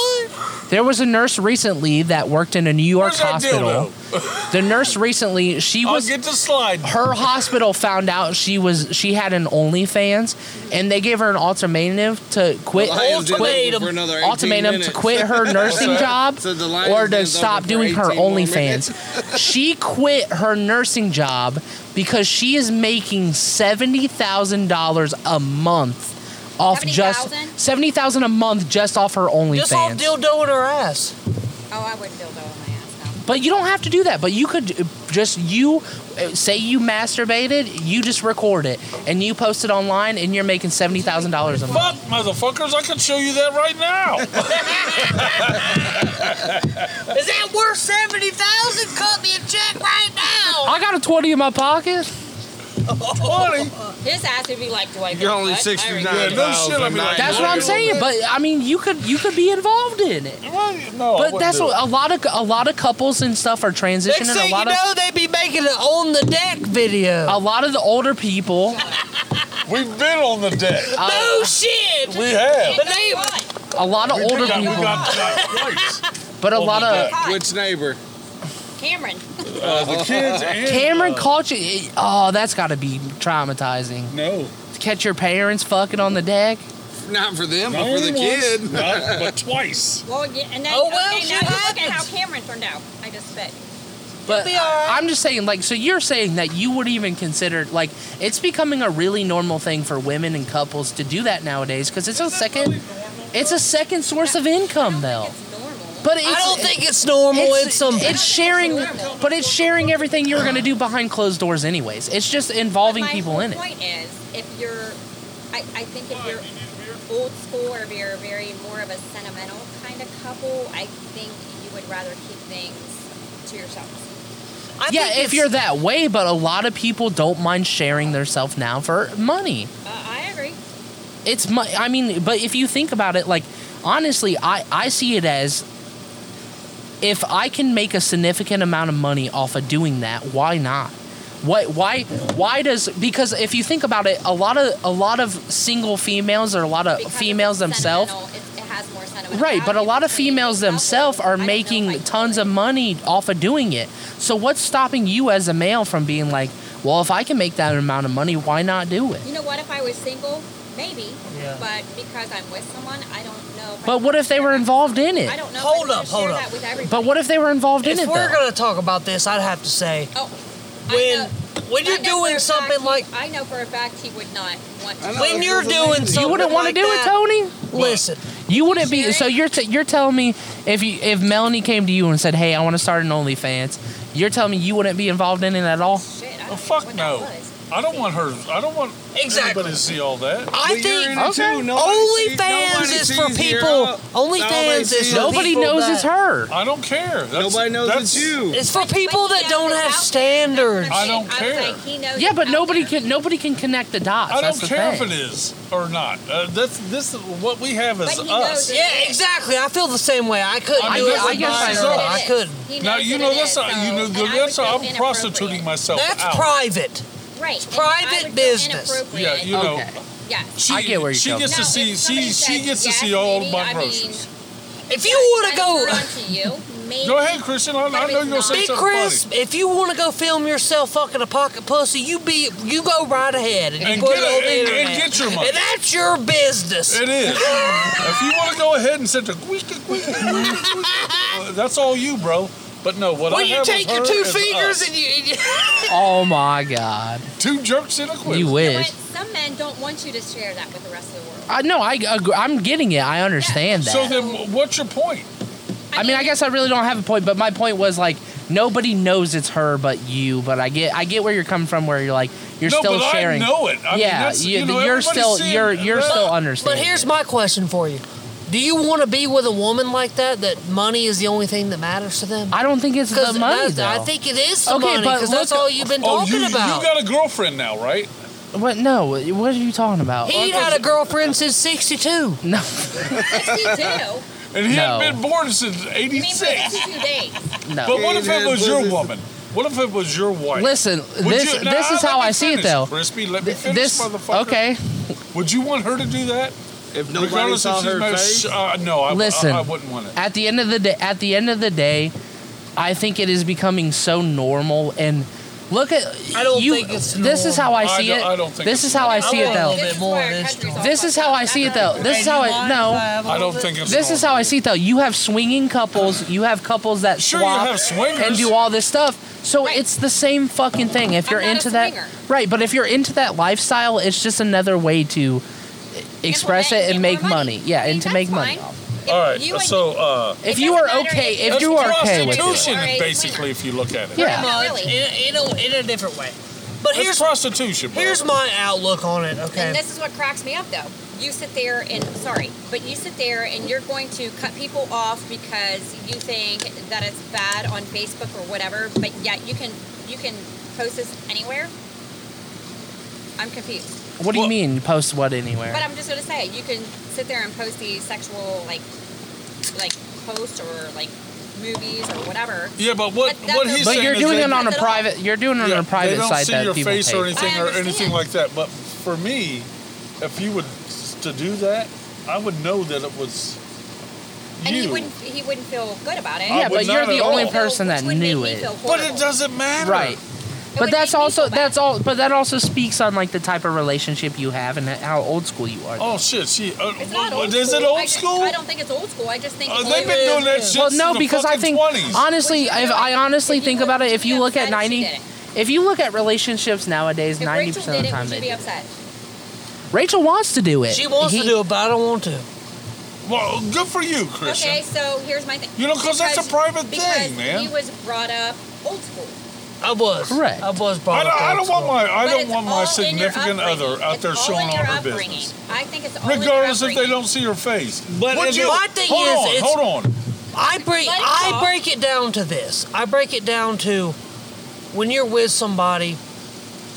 There was a nurse recently that worked in a New York Where's that hospital. the nurse recently, she I'll was get the slide. her hospital found out she was she had an OnlyFans, and they gave her an ultimatum to quit Lions did quit that for another 18 ultimatum to minutes. quit her nursing So- job so the Lions or to did that stop for doing her 18 more OnlyFans. she quit her nursing job because she is making seventy thousand dollars a month. Off $70,000? just seventy thousand a month just off her OnlyFans. Just all dildo in her ass. Oh, I would dildo in my ass now. But you don't have to do that. But you could uh, just you uh, say you masturbated, you just record it and you post it online, and you're making seventy thousand dollars a month. Fuck, motherfuckers, I can show you that right now. Is that worth seventy thousand? Cut me a check right now. I got a twenty in my pocket. His ass would be like, do I? You're go only butt? I 69. already- Yeah, no shit, I mean, like- That's what I'm saying. But I mean, you could you could be involved in it. no, I But wouldn't that's do it. what a lot of a lot of couples and stuff are transitioning. Next a thing you lot of Oh, know, they be making an on the deck video. a lot of the older people. We've been on the deck. uh, oh shit! We have. But they, a lot of older we got, We people. got to that place. But a on lot the of deck. Which neighbor? Cameron. Uh, the kids and Cameron caught you. Oh, that's got to be traumatizing. no, catch your parents fucking on the deck. Not for them, no but for the once, kid. not- but twice. Well, yeah, and then Oh, well, okay, now shit you look at how happens. Cameron turned out. I just spit. But be all right. I- I'm just saying, like, so you're saying that you would even consider, like, it's becoming a really normal thing for women and couples to do that nowadays because it's a second, it's a second source of income though. But it's, I don't think it's normal. It's, some. it's sharing, but it's sharing everything you were gonna do behind closed doors, anyways. It's just involving my people whole in it. point is, if you're, I, I think if you're old school or if you're very more of a sentimental kind of couple, I think you would rather keep things to yourselves. I yeah, think if it's- you're that way, but a lot of people don't mind sharing their self now for money. Uh, I agree. it's mu- I mean, but if you think about it, like honestly, I I see it as if I can make a significant amount of money off of doing that, why not? What why why does because if you think about it, a lot of a lot of single females or a lot of Because females it's themselves sentimental, It, it has more sentimental. Right, but a value lot of to me. females Couple, themselves I are don't know if I making can tons do of it. money off of doing it. So what's stopping you as a male from being like, well, if I can make that amount of money, why not do it? You know what? If I was single, maybe. Yeah. But because I'm with someone, I don't know. If I But can what if they share were that. involved in it? I don't know. if I Hold can up, hold share up. that with everybody. But what if they were involved in If it? we're though? gonna talk about this, I'd have to say Oh, I when know- when you're I know for doing a something fact he- like I know for a fact he would not want to. I know. when that's you're what doing they do. something, you wouldn't want want to do it, Tony. Listen, You wouldn't be. So you're t- you're telling me if you if Melanie came to you and said, "Hey, I want to start an OnlyFans," you're telling me you wouldn't be involved in it at all. Shit, I Well, don't fuck know no. what that was. I don't want her. I don't want Exactly. anybody to see all that. I Well, you're think in it too. Nobody OnlyFans sees- nobody is for sees your- people. nobody OnlyFans is sees for your- Nobody people knows that- it's her. I don't care. That's, Nobody knows that's it's you. It's for people that Yeah, don't it's out have there. standards. I don't was care. like, he knows Yeah, it's but out nobody there. can nobody can connect the dots. I That's don't the care thing. if it is or not. Uh, that's this is what we have is But he knows us. it. Yeah, exactly. I feel the same way. I couldn't I do mean, it. that's I what guess I mine is. know. I couldn't. He knows Now you that know it that's is, how you so- know and I would that's how feel I'm prostituting myself That's out. private. inappropriate. Right. and private I would feel business. inappropriate. Yeah, you know. Okay. Yes. She, I get where you're she going. gets No, to see she if somebody she said, gets yes, to see all maybe, my I groceries. If you want to I go, turn on to you, maybe. Go ahead, Christian. I, I know But you're it's gonna not. say be something Chris. If you want to go film yourself fucking a pocket pussy, you be you go right ahead and, And you put get it a- on the and- and internet. get your money. And that's your business. funny. It is. if you want to go ahead and sit there, that's Uh, all you, bro. But no, what Well, I you have take of your her two is fingers us. and you- Oh my God. Two jerks in a quiver. You But wish. some men don't want you to share that with the rest of the world. I no, I agree. I'm getting it. I understand So that. then, what's your point? I mean, I guess I really don't have a point, but my point was like nobody knows it's her but you. But I get, I get where you're coming from, where you're like you're No, still but I sharing. know it. I mean, yeah, that's- you know, are everybody's still, seeing you're, you're that. still But understanding. But here's my question for you. Do you want to be with a woman like that? That money is the only thing that matters to them. I don't think it's the money though. uh, I think it is the Okay, money but because that's look- all you've been Oh, talking you, you about. got a girlfriend now, right? What? No. What are you talking about? he had a girlfriend since '62. no. You do. And he No. hadn't been born since I mean, for '86. 62 days. No. But what if it Amen, was your brothers. woman? What if it was your wife? Listen, this Now, this is let how me I see it finish, though. Crispy, let me Th- finish, This motherfucker. okay. Would you want her to do that? If nobody Regardless if saw she's her married, face, uh, no, I, Listen. I, I wouldn't want it. At the end of the day, at the end of the day, I think it is becoming so normal and. Look at I don't you. think it's This is how I normal. I see don't- it. I don't think this it's is how I normal. I see it want a though. little bit more of this joint. This is how I see it though. This is how I no. I don't think it's. This is how normal. I see it though. You have swinging couples. You have couples that Sure, you swap have swingers. and do all this stuff. So it's the same fucking thing. If I'm you're not a into swinger. that, right? But if you're into that lifestyle, it's just another way to express it Implement and and make get more money. money. Yeah, I mean, and to that's make money. fine. off. If All right, you and- so uh, If It you doesn't are matter okay, if if it's you are okay with it, prostitution, it. Or a basically, swinger. if you look at it. Yeah. Pretty much, Really? in, in, a, in a different way. But It's here's prostitution. Bro. here's my outlook on it. Okay. And this is what cracks me up, though. You sit there and sorry, but you sit there and you're going to cut people off because you think that it's bad on Facebook or whatever, but yet you can you can post this anywhere. I'm confused, what do you Well- mean? Post what anywhere? but I'm just gonna say you can sit there and post these sexual like like posts or like movies or whatever. Yeah, but what But that's what a- he's But saying you're is doing that- it on a That's all. private. You're doing it on Yeah, a private they don't site see that your people face pay. or anything I or understand. anything like that. But for me, if you would s- to do that, I would know that it was you. And he wouldn't he wouldn't feel good about it. I yeah, would but you're not the at only all. person Which that would make knew me it. feel but horrible. it doesn't matter, Right. would But that's make me also feel bad. that's all. But that also speaks on like the type of relationship you have and how old school you are. Oh shit! She uh, It's what- not old is school. it old I just- school? I don't think it's old school. I just think Uh, it's they've been doing that shit well, since no, the because I fucking think 20s. honestly, Would you if, do it? I honestly If you think would, about it. would If you you be look at upset if she ninety, did it? if you look at relationships nowadays, If ninety Rachel percent of did the it, time would they you be do. upset? Rachel wants to do it. she wants He- to do it, but I don't want to. Well, good for you, Christian. Okay, so here's my thing. You know, 'cause that's a private because thing, man. He was brought up old school. I was. Correct. I was brought I don't, up I old don't want school. my I But don't it's want all my in your significant other upbringing. out It's there all showing in off your her upbringing. business, I think it's all in your regardless if they upbringing. don't see your face. But Would if you? it- My thing hold is, on, it's- hold on. I break Let it I talk. break it down to this. I break it down to when you're with somebody,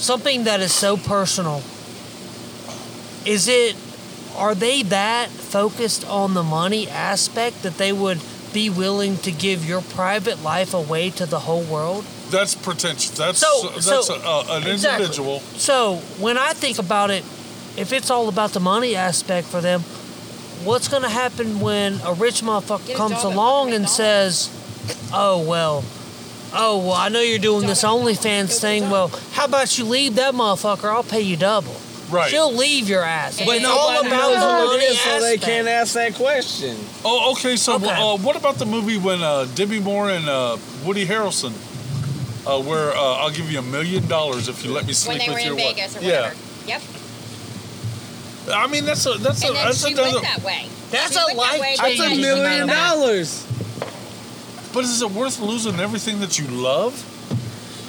something that is so personal. Is it are they that focused on the money aspect that they would be willing to give your private life away to the whole world? That's pretentious. That's uh, So- that's so- a, a, an Exactly. individual. So when I think about it, if it's all about the money aspect for them, what's gonna happen when a rich motherfucker Get a comes job at along fucking and McDonald's. says, "Oh well, oh well, I know you're doing Job this at McDonald's. OnlyFans Go thing. get a Well, job." how about you leave that motherfucker? I'll pay you double. Right. She'll leave your ass. But it's nobody all knows about the what money it is, so they aspect. can't ask that question. Oh, okay. So, Okay. Uh, what about the movie when uh, Debbie Moore and uh, Woody Harrelson, uh, where uh, I'll give you a million dollars if you let me when sleep they with were your in wife? Vegas or yeah, whatever. Yep. I mean that's a that's a And then that's she another. went that way. That's She a went that way, life but That's change. a yet she went million back. dollars. But is it worth losing everything that you love?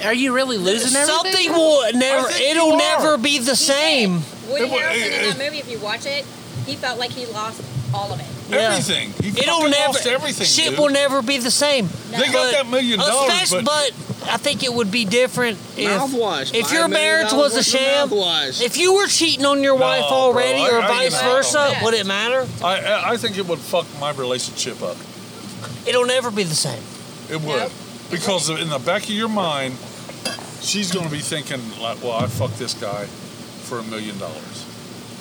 Are you really losing everything? Something will never. I think you It'll are. never be the He same. did. Woody It wa- Harrelson it- in that movie, if you watch it, he felt like he lost all of it. Yeah. Everything. You It'll fucking never. lost everything. shit dude. will never be the same. They got But- that million dollars, especially- but, but I think it would be different if, Mouthwash. if Five your million marriage was dollars a worth of sham. mouthwash. If you were cheating on your wife bro, already, I- or I vice get it. versa, Yeah. would it matter? I- I I think it would fuck my relationship up. It'll never be the same. It would. Because in the back of your mind, she's going to be thinking, like, well, I fucked this guy for a million dollars.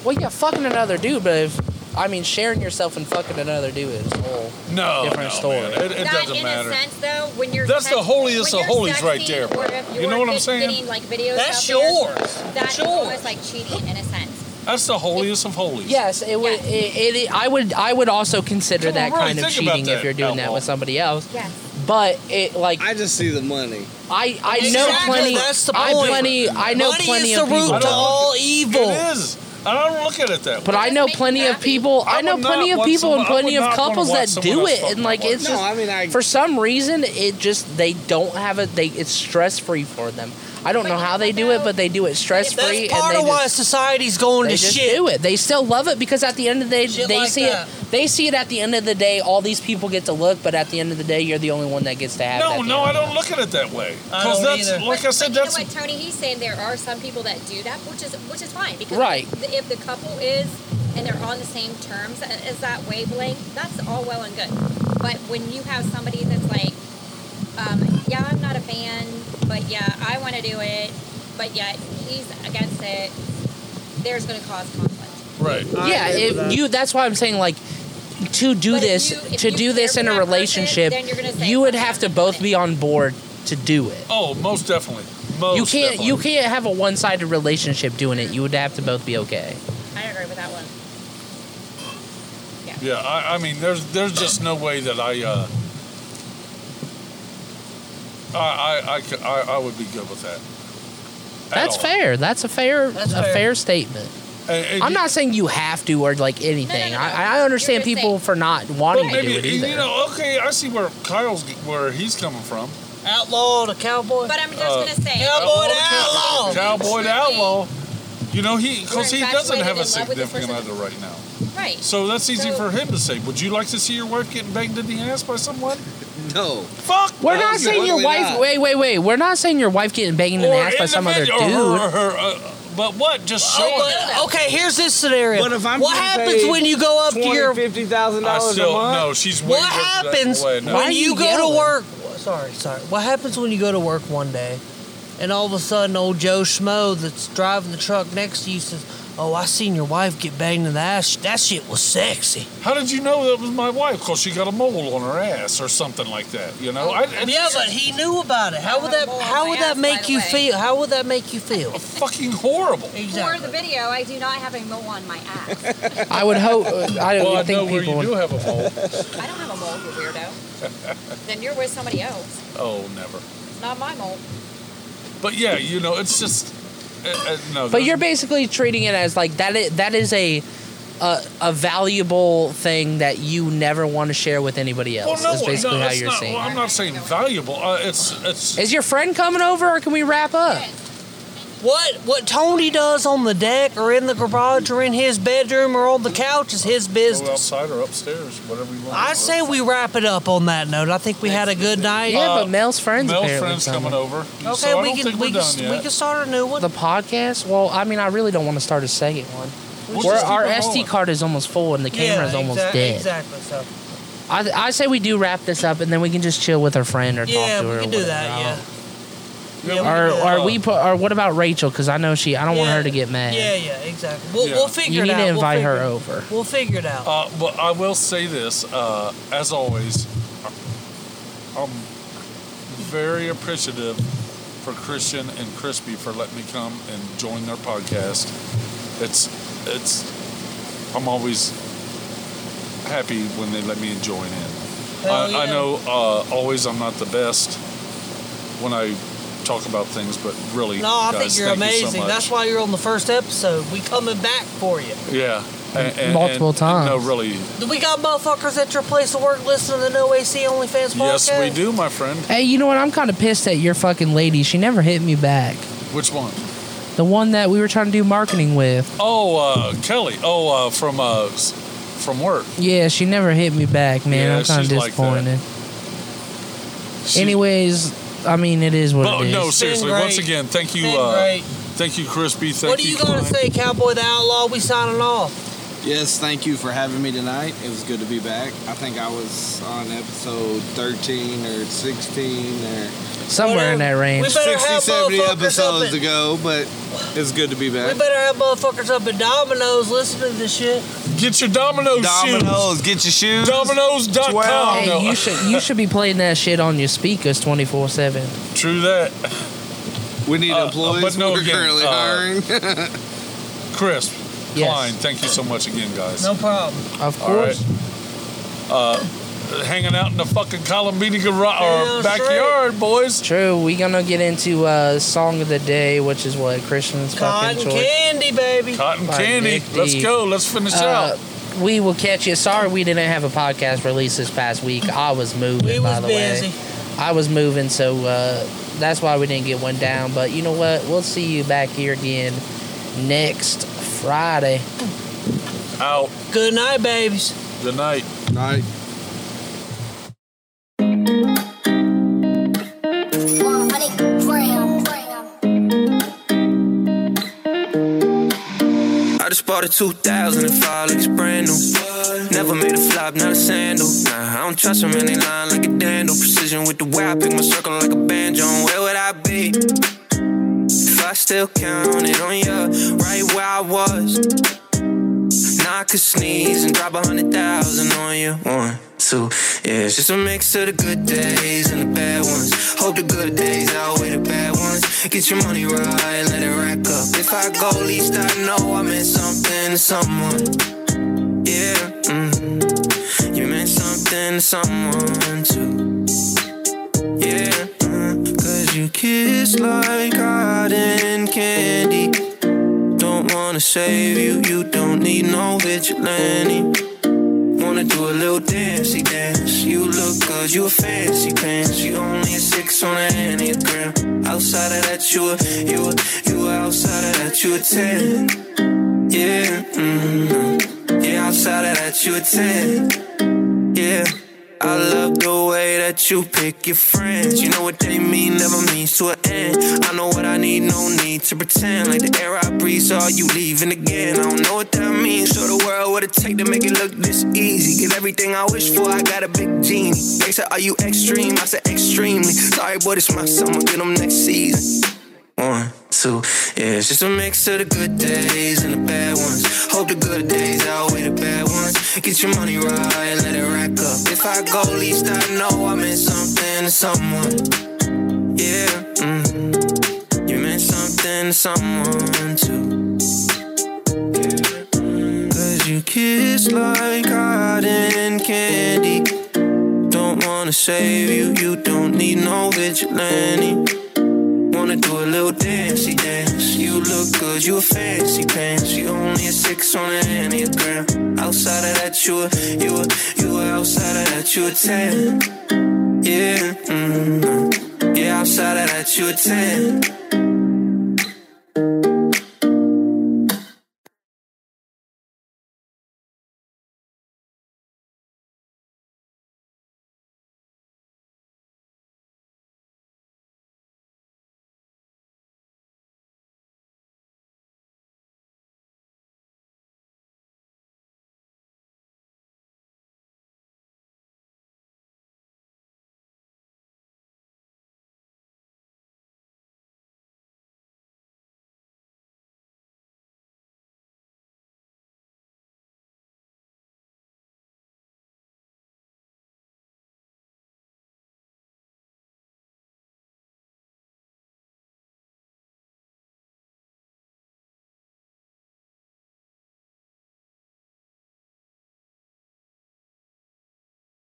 Well, yeah, fucking another dude, but if I mean sharing yourself and fucking another dude is a whole. No. Different no, story. man. It, it that doesn't in matter. a sense though when you're That's the text- holiest when of you're holies right sexting there, bro. or if You you're know what I'm fit- saying? fitting, like videos That's out there, yours. that's Yours. almost like cheating in a sense That's the holiest of holies. Yes, it would. Yes. It, it, I would. I would also consider Come on, that really kind of think about cheating that, if you're doing that outlaw. with somebody else. yes But it like I just see the money. I I know Exactly, plenty. that's the I point. plenty. I know Money is plenty the of people. root to all evil. It is. And I don't look at it that way. But I know plenty of people. I, know would not plenty of want people and someone- I plenty would of not wanna couples want that someone do else it, fucking and like want it's it. just No, I mean, I- for some reason it just they don't have it. They it's stress free for them. I don't know how they do it, but they do it stress free. That's part and they of why just, society's going they to just shit. do it. They still love it because at the end of the day, Shit they like see that. it. They see it at the end of the day. All these people get to look, but at the end of the day, you're the only one that gets to have. it at No, the no, end I of the don't look at it that way. I Because don't that's either. like I said, you know that's what, Tony? He's saying there are some people that do that, which is which is fine because Right. if, the, if the couple is and they're on the same terms a- as that wavelength, that's all well and good. But when you have somebody that's like, um, yeah, I'm not a fan, but yeah, I want to do it, but yet he's against it, there's going to cause conflict. right. yeah, if you that's why I'm saying like to do But if this you- if to you do this care in for a that person, relationship, then you're gonna say, you would "Fuck, have I'm to both be on board to do it. Oh, most definitely. Most you can't definitely. you can't have a one-sided relationship doing it. You would have to both be okay. I agree with that one. Yeah, I, I mean, there's there's just no way that I uh, I, I, I, c- I- I would be good with that. At That's all. fair. That's a fair That's a fair. fair. statement. And- and I'm you- not saying you have to or like anything. no, no. I, I understand You're people saying- for not but wanting to maybe do it either. you know. Okay, I see where Kyle's where he's coming from. Outlaw to cowboy. But Oh. I'm just Uh, going to say, cowboy to Oh, outlaw. Cowboy to outlaw. You know he because he You're doesn't have a infatuated in love with significant the other right now, right. so that's easy So- for him to say. Would you like to see your wife getting banged in the ass by someone? No. Fuck. We're no, not you saying your Totally wife. not. Wait, wait, wait. We're not saying your wife getting banged in the Or ass by in some other video, dude. or her- her, uh, but what? Just show Oh, it. but- okay, here's this scenario. But if I'm what getting happens paid when you go up to your? fifty thousand I dollars a still month. no. She's way What different that happens way now. Why when are you you go yelling? to work? Sorry, sorry. What happens when you go to work one day, and all of a sudden, old Joe Schmo that's driving the truck next to you says, "Oh, I seen your wife get banged in the ass. That shit was sexy." How did you know that was my wife? Because she got a mole on her ass or something like that. You know, I, it's Yeah, but he knew about it. How would that? How would that make you feel? How would that make you feel? fucking horrible. For the video, I do not have a mole on my ass. I would hope. uh, I don't Well, I know think where people. would- you do have a mole. I don't have a mole, you weirdo. then you're with somebody else. oh, never. It's not my mole. But yeah, you know, it's just uh, uh, no. But there's- you're basically treating it as like that. Is, that is a, a a valuable thing that you never want to share with anybody well, else. no, is basically no, how it's you're not, saying. Well, I'm not saying valuable. Uh, it's it's. is your friend coming over, or can we wrap up? What what Tony does on the deck or in the garage or in his bedroom or on the couch is Oh, his Go business. outside or upstairs, whatever you want. I say we wrap it up on that note. I think we had a good night. Yeah, but Mel's friends. male apparently Uh, friends coming over. Okay, Okay, so I we don't can think we can we're done we yet. can start a new one. The podcast. Well, I mean, I really don't want to start a second one. We'll Where just keep our it SD rolling. card is almost full and the camera's yeah, almost exac- dead. Exactly. So I, I say we do wrap this up and then we can just chill with her friend or yeah, talk to her. we can or do whatever. that. Yeah. Yeah, Yeah, we Or, can, or uh, we put, or what about Rachel? Because I know she. I don't want Yeah, her to get mad. Yeah, yeah, exactly. We'll, Yeah. we'll figure you it need out. to invite we'll her figure, over. We'll figure it out. Uh, but I will say this, uh, as always, I'm very appreciative for Christian and Crispy for letting me come and join their podcast. It's it's I'm always happy when they let me join in. I, Hell I yeah. know uh, always I'm not the best when I talk about things, but really, No, I guys, think you're thank you so amazing. much. That's why you're on the first episode. We coming back for you. yeah, and, and- Multiple and- and times. No, really, We got motherfuckers at your place of work listening to the No AC OnlyFans podcast. yes, we do, uh, my friend. Hey, you know what? I'm kind of pissed at your fucking lady. She never hit me back. Which one? The one that we were trying to do marketing with. Oh, uh, Kelly. Oh, uh, from uh, s- from work. Yeah, she never hit me back, man. Yeah, I'm kind of she's like disappointed. She- Anyways, I mean, it is what But it is. Oh, no, seriously. great. Once again, thank you, Been uh, great. thank you, Crispy. Thank what are you gonna Klein. say, Cowboy the Outlaw? We signing off. Yes, thank you for having me tonight. It was good to be back. I think I was on episode 13 or 16 or Somewhere in that Whatever. range. We better 60, have 70 motherfuckers up episodes at, ago, but it's good to be We back. better have motherfuckers up at Domino's listening to this shit. Get your Domino's shoes. Domino's, get your shoes. Domino's.com. Twelve. Hey, Oh, No, uh, you should you should be playing that shit on your speakers twenty four seven. True that. We need Uh, employees. but no, We're again, currently uh, hiring. Crisp. Yes. Klein, thank you so much again, guys. problem. Of All right. course. Uh, hanging out in the fucking Columbini garage or Damn Uh, backyard, boys. True. We gonna get into uh, song of the day, which is what Christian's Cotton fucking choice. candy, baby. Cotton By candy. Nick Let's D. go. Let's finish Uh, out. we will catch you. Sorry we didn't have a podcast release this past week. I was moving, We was by the busy. way. I was moving, so uh, that's why we didn't get one down. But you know what? We'll see you back here again next Friday. Out. Good night, babies. Good night. Night. I just bought a 2005, like it's brand new. Never made a flop, not a sandal. Nah, I don't trust them and they lying like a dandel. Precision with the way I pick my circle like a banjo. And Where would I be if I still counted on you right where I was? Now I could sneeze and drop a hundred thousand on you. One, two, yeah. It's just a mix of the good days and the bad ones. Hope the good days outweigh the bad ones. Get your money right, let it rack up. If I go least, I know I meant something to someone. Yeah, mm you meant something to someone too. Yeah, mm. cause you kiss like cotton candy. Don't wanna save you, you don't need no vigilante. Wanna do a little dancey dance. You look good, you a fancy pants. You only a six on an Enneagram. Outside of that, you a, you a, you a outside of that, you a ten. Yeah, mm yeah, outside of that, you a ten. Yeah. I love the way that you pick your friends. You know what they mean, never means to an end. I know what I need, no need to pretend. Like the air I breathe, all you leaving again. I don't know what that means. Show the world what it take to make it look this easy. Get everything I wish for, I got a big genie. They said, Are you extreme? I said, Extremely. Sorry, but it's my summer, get them next season. One, two, yeah, it's just a mix of the good days and the bad ones. Hope the good days outweigh the bad ones. Get your money right, let it rack up. If I go least, I know I meant something to someone. Yeah, mm you meant something to someone too. Yeah. Cause you kiss like cotton candy. Don't wanna save you, you don't need no vigilante. Wanna do a little dancey dance. You look good, you a fancy pants. You only a six on an Enneagram. Outside of that, you a, you a, you a, outside of that, you a mm-hmm. ten. Yeah, mm yeah, outside of that, you a ten.